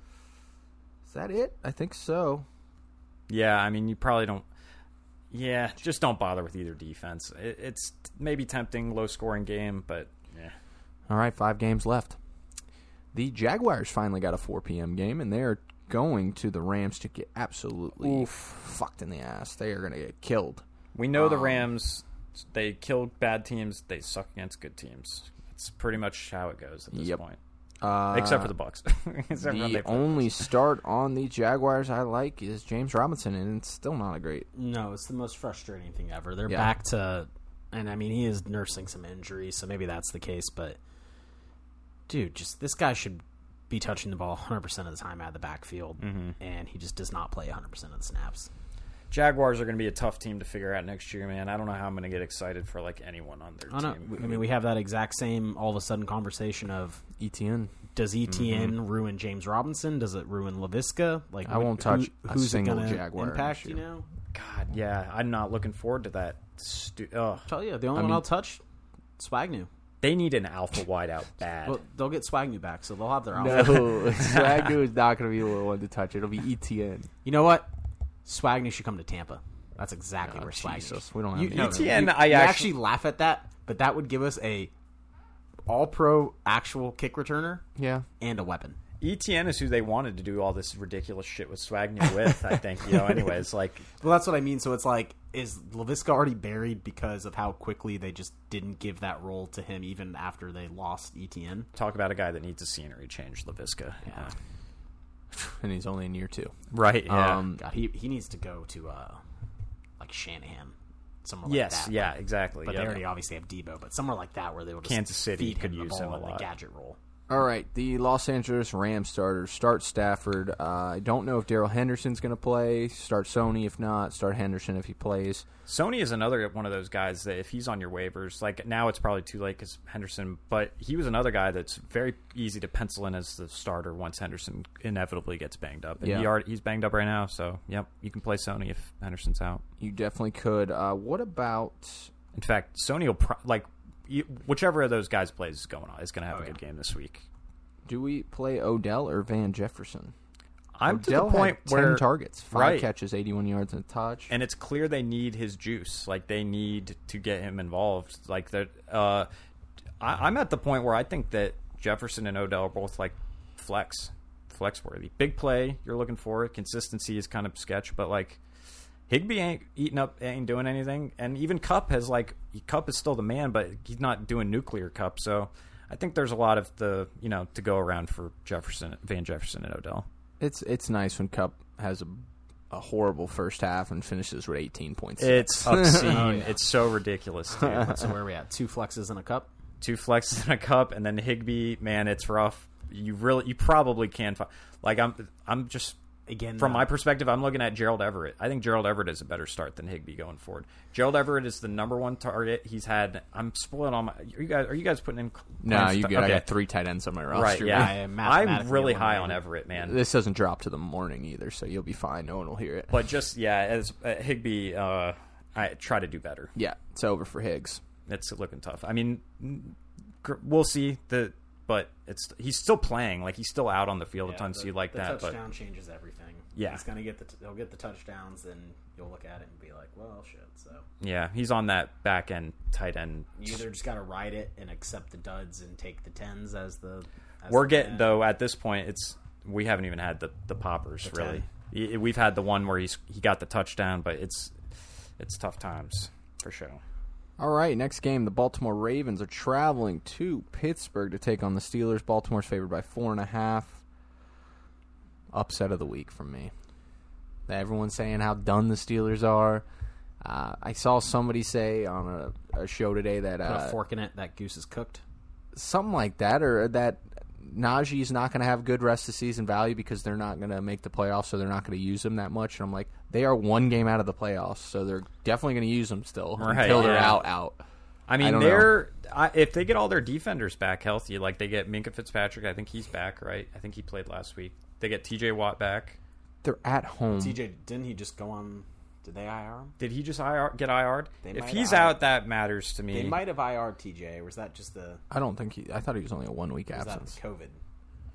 Speaker 2: is that it? I think so.
Speaker 3: Yeah, I mean, you probably don't. Yeah, just don't bother with either defense. It, it's maybe tempting, low scoring game, but yeah.
Speaker 2: All right, five games left. The Jaguars finally got a 4 p.m. game, and they are going to the Rams to get absolutely fucked in the ass. They are going to get killed.
Speaker 3: We know the Rams. They killed bad teams. They suck against good teams. It's pretty much how it goes at this
Speaker 2: Yep.
Speaker 3: point,
Speaker 2: Uh,
Speaker 3: except for the Bucks. Except for when
Speaker 2: the
Speaker 3: they-
Speaker 2: only start on the Jaguars I like is James Robinson, and it's still not a great.
Speaker 4: No, it's the most frustrating thing ever. They're
Speaker 2: Yeah.
Speaker 4: back to, and I mean, he is nursing some injuries, so maybe that's the case. But dude, just this guy should be touching the ball 100 percent of the time out of the backfield,
Speaker 2: Mm-hmm.
Speaker 4: and he just does not play 100 percent of the snaps.
Speaker 3: Jaguars are going to be a tough team to figure out next year, man. I don't know how I'm going to get excited for like anyone on their
Speaker 4: I don't know.
Speaker 3: team.
Speaker 4: I mean, we have that exact same all of a sudden conversation of
Speaker 2: ETN.
Speaker 4: does ETN ruin James Robinson? Does it ruin Laviska? Like
Speaker 2: Mm-hmm. I won't touch a
Speaker 4: who's it
Speaker 2: single
Speaker 4: gonna
Speaker 2: Jaguar
Speaker 4: impact.
Speaker 2: this
Speaker 4: You
Speaker 2: year.
Speaker 4: know,
Speaker 3: God, yeah, I'm not looking forward to that. Stu- Ugh.
Speaker 4: tell you the only one
Speaker 2: mean-
Speaker 4: I'll touch, Swagnew.
Speaker 3: They need an alpha wideout bad.
Speaker 4: Well, they'll get Swagnew back, so they'll have their alpha.
Speaker 2: Swagger is not going to be the one to touch. It'll be E ETN.
Speaker 4: You know what? Swagney should come to Tampa. That's
Speaker 3: Oh,
Speaker 4: exactly where Swagney.
Speaker 2: Jesus,
Speaker 4: should-
Speaker 2: we don't have
Speaker 4: You,
Speaker 2: any-
Speaker 4: no, no,
Speaker 3: ETN,
Speaker 4: you- you
Speaker 3: I
Speaker 4: actually,
Speaker 3: actually-
Speaker 4: laugh at that, but that would give us a All-Pro actual kick returner
Speaker 2: Yeah.
Speaker 4: and a weapon.
Speaker 3: ETN E is who they wanted to do all this ridiculous shit with Swagner with. I think you know. Anyways, like
Speaker 4: Well, that's what I mean. So it's like, is Lavisca already buried because of how quickly they just didn't give that role to him, even after they lost E ETN?
Speaker 3: talk about a guy that needs a scenery change, Lavisca. Yeah.
Speaker 2: And he's only in year two.
Speaker 3: Right. Yeah.
Speaker 2: Um,
Speaker 4: God, he he needs to go to uh, like Shanahan, somewhere
Speaker 3: yes.
Speaker 4: like that.
Speaker 3: yeah. Exactly.
Speaker 4: But
Speaker 3: yeah.
Speaker 4: they already obviously have Debo, but somewhere like that where they will just
Speaker 3: Kansas City
Speaker 4: feed
Speaker 3: could
Speaker 4: him the
Speaker 3: use
Speaker 4: ball
Speaker 3: him a
Speaker 4: in
Speaker 3: lot.
Speaker 4: the gadget role.
Speaker 2: All right, the Los Angeles Rams starters start Stafford. Uh, I don't know if Daryl Henderson's going to play. Start Sony if not. Start Henderson if he plays.
Speaker 3: Sony is another one of those guys that if he's on your waivers, like now it's probably too late because Henderson, but he was another guy that's very easy to pencil in as the starter once Henderson inevitably gets banged up. And
Speaker 2: Yeah.
Speaker 3: he already, he's banged up right now, so yep, you can play Sony if Henderson's out.
Speaker 2: You definitely could. Uh, what about?
Speaker 3: In fact, Sony will pro- like you, whichever of those guys plays is going on is going to have a good game this week.
Speaker 2: Do we play Odell or Van Jefferson?
Speaker 3: I'm
Speaker 2: Odell
Speaker 3: to the point
Speaker 2: had
Speaker 3: where
Speaker 2: ten targets, five
Speaker 3: right,
Speaker 2: catches, eighty-one yards and a touch.
Speaker 3: and it's clear they need his juice. Like they need to get him involved. Like that. Uh, I, I'm at the point where I think that Jefferson and Odell are both like flex, flex worthy. Big play you're looking for. Consistency is kind of sketch, but like Higby ain't eating up, ain't doing anything. And even Cup has like Cup is still the man, but he's not doing nuclear Cup. So I think there's a lot of the you know to go around for Jefferson, Van Jefferson, and Odell.
Speaker 2: It's it's nice when Cup has a, a horrible first half and finishes with 18 points.
Speaker 3: It's obscene. It's so ridiculous, dude.
Speaker 4: So where are we at? Two flexes and a cup.
Speaker 3: Two flexes and a cup, and then Higby. Man, it's rough. You really, you probably can. Fi- like I'm, I'm just
Speaker 4: Again,
Speaker 3: from
Speaker 4: though-
Speaker 3: my perspective. I'm looking at Gerald Everett. I think Gerald Everett is a better start than Higby going forward. Gerald Everett is the number one target he's had. I'm spoiling all my. Are you guys? Are you guys putting in?
Speaker 2: no,
Speaker 3: clients?
Speaker 2: you got, I
Speaker 3: Okay.
Speaker 2: got three tight ends on my roster.
Speaker 3: Right, yeah.
Speaker 4: I am mathematically
Speaker 3: I'm really high on
Speaker 4: eliminated.
Speaker 3: Everett, man.
Speaker 2: This doesn't drop to the morning either, so you'll be fine. No one will hear it.
Speaker 3: But just yeah, as uh, Higby, uh, I try to do better.
Speaker 2: yeah, it's over for Higgs.
Speaker 3: It's looking tough. I mean, gr- we'll see the, but it's he's still playing. Like he's still out on the field a ton. so you like
Speaker 4: the
Speaker 3: that, but
Speaker 4: touchdown changes everything.
Speaker 3: Yeah.
Speaker 4: he's gonna get the t- he'll get the touchdowns, and you'll look at it and be like, well, shit. So
Speaker 3: yeah, he's on that back end tight end.
Speaker 4: you either just gotta ride it and accept the duds and take the tens as the. As
Speaker 3: We're
Speaker 4: the
Speaker 3: getting
Speaker 4: plan.
Speaker 3: though at this point. It's we haven't even had the the poppers really. Y- We've had the one where he's he got the touchdown, but it's it's tough times for sure.
Speaker 2: All right, next game. The Baltimore Ravens are traveling to Pittsburgh to take on the Steelers. Baltimore's favored by four and a half. Upset of the week from me. Everyone's saying how done the Steelers are. Uh, I saw somebody say on a, a show today that
Speaker 4: Put
Speaker 2: uh,
Speaker 4: a fork in it. That goose is cooked.
Speaker 2: something like that, or that Najee's not going to have good rest of season value because they're not going to make the playoffs, so they're not going to use him that much. And I'm like, they are one game out of the playoffs, so they're definitely going to use him still
Speaker 3: Right,
Speaker 2: until they're
Speaker 3: yeah.
Speaker 2: out out.
Speaker 3: I mean,
Speaker 2: don't know.
Speaker 3: they're I, if they get all their defenders back healthy, like they get Minka Fitzpatrick. I think he's back, right? I think he played last week. They get T.J. Watt back.
Speaker 2: They're at home.
Speaker 4: TJ didn't he just go on? Did they IR him?
Speaker 3: Did he just IR get IR'd?
Speaker 4: They
Speaker 3: if
Speaker 4: might
Speaker 3: he's
Speaker 4: have.
Speaker 3: out, that matters to me.
Speaker 4: They might have IR TJ, or was that just the
Speaker 2: I don't think he. I thought he was only a one week
Speaker 4: was that
Speaker 2: absence.
Speaker 4: COVID?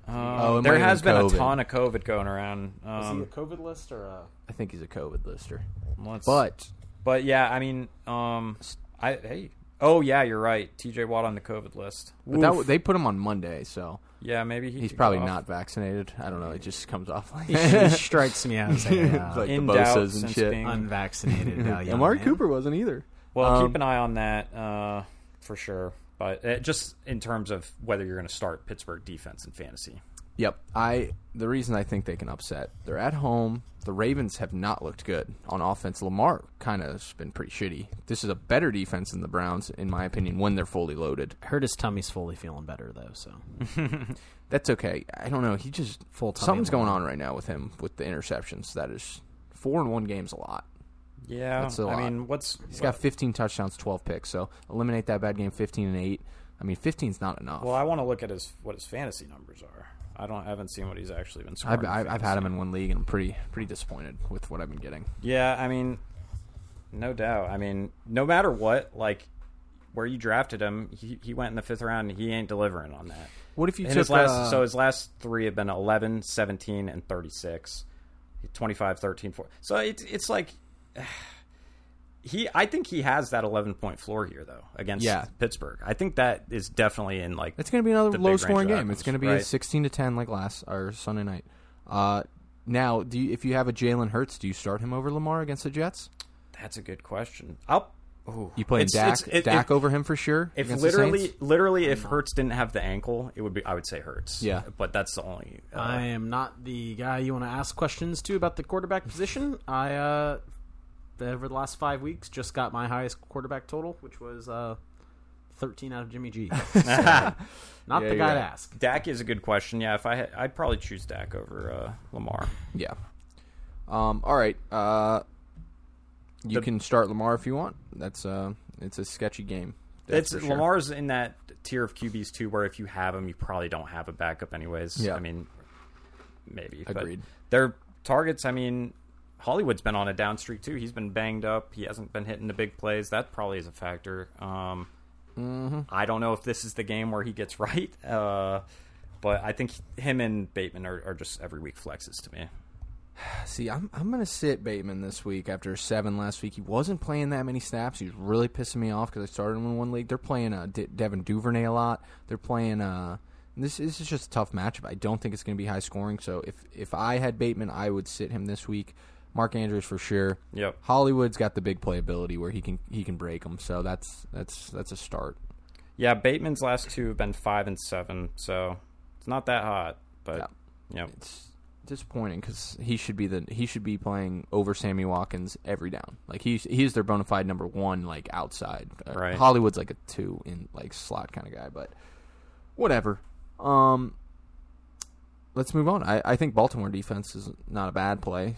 Speaker 2: oh, it might
Speaker 3: Um, there
Speaker 2: have
Speaker 3: has been
Speaker 2: COVID.
Speaker 3: a ton of COVID going around.
Speaker 4: Was he a
Speaker 3: Um,
Speaker 4: COVID list or a?
Speaker 2: I think he's a COVID lister,
Speaker 3: let's-
Speaker 2: but
Speaker 3: but yeah, I mean, um, I hey, oh yeah, you're right. T.J. Watt on the COVID list.
Speaker 2: but that, w- they put him on Monday, so
Speaker 3: Yeah, maybe he
Speaker 2: he's
Speaker 3: could
Speaker 2: probably
Speaker 3: go off.
Speaker 2: not vaccinated. I don't know. It just comes off like
Speaker 4: He strikes me as a uh,
Speaker 2: like
Speaker 3: In
Speaker 2: the
Speaker 3: doubt
Speaker 2: Bosa's and
Speaker 3: since
Speaker 2: shit.
Speaker 3: being-
Speaker 4: unvaccinated. value
Speaker 2: And Amari
Speaker 4: man.
Speaker 2: Cooper wasn't either.
Speaker 3: Well,
Speaker 2: Um,
Speaker 3: keep an eye on that uh, for sure. But uh just in terms of whether you're going to start Pittsburgh defense in fantasy.
Speaker 2: Yep. I the reason I think they can upset. They're at home. The Ravens have not looked good on offense. Lamar kind of's been pretty shitty. This is a better defense than the Browns, in my opinion, when they're fully loaded.
Speaker 4: Heard his tummy's fully feeling better though, so
Speaker 2: That's okay. I don't know. He just
Speaker 4: Full tummy
Speaker 2: something's going
Speaker 4: Lamar.
Speaker 2: on right now with him with the interceptions. That is four and one games a lot.
Speaker 3: Yeah,
Speaker 2: That's a
Speaker 3: I
Speaker 2: lot.
Speaker 3: mean, what's
Speaker 2: He's got 15 touchdowns, 12 picks. So eliminate that bad game, 15 and eight. I mean, 15's not enough.
Speaker 3: Well, I want to look at his what his fantasy numbers are. I don't I haven't seen what he's actually been scoring.
Speaker 2: I've,
Speaker 3: in
Speaker 2: I've, I've
Speaker 3: fantasy.
Speaker 2: had him in one league, and I'm pretty pretty disappointed with what I've been getting.
Speaker 3: Yeah, I mean, no doubt. I mean, no matter what, like where you drafted him, he, he went in the fifth round. and He ain't delivering on that.
Speaker 2: What if you
Speaker 3: And
Speaker 2: took
Speaker 3: his last
Speaker 2: uh,
Speaker 3: so his last three have been 11, 17, and 36. 25, 13, 4. So it's it's like he I think he has that 11 point floor here though against
Speaker 2: Yeah.
Speaker 3: Pittsburgh. I think that is definitely in like
Speaker 2: It's going to be another
Speaker 3: the big
Speaker 2: low
Speaker 3: range
Speaker 2: scoring
Speaker 3: of
Speaker 2: game. It's
Speaker 3: outcomes,
Speaker 2: going to be a
Speaker 3: right?
Speaker 2: 16 to 10 like last or Sunday night. Uh, now, do you, if you have a Jalen Hurts, do you start him over Lamar against the Jets?
Speaker 3: That's a good question. I'll ooh.
Speaker 2: You play
Speaker 3: It's-
Speaker 2: Dak,
Speaker 3: it's- it-
Speaker 2: Dak
Speaker 3: if-
Speaker 2: over him for sure.
Speaker 3: If
Speaker 2: against the
Speaker 3: literally,
Speaker 2: Saints?
Speaker 3: literally, if Hertz didn't have the ankle, it would be. I would say Hertz.
Speaker 2: Yeah.
Speaker 3: but that's the only. Uh,
Speaker 4: I am not the guy you want to ask questions to about the quarterback position. I uh over the last five weeks just got my highest quarterback total, which was uh thirteen out of Jimmy G. So, not the guy to
Speaker 2: yeah.
Speaker 4: ask.
Speaker 3: Dak is a good question. Yeah, if I, had, I'd probably choose Dak over uh, Lamar.
Speaker 2: yeah. Um, all right, uh, you
Speaker 3: The-
Speaker 2: can start Lamar if you want. That's uh, it's a sketchy game. That's
Speaker 3: It's
Speaker 2: for sure.
Speaker 3: Lamar's in that tier of QBs too, where if you have him, you probably don't have a backup anyways.
Speaker 2: Yeah.
Speaker 3: I mean, maybe. but
Speaker 2: Agreed.
Speaker 3: Their targets. I mean, Hollywood's been on a down streak too. He's been banged up. He hasn't been hitting the big plays. That probably is a factor. Um,
Speaker 2: Mm-hmm.
Speaker 3: I don't know if this is the game where he gets right, uh, but I think him and Bateman are, are just every week flexes to me.
Speaker 2: See, I'm I'm gonna sit Bateman this week after seven last week. He wasn't playing that many snaps. He was really pissing me off because I started him in one league. They're playing uh, De- Devin Duvernay a lot. They're playing uh, this. This is just a tough matchup. I don't think it's gonna be high scoring. So if if I had Bateman, I would sit him this week. Mark Andrews for sure.
Speaker 3: Yep.
Speaker 2: Hollywood's got the big playability where he can he can break them. So that's that's that's a start.
Speaker 3: Yeah, Bateman's last two have been five and seven, so it's not that hot. But yeah,
Speaker 2: It's disappointing because he should be the he should be playing over Sammy Watkins every down. Like he's he's their bona fide number one like outside. Uh,
Speaker 3: Right.
Speaker 2: Hollywood's like a two in like slot kind of guy, but whatever. Um, let's move on. I, I think Baltimore defense is not a bad play.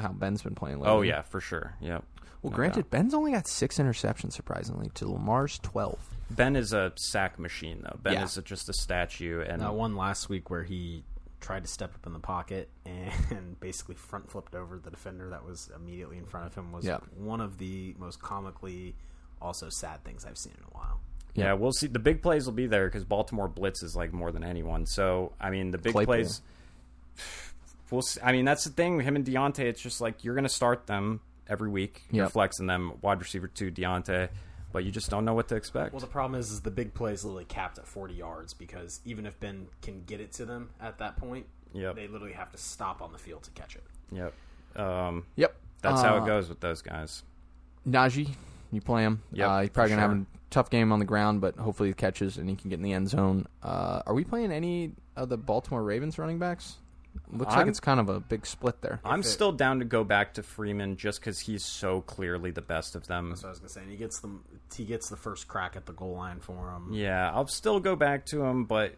Speaker 2: How Ben's been playing lately.
Speaker 3: Oh yeah, for sure. Yep.
Speaker 2: Well,
Speaker 3: No
Speaker 2: granted,
Speaker 3: doubt.
Speaker 2: Ben's only got six interceptions surprisingly to Lamar's twelve.
Speaker 3: Ben is a sack machine though. Ben
Speaker 2: Yeah.
Speaker 3: is just a statue, and
Speaker 4: That Uh, one last week where he tried to step up in the pocket and basically front flipped over the defender that was immediately in front of him was
Speaker 2: Yeah.
Speaker 4: one of the most comically also sad things I've seen in a while.
Speaker 3: Yeah, we'll see. The big plays will be there because Baltimore blitzes like more than anyone. So I mean, the big
Speaker 2: Claypool.
Speaker 3: plays. We'll. See. I mean, that's the thing. Him and Deontay. It's just like you're going to start them every week. You're
Speaker 2: Yep.
Speaker 3: flexing them, wide receiver two, Deontay, but you just don't know what to expect.
Speaker 4: Well, the problem is, is the big play is literally capped at 40 yards because even if Ben can get it to them at that point,
Speaker 3: Yep.
Speaker 4: they literally have to stop on the field to catch it.
Speaker 3: yep. Um,
Speaker 2: Yep,
Speaker 3: that's how
Speaker 2: Uh,
Speaker 3: it goes with those guys.
Speaker 2: Najee, you play him.
Speaker 3: Yep,
Speaker 2: uh, he's probably
Speaker 3: for
Speaker 2: gonna have
Speaker 3: sure.
Speaker 2: a tough game on the ground, but hopefully he catches and he can get in the end zone. Uh, are we playing any of the Baltimore Ravens running backs? Looks like
Speaker 3: I'm-
Speaker 2: it's kind of a big split there.
Speaker 3: I'm still down to go back to Freeman just because he's so clearly the best of them.
Speaker 4: So I was gonna say, and he gets the he gets the first crack at the goal line for him.
Speaker 3: Yeah, I'll still go back to him, but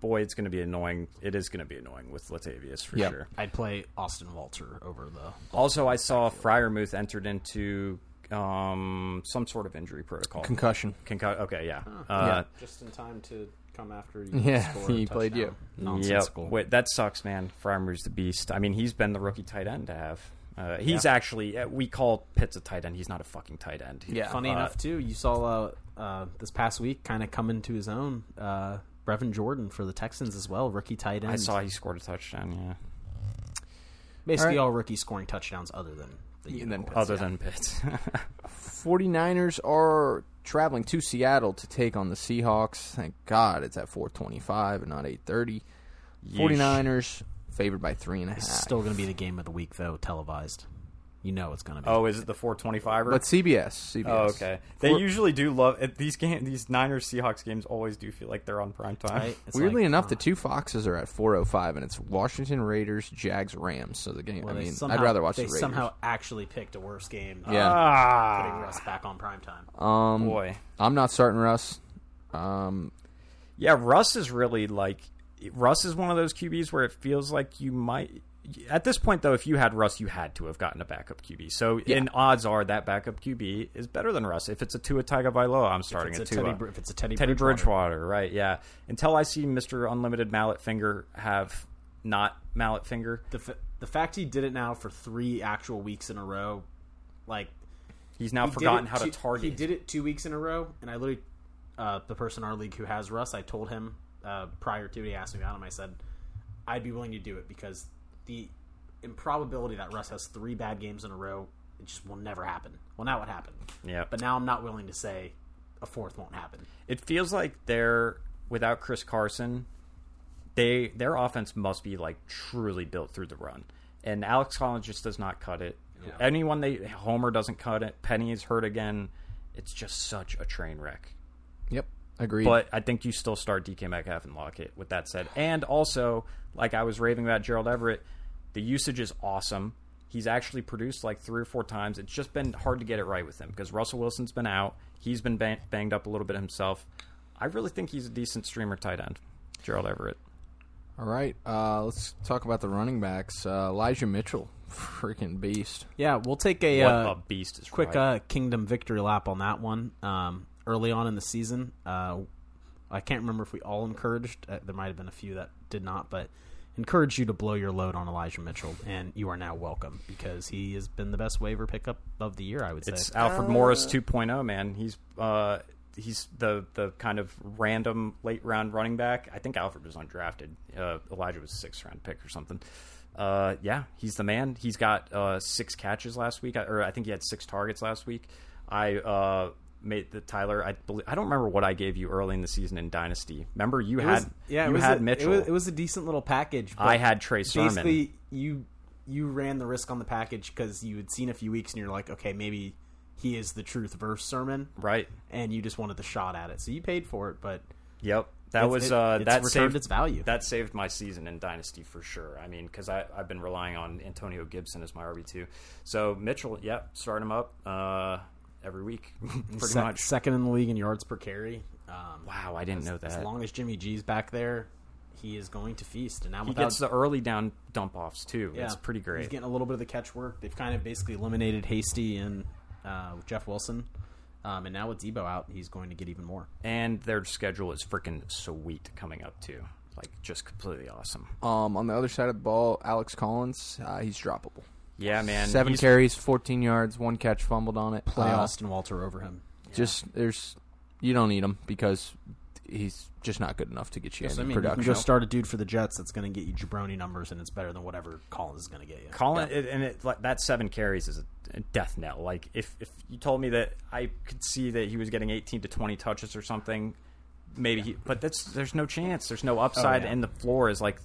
Speaker 3: boy, it's going to be annoying. It is going to be annoying with Latavius for
Speaker 2: Yep.
Speaker 3: sure.
Speaker 4: I'd play Austin Walter over the
Speaker 3: Also, I saw Fryermuth entered into um, some sort of injury protocol.
Speaker 2: Concussion.
Speaker 3: Concu- okay, yeah. Uh,
Speaker 4: just in time to come after you.
Speaker 2: Yeah, score a he played touchdown.
Speaker 4: Nonsensical.
Speaker 3: Yep. Wait, that sucks, man. Fryermuth's the beast. I mean, he's been the rookie tight end to have. Uh, he's actually uh, we call Pitts a tight end. He's not a fucking tight end.
Speaker 2: Yeah.
Speaker 4: Funny
Speaker 3: Uh,
Speaker 4: enough, too, you saw uh, uh, this past week kind of come into his own. Uh, Brevin Jordan for the Texans as well, rookie tight end.
Speaker 3: I saw he scored a touchdown.
Speaker 4: basically all, rookie scoring touchdowns other than the
Speaker 2: And then
Speaker 4: Unicorns.
Speaker 3: Yeah, other than Pitts.
Speaker 2: 49ers are traveling to Seattle to take on the Seahawks. Thank God it's at 425 and not 830. 49ers favored by three and a half.
Speaker 4: It's still going to be the game of the week though, televised. You know it's going to be.
Speaker 3: oh, is it the 425er?
Speaker 2: but CBS. CBS.
Speaker 3: Oh, okay. They usually do love it. These game, these Niners Seahawks games always do feel like they're on prime time.
Speaker 4: right? It's
Speaker 2: Weirdly
Speaker 4: like,
Speaker 2: enough,
Speaker 4: uh,
Speaker 2: the two foxes are at 4:05, and it's Washington Raiders, Jags, Rams. So the game.
Speaker 4: well,
Speaker 2: I
Speaker 4: they
Speaker 2: mean,
Speaker 4: somehow-
Speaker 2: I'd rather watch
Speaker 4: They
Speaker 2: the Raiders.
Speaker 4: somehow actually picked a worse game. than
Speaker 2: yeah,
Speaker 3: Ah,
Speaker 4: Putting Russ back on primetime.
Speaker 3: boy.
Speaker 2: I'm not starting Russ. Um,
Speaker 3: Yeah, Russ is really like Russ is one of those QBs where it feels like you might. At this point, though, if you had Russ, you had to have gotten a backup QB. So, and odds are that backup QB is better than Russ. If it's a Tua Tagovailoa, I'm starting
Speaker 4: it's
Speaker 3: a
Speaker 4: a
Speaker 3: Tua.
Speaker 2: uh,
Speaker 4: Teddy, Br- if it's a Teddy,
Speaker 3: Teddy
Speaker 4: Bridgewater.
Speaker 3: Bridgewater, right? Yeah. Until I see Mister Unlimited Mallet Finger have not Mallet Finger,
Speaker 4: the fa- the fact he did it now for three actual weeks in a row, like
Speaker 3: he's now
Speaker 4: he did
Speaker 3: forgotten
Speaker 4: it
Speaker 3: how to
Speaker 4: two-
Speaker 3: target.
Speaker 4: He did it two weeks in a row, and I literally, uh, the person in our league who has Russ, I told him uh, prior to it, he asked me about him. I said I'd be willing to do it because the improbability that Russ has three bad games in a row, it just will never happen. Well, now it happened,
Speaker 3: Yeah.
Speaker 4: but now I'm not willing to say a fourth won't happen.
Speaker 3: it feels like they're without Chris Carson, they their offense must be like truly built through the run. And Alex Collins just does not cut it. Anyone they Homer doesn't cut it. Penny is hurt again. It's just such a train wreck.
Speaker 2: yep, agreed.
Speaker 3: But I think you still start DK Metcalf and Lockett. With that said, and also like I was raving about Gerald Everett, the usage is awesome. He's actually produced like three or four times. It's just been hard to get it right with him because Russell Wilson's been out. He's been bang- banged up a little bit himself. I really think he's a decent streamer tight end, Gerald Everett.
Speaker 2: All right, uh, let's talk about the running backs. Uh, Elijah Mitchell, freaking beast.
Speaker 4: Yeah, we'll take a
Speaker 3: What a beast is
Speaker 4: Uh, quick
Speaker 3: right.
Speaker 4: uh, kingdom victory lap on that one um, early on in the season uh, i can't remember if we all encouraged uh, there might have been a few that did not but encourage you to blow your load on elijah mitchell and you are now welcome because he has been the best waiver pickup of the year i would say
Speaker 3: It's Alfred Morris 2.0, man. He's uh, he's the the kind of random late round running back. I think Alfred was undrafted. Uh, Elijah was a sixth round pick or something. Uh, yeah, he's the man. He's got uh, six catches last week, or I think he had six targets last week. I uh, made the Tyler. I believe, I don't remember what I gave you early in the season in Dynasty. Remember you had you had Mitchell.
Speaker 4: It was, a decent little package
Speaker 3: I had Trey Sermon.
Speaker 4: basically you you ran the risk on the package because you had seen a few weeks and you're like okay maybe he is the truth verse sermon
Speaker 3: right.
Speaker 4: and you just wanted the shot at it so you paid for it but
Speaker 3: Yep. That
Speaker 4: It's-
Speaker 3: was
Speaker 4: it-
Speaker 3: uh,
Speaker 4: it's
Speaker 3: that
Speaker 4: returned
Speaker 3: saved
Speaker 4: its value.
Speaker 3: That saved my season in Dynasty for sure. I mean, because I I've been relying on Antonio Gibson as my RB two. So Mitchell, yeah, start him up uh, every week, pretty
Speaker 4: Sec-
Speaker 3: much.
Speaker 4: second in the league in yards per carry. Um,
Speaker 3: Wow, I didn't know
Speaker 4: As
Speaker 3: that.
Speaker 4: long as Jimmy G's back there, he is going to feast. And now
Speaker 3: he
Speaker 4: without,
Speaker 3: gets the early down dump offs too.
Speaker 4: yeah,
Speaker 3: it's pretty
Speaker 4: He's
Speaker 3: great.
Speaker 4: getting a little bit of the catch work. They've kind of basically eliminated Hasty and uh, Jeff Wilson, um, and now with Debo out, he's going to get even more.
Speaker 3: and their schedule is freaking sweet coming up too. Like just completely awesome.
Speaker 2: Um, on the other side of the ball, Alex Collins, uh, he's droppable.
Speaker 3: Yeah, man.
Speaker 2: Seven
Speaker 3: he's-
Speaker 2: carries, 14 yards, one catch, fumbled on it.
Speaker 4: Play
Speaker 2: Uh,
Speaker 4: Austin Walter over him.
Speaker 2: Just there's, you don't need him because he's just not good enough to get you
Speaker 4: So, I
Speaker 2: any
Speaker 4: mean, you
Speaker 2: production.
Speaker 4: can go start a dude for the Jets that's going to get you jabroni numbers, and it's better than whatever Collins is going to get you.
Speaker 3: Colin, it, and it, like, that seven carries is a death knell. Like if if you told me that I could see that he was getting eighteen to twenty touches or something, maybe. He, but that's there's no chance. There's no upside,
Speaker 4: yeah.
Speaker 3: and the floor is like,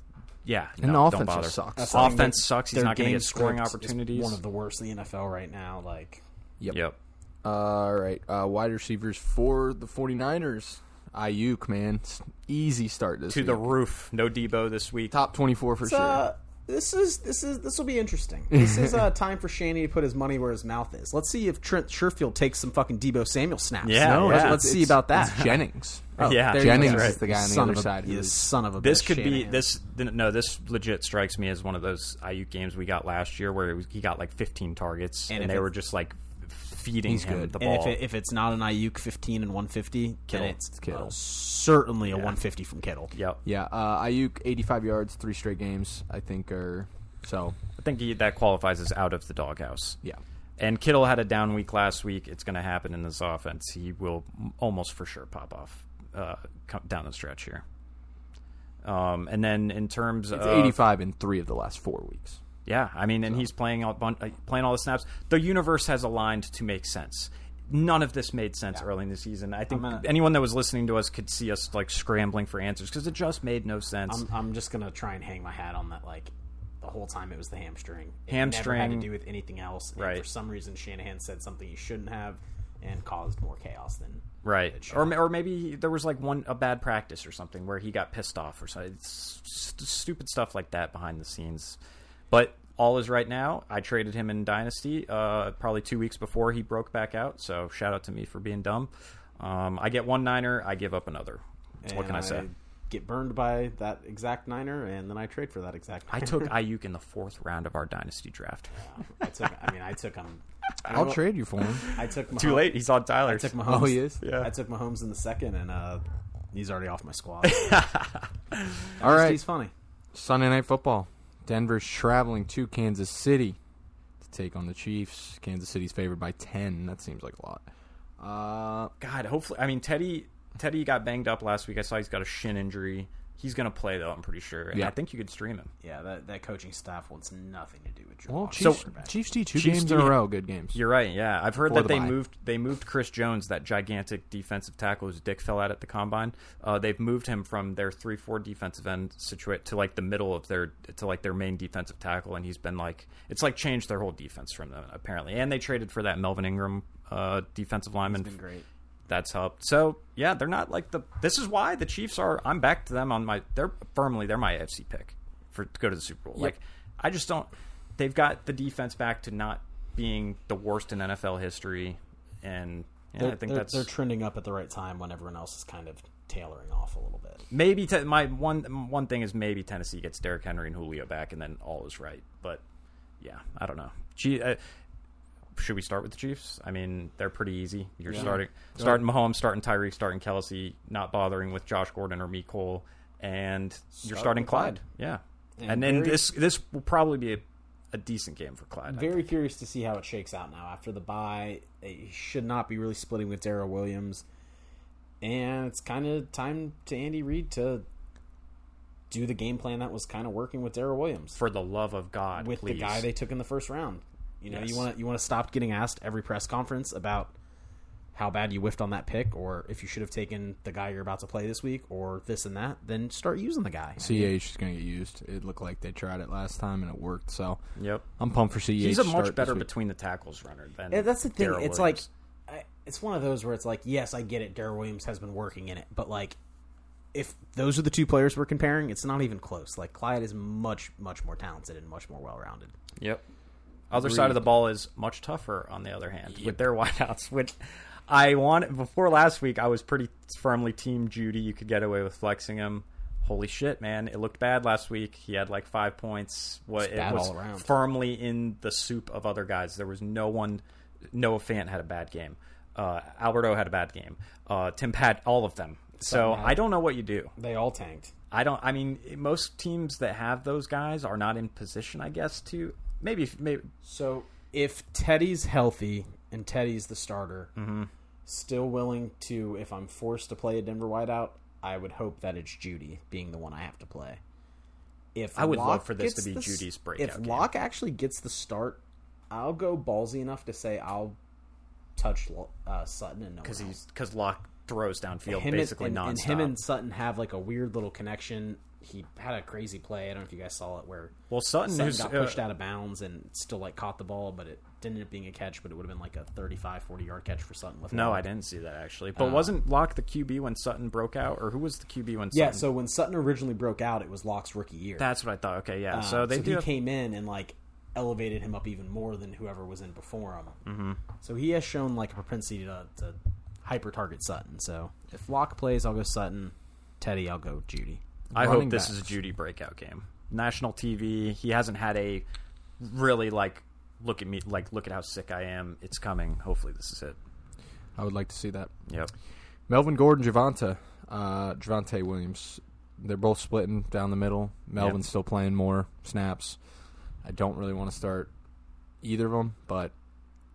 Speaker 3: yeah.
Speaker 2: And
Speaker 3: no,
Speaker 2: the
Speaker 3: don't
Speaker 2: offense
Speaker 3: bother.
Speaker 2: just sucks. That's
Speaker 3: Offense sucks. He's not going to get scoring opportunities.
Speaker 4: One of the worst in the NFL right now. Like
Speaker 2: yep.
Speaker 3: yep.
Speaker 2: All right. Uh, wide receivers for the 49ers. Ayuk, man. It's easy start this
Speaker 3: To the
Speaker 2: week.
Speaker 3: roof. No Debo this week.
Speaker 2: top 24 for sure.
Speaker 4: Uh, this is this is this will be interesting. This is uh, time for Shanny to put his money where his mouth is. Let's see if Trent Sherfield takes some fucking Debo Samuel snaps.
Speaker 3: Yeah,
Speaker 2: Oh,
Speaker 3: No, yeah.
Speaker 4: let's,
Speaker 3: it's-
Speaker 4: let's see about that. Oh,
Speaker 2: It's Jennings.
Speaker 3: Yeah.
Speaker 4: there you go.
Speaker 2: Jennings
Speaker 4: That's
Speaker 2: is the guy on the
Speaker 4: Son
Speaker 2: other
Speaker 4: of a-
Speaker 2: side.
Speaker 4: you
Speaker 2: who's-
Speaker 4: son of a.
Speaker 3: This
Speaker 4: bitch,
Speaker 3: could be
Speaker 4: Shanahan.
Speaker 3: this. No, this legit strikes me as one of those IU games we got last year where it was, he got like 15 targets and,
Speaker 4: if
Speaker 3: they
Speaker 4: it's-
Speaker 3: were just like f- feeding him
Speaker 2: good.
Speaker 3: the ball.
Speaker 4: And if, it, if it's not an Ayuk 15 and 150,
Speaker 3: Kittle.
Speaker 4: then it's
Speaker 2: Kittle.
Speaker 4: uh, certainly a 150 from Kittle.
Speaker 3: yep.
Speaker 2: Yeah, uh, Ayuk, 85 yards, three straight games, I think, are so.
Speaker 3: I think he, that qualifies as out of the doghouse.
Speaker 2: Yeah.
Speaker 3: And Kittle had a down week last week. It's going to happen in this offense. He will m- almost for sure pop off uh, come down the stretch here. Um, and then in terms
Speaker 2: It's
Speaker 3: of
Speaker 2: 85 in three of the last four weeks.
Speaker 3: Yeah, I mean, and he's playing all bun- uh, playing all the snaps. The universe has aligned to make sense. None of this made sense early in the season. I think
Speaker 4: gonna-
Speaker 3: anyone that was listening to us could see us like scrambling for answers because it just made no sense.
Speaker 4: I'm, I'm just gonna try and hang my hat on that. Like the whole time, it was the hamstring. It never had
Speaker 3: Hamstring.
Speaker 4: to do with anything else. And
Speaker 3: Right.
Speaker 4: For some reason, Shanahan said something he shouldn't have, and caused more chaos than it
Speaker 3: right,
Speaker 4: should.
Speaker 3: or ma- or maybe there was like one a bad practice or something where he got pissed off or something. It's st- stupid stuff like that behind the scenes. But all is right now. I traded him in Dynasty uh, probably two weeks before he broke back out. So shout out to me for being dumb. Um, I get one niner, I give up another. what can
Speaker 4: And
Speaker 3: I say?
Speaker 4: Get burned by that exact niner, and then I Uh-huh. trade for that exact.
Speaker 3: I
Speaker 4: Niner.
Speaker 3: took Ayuk in the fourth round of our dynasty draft.
Speaker 4: I took. I mean, I took him.
Speaker 2: I'll trade you for him.
Speaker 4: I took Mahomes,
Speaker 3: Too late. He's on Tyler.
Speaker 4: I took Mahomes.
Speaker 2: Oh, he is?
Speaker 4: I took Mahomes in the second, and uh, he's already off my squad. Just
Speaker 2: All right.
Speaker 4: He's funny.
Speaker 2: Sunday night football. Denver's traveling to Kansas City to take on the Chiefs. Kansas City's favored by 10. That seems like a lot. Uh,
Speaker 3: God, hopefully. I mean, Teddy. Teddy got banged up last week. I saw he's got a shin injury. He's going to play though. I'm pretty sure. And
Speaker 2: Yeah.
Speaker 3: I think you could stream him.
Speaker 4: Yeah, that, that coaching staff wants nothing to do with Drew.
Speaker 2: well,
Speaker 4: Lock.
Speaker 2: Chiefs,
Speaker 3: So-
Speaker 2: Chiefs D two
Speaker 3: Chiefs
Speaker 2: games
Speaker 3: do-
Speaker 2: in a row. Good games.
Speaker 3: You're right. Yeah, I've heard
Speaker 2: For
Speaker 3: that
Speaker 2: the
Speaker 3: they
Speaker 2: bye.
Speaker 3: moved. They moved Chris Jones, that gigantic defensive tackle whose dick fell out at the combine. Uh, they've moved him from their three-four defensive end situate to like the middle of their to like their main defensive tackle, and he's been like it's like changed their whole defense from them apparently. And they traded for that Melvin Ingram uh, defensive lineman.
Speaker 4: been great.
Speaker 3: that's helped. So yeah, they're not like the. This is why the Chiefs are. I'm back to them on my. They're firmly they're my AFC pick for to go to the Super Bowl. Like I just don't. They've got the defense back to not being the worst in NFL history, and yeah, I think
Speaker 4: they're,
Speaker 3: that's
Speaker 4: they're trending up at the right time when everyone else is kind of tailoring off a little bit.
Speaker 3: maybe te- my one one thing is maybe Tennessee gets Derrick Henry and Julio back, and then all is right. But yeah, I don't know. Gee, uh, should we start with the Chiefs? I mean, they're pretty easy. You're starting starting Mahomes, starting Tyreek, starting Kelsey, not bothering with Josh Gordon or Meek Cole, and you're starting
Speaker 4: with
Speaker 3: Clyde.
Speaker 4: Clyde.
Speaker 3: Yeah, and,
Speaker 4: And
Speaker 3: then
Speaker 4: very-
Speaker 3: this this will probably be a, a decent game for Clyde. I
Speaker 4: Very curious to see how it shakes out now after the bye. He should not be really splitting with Darrell Williams, and it's kind of time to Andy Reid to do the game plan that was kind of working with Darrell Williams
Speaker 3: for the love of God,
Speaker 4: with
Speaker 3: please.
Speaker 4: the guy they took in the first round. You know,
Speaker 3: Yes.
Speaker 4: you want to you want to stop getting asked every press conference about how bad you whiffed on that pick, or if you should have taken the guy you're about to play this weech, or this and that. Then start using the guy.
Speaker 2: CH is going to get used. It looked like they tried it last time and it worked. So
Speaker 3: yep.
Speaker 2: I'm pumped for CH.
Speaker 3: He's a
Speaker 2: to
Speaker 3: much
Speaker 2: start
Speaker 3: better
Speaker 2: this week.
Speaker 3: between the tackles runner than
Speaker 4: Yeah, that's the thing.
Speaker 3: Darrell
Speaker 4: it's
Speaker 3: Williams.
Speaker 4: like I, it's one of those where it's like, yes, I get it. Darrell Williams has been working in it, but like if those are the two players we're comparing, it's not even close. Like Clyde is much, much more talented and much more well rounded.
Speaker 3: Yep. Other side of the ball is much tougher. On the other hand, with their wideouts, which I want before last week, I was pretty firmly team Judy. You could get away with flexing him. Holy shit, man! It looked bad last week. He had like five points. What
Speaker 4: It's
Speaker 3: it
Speaker 4: bad
Speaker 3: was
Speaker 4: all around.
Speaker 3: firmly in the soup of other guys. There was no one. Noah Fant had a bad game. Uh, Alberto had a bad game. Uh, Tim Pat, all of them. So I don't know what you do.
Speaker 4: They all tanked.
Speaker 3: I don't. I mean, most teams that have those guys are not in position, I guess, to maybe maybe
Speaker 4: So if Teddy's healthy and Teddy's the starter,
Speaker 3: Mm-hmm.
Speaker 4: still willing to, if I'm forced to play a Denver wideout, I would hope that it's Judy being the one I have to play. If
Speaker 3: I would
Speaker 4: Locke
Speaker 3: love for this
Speaker 4: gets
Speaker 3: to be
Speaker 4: the s-
Speaker 3: Judy's breakout
Speaker 4: If
Speaker 3: game.
Speaker 4: Locke actually gets the start, I'll go ballsy enough to say I'll touch Lo- uh, Sutton and no
Speaker 3: because
Speaker 4: one
Speaker 3: he's
Speaker 4: else.
Speaker 3: because Locke throws downfield
Speaker 4: Him and-
Speaker 3: basically
Speaker 4: and,
Speaker 3: nonstop.
Speaker 4: and him and Sutton have like a weird little connection. He had a crazy play. I don't know if you guys saw it where
Speaker 3: well, Sutton,
Speaker 4: Sutton
Speaker 3: who's
Speaker 4: got pushed
Speaker 3: uh,
Speaker 4: out of bounds and still like caught the ball, but it didn't end up being a catch, but it would have been like a 35, 40 yard catch for Sutton. With
Speaker 3: No,
Speaker 4: Locke.
Speaker 3: I didn't see that actually.
Speaker 4: Oh.
Speaker 3: But wasn't Locke the QB when Sutton broke out, or who was the QB when?
Speaker 4: Yeah,
Speaker 3: Sutton?
Speaker 4: so when Sutton originally broke out, it was Locke's rookie year.
Speaker 3: that's what I thought. Okay, yeah.
Speaker 4: Um,
Speaker 3: so they
Speaker 4: he
Speaker 3: do. have-
Speaker 4: came in and like elevated him up even more than whoever was in before him. Mm-hmm. So he has shown like a propensity to, to hyper target Sutton. So if Locke plays, I'll go Sutton. Teddy, I'll go Judy.
Speaker 3: I hope
Speaker 2: running
Speaker 3: this
Speaker 2: backs.
Speaker 3: is a Judy breakout game. National TV. He hasn't had a really like look at me like look at how sick I am. It's coming. Hopefully, this is it.
Speaker 2: I would like to see that.
Speaker 3: Yep.
Speaker 2: Melvin Gordon, Javante, uh, Javante Williams. They're both splitting down the middle. Melvin's still playing more snaps. I don't really want to start either of them, but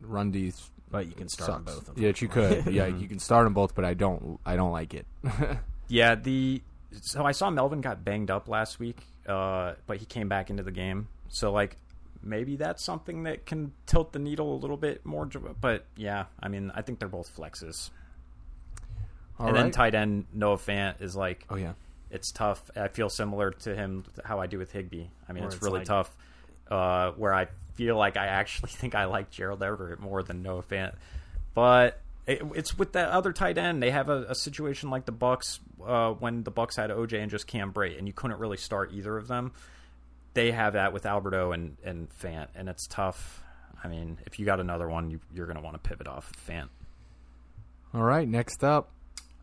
Speaker 2: Rundy's
Speaker 4: But you can start
Speaker 2: sucks.
Speaker 4: them both.
Speaker 2: Yeah, you could. yeah, you can start them both, but I don't. I don't like it.
Speaker 3: Yeah, the so I saw Melvin got banged up last week, uh, but he came back into the game. So like maybe that's something that can tilt the needle a little bit more. But yeah, I mean I think they're both flexes.
Speaker 2: All
Speaker 3: and then
Speaker 2: right.
Speaker 3: tight end Noah Fant is like
Speaker 2: oh yeah.
Speaker 3: it's tough. I feel similar to him how I do with Higby. I mean
Speaker 4: Where
Speaker 3: it's,
Speaker 4: it's
Speaker 3: really
Speaker 4: like-
Speaker 3: tough. Uh, where I feel like I actually think I like Gerald Everett more than Noah Fant, but it, it's with that other tight end. They have a, a situation like the Bucks uh, when the Bucks had OJ and just Cam Bray, and you couldn't really start either of them. They have that with Alberto and and Fant, and it's tough. I mean, if you got another one, you, you're going to want to pivot off of Fant.
Speaker 2: All right. Next up,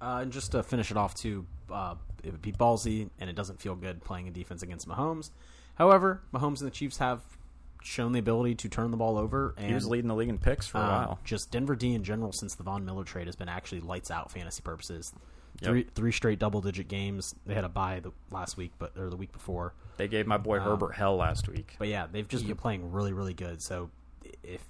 Speaker 4: Uh, and just to finish it off, too, uh, it would be ballsy, and it doesn't feel good playing a defense against Mahomes. However, Mahomes and the Chiefs have shown the ability to turn the ball over, and
Speaker 3: He was leading the league in picks for a
Speaker 4: um,
Speaker 3: while.
Speaker 4: just Denver D in general since the Von Miller trade has been actually lights out fantasy purposes.
Speaker 3: Yep.
Speaker 4: Three three straight double digit games. They had a bye the last week, but or the week before.
Speaker 3: They gave my
Speaker 4: uh,
Speaker 3: boy Herbert hell last week.
Speaker 4: But yeah, they've just been playing really, really good. So if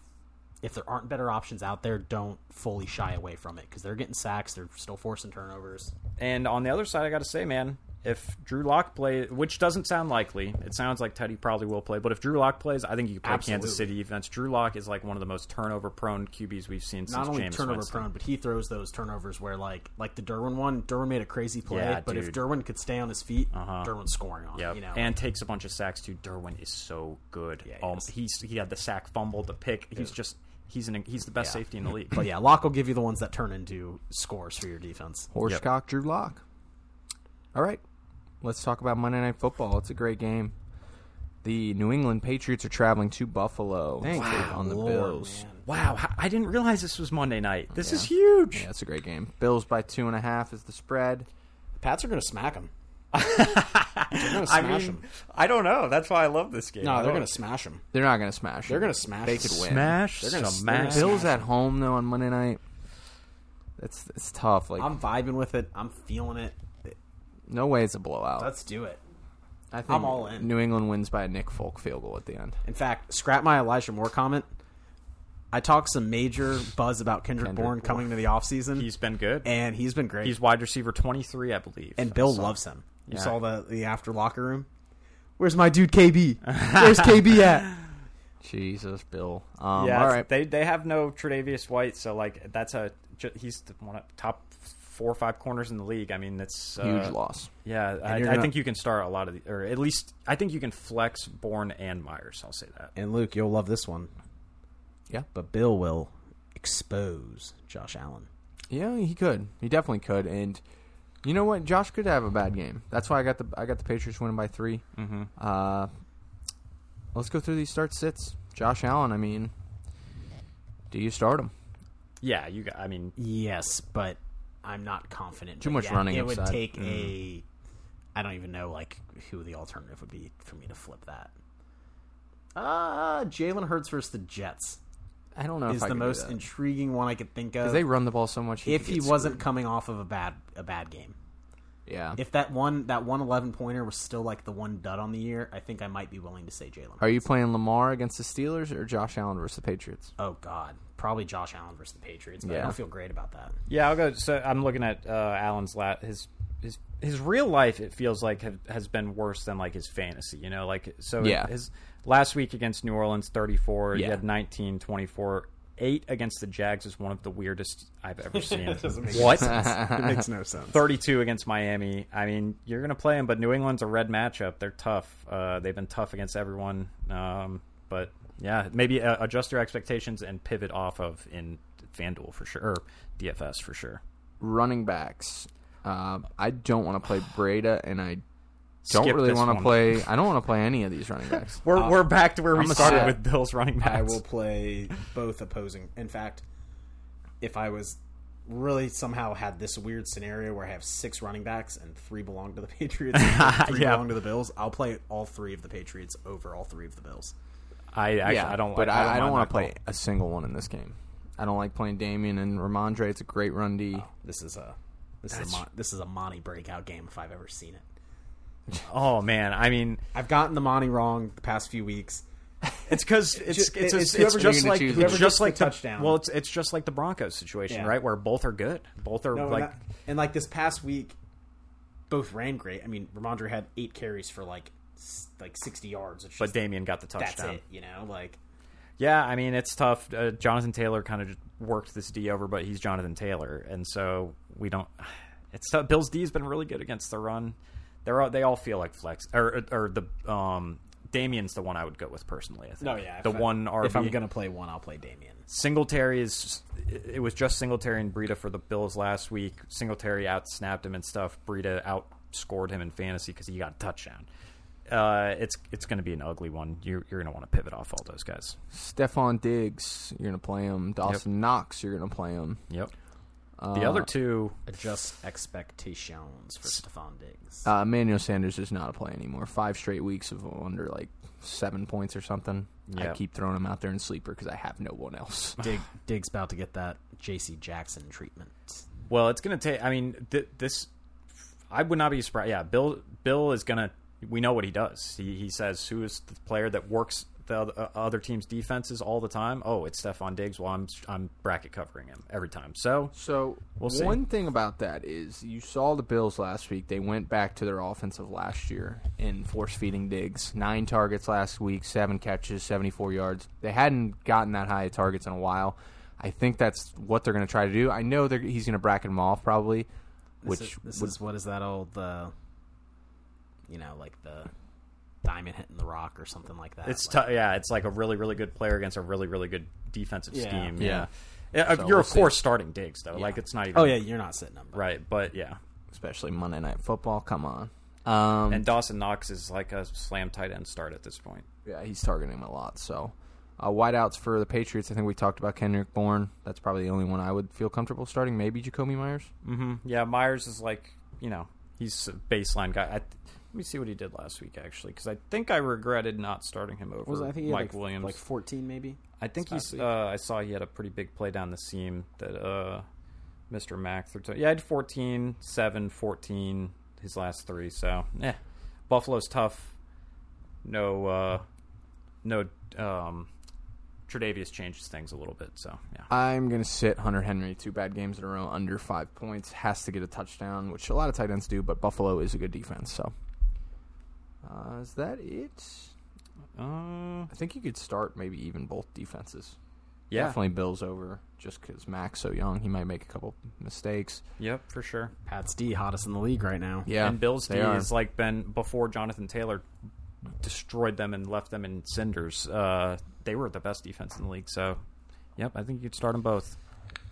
Speaker 4: if there aren't better options out there, don't fully shy away from it because they're getting sacks. They're still forcing turnovers.
Speaker 3: And on the other side, I got to say, man, if Drew Lock plays, which doesn't sound likely, it sounds like Teddy probably will play. But if Drew Lock plays, I think you could play Kansas City
Speaker 4: Absolutely.
Speaker 3: defense. Drew Lock is like one of the most turnover-prone QBs we've seen since
Speaker 4: not only
Speaker 3: James
Speaker 4: turnover
Speaker 3: Winston.
Speaker 4: prone, but he throws those turnovers where like like the Derwin one, Derwin made a crazy play,
Speaker 3: Yeah,
Speaker 4: but if
Speaker 3: dude. Uh-huh.
Speaker 4: Derwin could stay on his feet, Derwin's scoring on
Speaker 3: Yep.
Speaker 4: it. You know,
Speaker 3: and takes a bunch of sacks too. Derwin is so good.
Speaker 4: he
Speaker 3: um,
Speaker 4: is.
Speaker 3: he's he had the sack fumble, the pick. He's just he's an he's the best
Speaker 4: Yeah.
Speaker 3: safety in the league.
Speaker 4: but yeah, Locke will give you the ones that turn into scores for your defense.
Speaker 2: Horsecock, Drew Lock. All right. Let's talk about Monday Night Football. It's a great game. The New England Patriots are traveling to Buffalo
Speaker 5: Thank
Speaker 2: to
Speaker 5: you,
Speaker 2: take on the
Speaker 4: Lord,
Speaker 2: Bills.
Speaker 4: man.
Speaker 3: wow, h- I didn't realize this was Monday night. This is huge.
Speaker 2: Yeah, that's a great game. Bills by two and a half is the spread.
Speaker 4: The Pats are going to smack him. they're going to
Speaker 3: I
Speaker 4: smash
Speaker 3: mean,
Speaker 4: him.
Speaker 3: I don't know. That's why I love this game.
Speaker 4: No,
Speaker 3: I
Speaker 4: they're
Speaker 3: don't-
Speaker 4: going to smash him.
Speaker 2: They're not going to smash.
Speaker 4: They're
Speaker 2: it.
Speaker 4: going to smash.
Speaker 2: They
Speaker 4: him.
Speaker 2: could win.
Speaker 3: smash,
Speaker 4: They're gonna-
Speaker 3: smash.
Speaker 4: they're gonna-
Speaker 2: Bills at home though on Monday night. That's it's tough. Like
Speaker 4: I'm vibing with it. I'm feeling it.
Speaker 2: no way it's a blowout.
Speaker 4: Let's do it.
Speaker 2: I think
Speaker 4: I'm all in.
Speaker 2: New England wins by a Nick Folk field goal at the end.
Speaker 4: In fact, scrap my Elijah Moore comment. I talked some major buzz about Kendrick,
Speaker 2: Kendrick
Speaker 4: Bourne coming to the offseason,
Speaker 3: He's been good.
Speaker 4: and he's been great.
Speaker 3: He's wide receiver 23, I believe.
Speaker 4: and Bill loves him. You
Speaker 3: Yeah.
Speaker 4: saw the the after locker room. Where's my dude KB? Where's KB at?
Speaker 2: Jesus, Bill. Um,
Speaker 3: yeah,
Speaker 2: all right.
Speaker 3: they they have no Tre'Davious White, so like that's a ju- he's the one of top four or five corners in the league. I mean, that's uh,
Speaker 2: Huge loss.
Speaker 3: Yeah, I,
Speaker 4: you're
Speaker 3: I
Speaker 4: gonna-
Speaker 3: think you can start a lot of the, or at least I think you can flex Bourne and Myers. I'll say that.
Speaker 4: And Luke, you'll love this one.
Speaker 2: Yeah.
Speaker 4: but Bill will expose Josh Allen.
Speaker 2: Yeah, he could. He definitely could. And You know what? Josh could have a bad game. That's why I got the I got the Patriots winning by 3 Mm-hmm. Uh, let's go through these start sits. Josh Allen. I mean, do you start him?
Speaker 3: Yeah, you. Got, I mean,
Speaker 4: Yes, but I'm not confident.
Speaker 2: Too
Speaker 4: But
Speaker 2: much running
Speaker 4: It would
Speaker 2: upside.
Speaker 4: take a. I don't even know like who the alternative would be for me to flip that. Uh Jalen Hurts versus the Jets
Speaker 2: I don't know
Speaker 4: is
Speaker 2: if I
Speaker 4: the
Speaker 2: could do
Speaker 4: most
Speaker 2: that.
Speaker 4: intriguing one I could think of.
Speaker 2: 'Cause they run the ball so much.
Speaker 4: if
Speaker 2: could
Speaker 4: he
Speaker 2: get
Speaker 4: wasn't coming off of a bad a bad game,
Speaker 2: screwed. yeah.
Speaker 4: if that one that one eleven pointer was still like the one dud on the year, I think I might be willing to say Jalen.
Speaker 2: Are you playing Lamar against the Steelers or Josh Allen versus the Patriots?
Speaker 4: Oh God, probably Josh Allen versus the Patriots. But I
Speaker 2: Yeah.
Speaker 4: don't feel great about that.
Speaker 3: Yeah, I'll go. So I'm looking at uh, Alan's la- his his his real life. It feels like have, has been worse than like his fantasy. You know, like so.
Speaker 2: Yeah.
Speaker 3: His last week against New Orleans, 34. He
Speaker 2: Yeah.
Speaker 3: had 19, 24. Eight against the Jags is one of the weirdest I've ever seen. what?
Speaker 5: It makes no sense.
Speaker 3: 32 against Miami. I mean, you're going to play them, but New England's a red matchup. They're tough. Uh, they've been tough against everyone. Um, but yeah, maybe uh, adjust your expectations and pivot off of in FanDuel for sure, or DFS for sure.
Speaker 2: Running backs. Uh, I don't want to play Breda, and I don't
Speaker 3: Skip
Speaker 2: really
Speaker 3: this
Speaker 2: want to
Speaker 3: one. Uh,
Speaker 2: play. I don't want to play any of these running backs.
Speaker 3: We're, we're back to where we
Speaker 2: I'm a
Speaker 3: started
Speaker 2: set.
Speaker 3: with Bills running backs.
Speaker 5: I will play both opposing. In fact, if I was really somehow had this weird scenario where I have six running backs and three belong to the Patriots, and three
Speaker 3: Yeah.
Speaker 5: belong to the Bills, I'll play all three of the Patriots over all three of the Bills.
Speaker 3: I, actually,
Speaker 2: yeah,
Speaker 3: I don't.
Speaker 2: But
Speaker 3: like,
Speaker 2: I, I don't
Speaker 3: mind
Speaker 2: want
Speaker 3: that
Speaker 2: to play
Speaker 3: call.
Speaker 2: a single one in this game. I don't like playing Damien and Ramondre. It's a great run D.
Speaker 3: Oh.
Speaker 5: This is a
Speaker 4: This is a Mon- this is a Monty breakout game if I've ever seen it.
Speaker 3: Oh man, I mean,
Speaker 5: I've gotten the Monty wrong the past few weeks.
Speaker 3: it's because it's
Speaker 5: just-
Speaker 3: it's,
Speaker 5: it's
Speaker 3: it's,
Speaker 5: whoever
Speaker 3: just
Speaker 5: gets-
Speaker 3: like
Speaker 2: whoever
Speaker 3: it's
Speaker 5: gets
Speaker 3: just
Speaker 5: the
Speaker 3: like the-
Speaker 5: touchdown.
Speaker 3: Well, it's it's just like the Broncos situation,
Speaker 5: Yeah.
Speaker 3: right? Where both are good, both are
Speaker 5: No,
Speaker 3: like
Speaker 5: and, that- and like this past week, both ran great. I mean, Ramondre had eight carries for like s- like sixty yards. It's
Speaker 3: But
Speaker 5: just,
Speaker 3: Damien got the
Speaker 5: that's
Speaker 3: touchdown.
Speaker 5: it, you know. Like
Speaker 3: Yeah, I mean it's tough. Uh, Jonathan Taylor kind of just worked this D over, but he's Jonathan Taylor, and so we don't. It's tough. Bills D's been really good against the run. They're all, they all feel like flex or or the um Damien's the one I would go with personally. I think.
Speaker 5: No, yeah,
Speaker 3: the
Speaker 5: if I-
Speaker 3: one RB.
Speaker 5: if I'm gonna play one, I'll play Damien.
Speaker 3: Singletary is. It was just Singletary and Breida for the Bills last week. Singletary out snapped him and stuff. Breida outscored him in fantasy because he got a touchdown. Uh, it's it's going to be an ugly one. You're you're going to want to pivot off all those guys.
Speaker 2: Stephon Diggs, you're gonna play him. Dawson Knox, you're gonna play him.
Speaker 3: Yep. The other two,
Speaker 4: Uh, Adjust expectations for Stephon Diggs.
Speaker 2: Uh, Manuel Sanders is not a play anymore. Five straight weeks of under like seven points or something.
Speaker 3: Yeah.
Speaker 2: I keep throwing him out there in sleeper because I have no one else.
Speaker 4: Dig, Diggs about to get that J.C. Jackson treatment.
Speaker 3: well, it's going to take. I mean, th- this. I would not be surprised. Yeah, Bill. Bill is going to. We know what he does. He, he says who is the player that works the other, uh, other team's defenses all the time. Oh, it's Stephon Diggs. Well, I'm I'm bracket covering him every time. So
Speaker 2: So
Speaker 3: We'll see.
Speaker 2: one thing about that is you saw the Bills last week. They went back to their offense of last year in force feeding digs. Nine targets last week, seven catches, seventy four yards. They hadn't gotten that high of targets in a while. I think that's what they're going to try to do. I know they're, he's going to bracket them off probably,
Speaker 4: This
Speaker 2: which
Speaker 4: is, this
Speaker 2: would
Speaker 4: is what is that old, uh, you know, like the diamond hitting the rock or something like that.
Speaker 3: it's
Speaker 4: Like,
Speaker 3: tou- yeah, it's like a really really good player against a really really good defensive
Speaker 4: Yeah.
Speaker 3: scheme.
Speaker 2: Yeah.
Speaker 3: Yeah, uh,
Speaker 2: So
Speaker 3: you're
Speaker 2: we'll
Speaker 3: of course starting Diggs though. Like it's not even.
Speaker 4: oh yeah, you're not sitting him.
Speaker 3: Right, but yeah.
Speaker 2: especially Monday Night Football. Come on. Um,
Speaker 3: And Dawson Knox is like a slam tight end start at this point.
Speaker 2: Yeah, he's targeting him a lot. So, uh, wideouts for the Patriots. I think we talked about Kendrick Bourne. That's probably the only one I would feel comfortable starting. Maybe Jacoby Myers.
Speaker 4: Mm-hmm.
Speaker 3: Yeah, Myers is like you know he's a baseline guy. I, let me see what he did last week actually, because I think I regretted not starting him over
Speaker 4: Was I think he had
Speaker 3: Mike
Speaker 4: like,
Speaker 3: Williams.
Speaker 4: like 14 maybe?
Speaker 3: I think he's. Uh, I saw he had a pretty big play down the seam that uh, Mr. Mack threw. To, yeah, I had 14, 7, 14, his last three. So yeah, Buffalo's tough. No, uh, no. Um, Tre'Davious changes things a little bit. So yeah,
Speaker 2: I'm gonna sit Hunter Henry. Two bad games in a row, under five points. Has to get a touchdown, which a lot of tight ends do. But Buffalo is a good defense. So, uh, is that it?
Speaker 3: uh,
Speaker 2: I think you could start maybe even both defenses.
Speaker 3: yeah,
Speaker 2: Definitely Bills over, just because Mac's so young. He might make a couple mistakes.
Speaker 3: yep, for sure.
Speaker 4: Pat's D hottest in the league right now.
Speaker 2: Yeah,
Speaker 3: and Bills D
Speaker 2: they are.
Speaker 3: has like been before Jonathan Taylor destroyed them and left them in cinders. Uh, they were the best defense in the league. So, yep, I think you could start them both.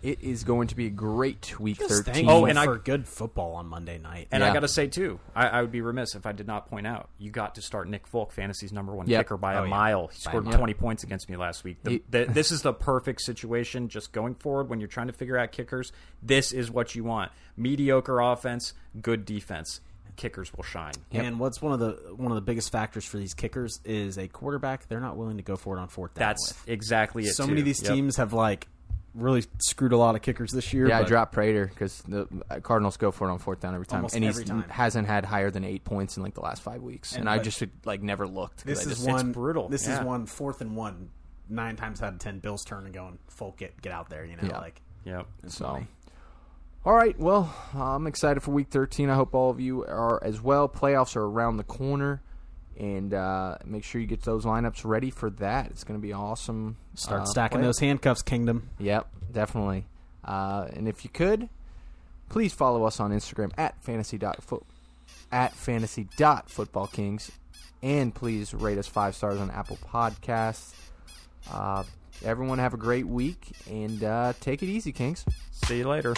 Speaker 2: It is going to be a great week
Speaker 6: Just
Speaker 2: thirteen.
Speaker 6: thankful
Speaker 3: Oh, and I-
Speaker 6: for good football on Monday night.
Speaker 3: And
Speaker 2: Yeah.
Speaker 3: I got to say too, I, I would be remiss if I did not point out you got to start Nick Folk, fantasy's number one
Speaker 2: Yep.
Speaker 3: kicker by
Speaker 6: Oh,
Speaker 3: a
Speaker 6: yeah.
Speaker 3: mile. He
Speaker 6: By a
Speaker 3: scored
Speaker 6: mile.
Speaker 3: twenty points against me last week. The,
Speaker 2: He-
Speaker 3: the, this is the perfect situation. Just going forward, when you're trying to figure out kickers, this is what you want: mediocre offense, good defense. Kickers will shine.
Speaker 6: Yep.
Speaker 4: And what's one of the one of the biggest factors for these kickers is a quarterback. They're not willing to go for it on fourth down.
Speaker 3: That's
Speaker 4: with.
Speaker 3: exactly it.
Speaker 4: so many
Speaker 3: too.
Speaker 4: of these
Speaker 3: Yep.
Speaker 4: teams have like really screwed a lot of kickers this year.
Speaker 2: Yeah, I
Speaker 4: but
Speaker 2: dropped Prater because the uh, Cardinals go for it on fourth down every time,
Speaker 4: Almost
Speaker 2: and
Speaker 4: every
Speaker 2: he
Speaker 4: time.
Speaker 2: hasn't had higher than eight points in like the last five weeks. And, I
Speaker 4: but-
Speaker 2: just had, like never looked. 'cause
Speaker 4: This
Speaker 2: I
Speaker 4: is
Speaker 2: just,
Speaker 4: one
Speaker 3: brutal.
Speaker 4: This
Speaker 3: Yeah.
Speaker 4: is one fourth and one. Nine times out of ten, Bills turn and going. Folk get get out there. You know,
Speaker 2: Yeah.
Speaker 4: like
Speaker 3: Yep.
Speaker 2: So, all right. Well, I'm excited for Week 13. I hope all of you are as well. Playoffs are around the corner, and uh, make sure you get those lineups ready for that. It's going to be awesome.
Speaker 6: Start
Speaker 2: uh,
Speaker 6: stacking
Speaker 2: play-
Speaker 6: those.
Speaker 4: those handcuffs, Kingdom.
Speaker 2: Yep, definitely. Uh, and if you could, please follow us on Instagram at fantasy dot foot at fantasy dot football kings, and please rate us five stars on Apple Podcasts. Uh, everyone have a great week and uh, take it easy, Kings.
Speaker 3: See you later.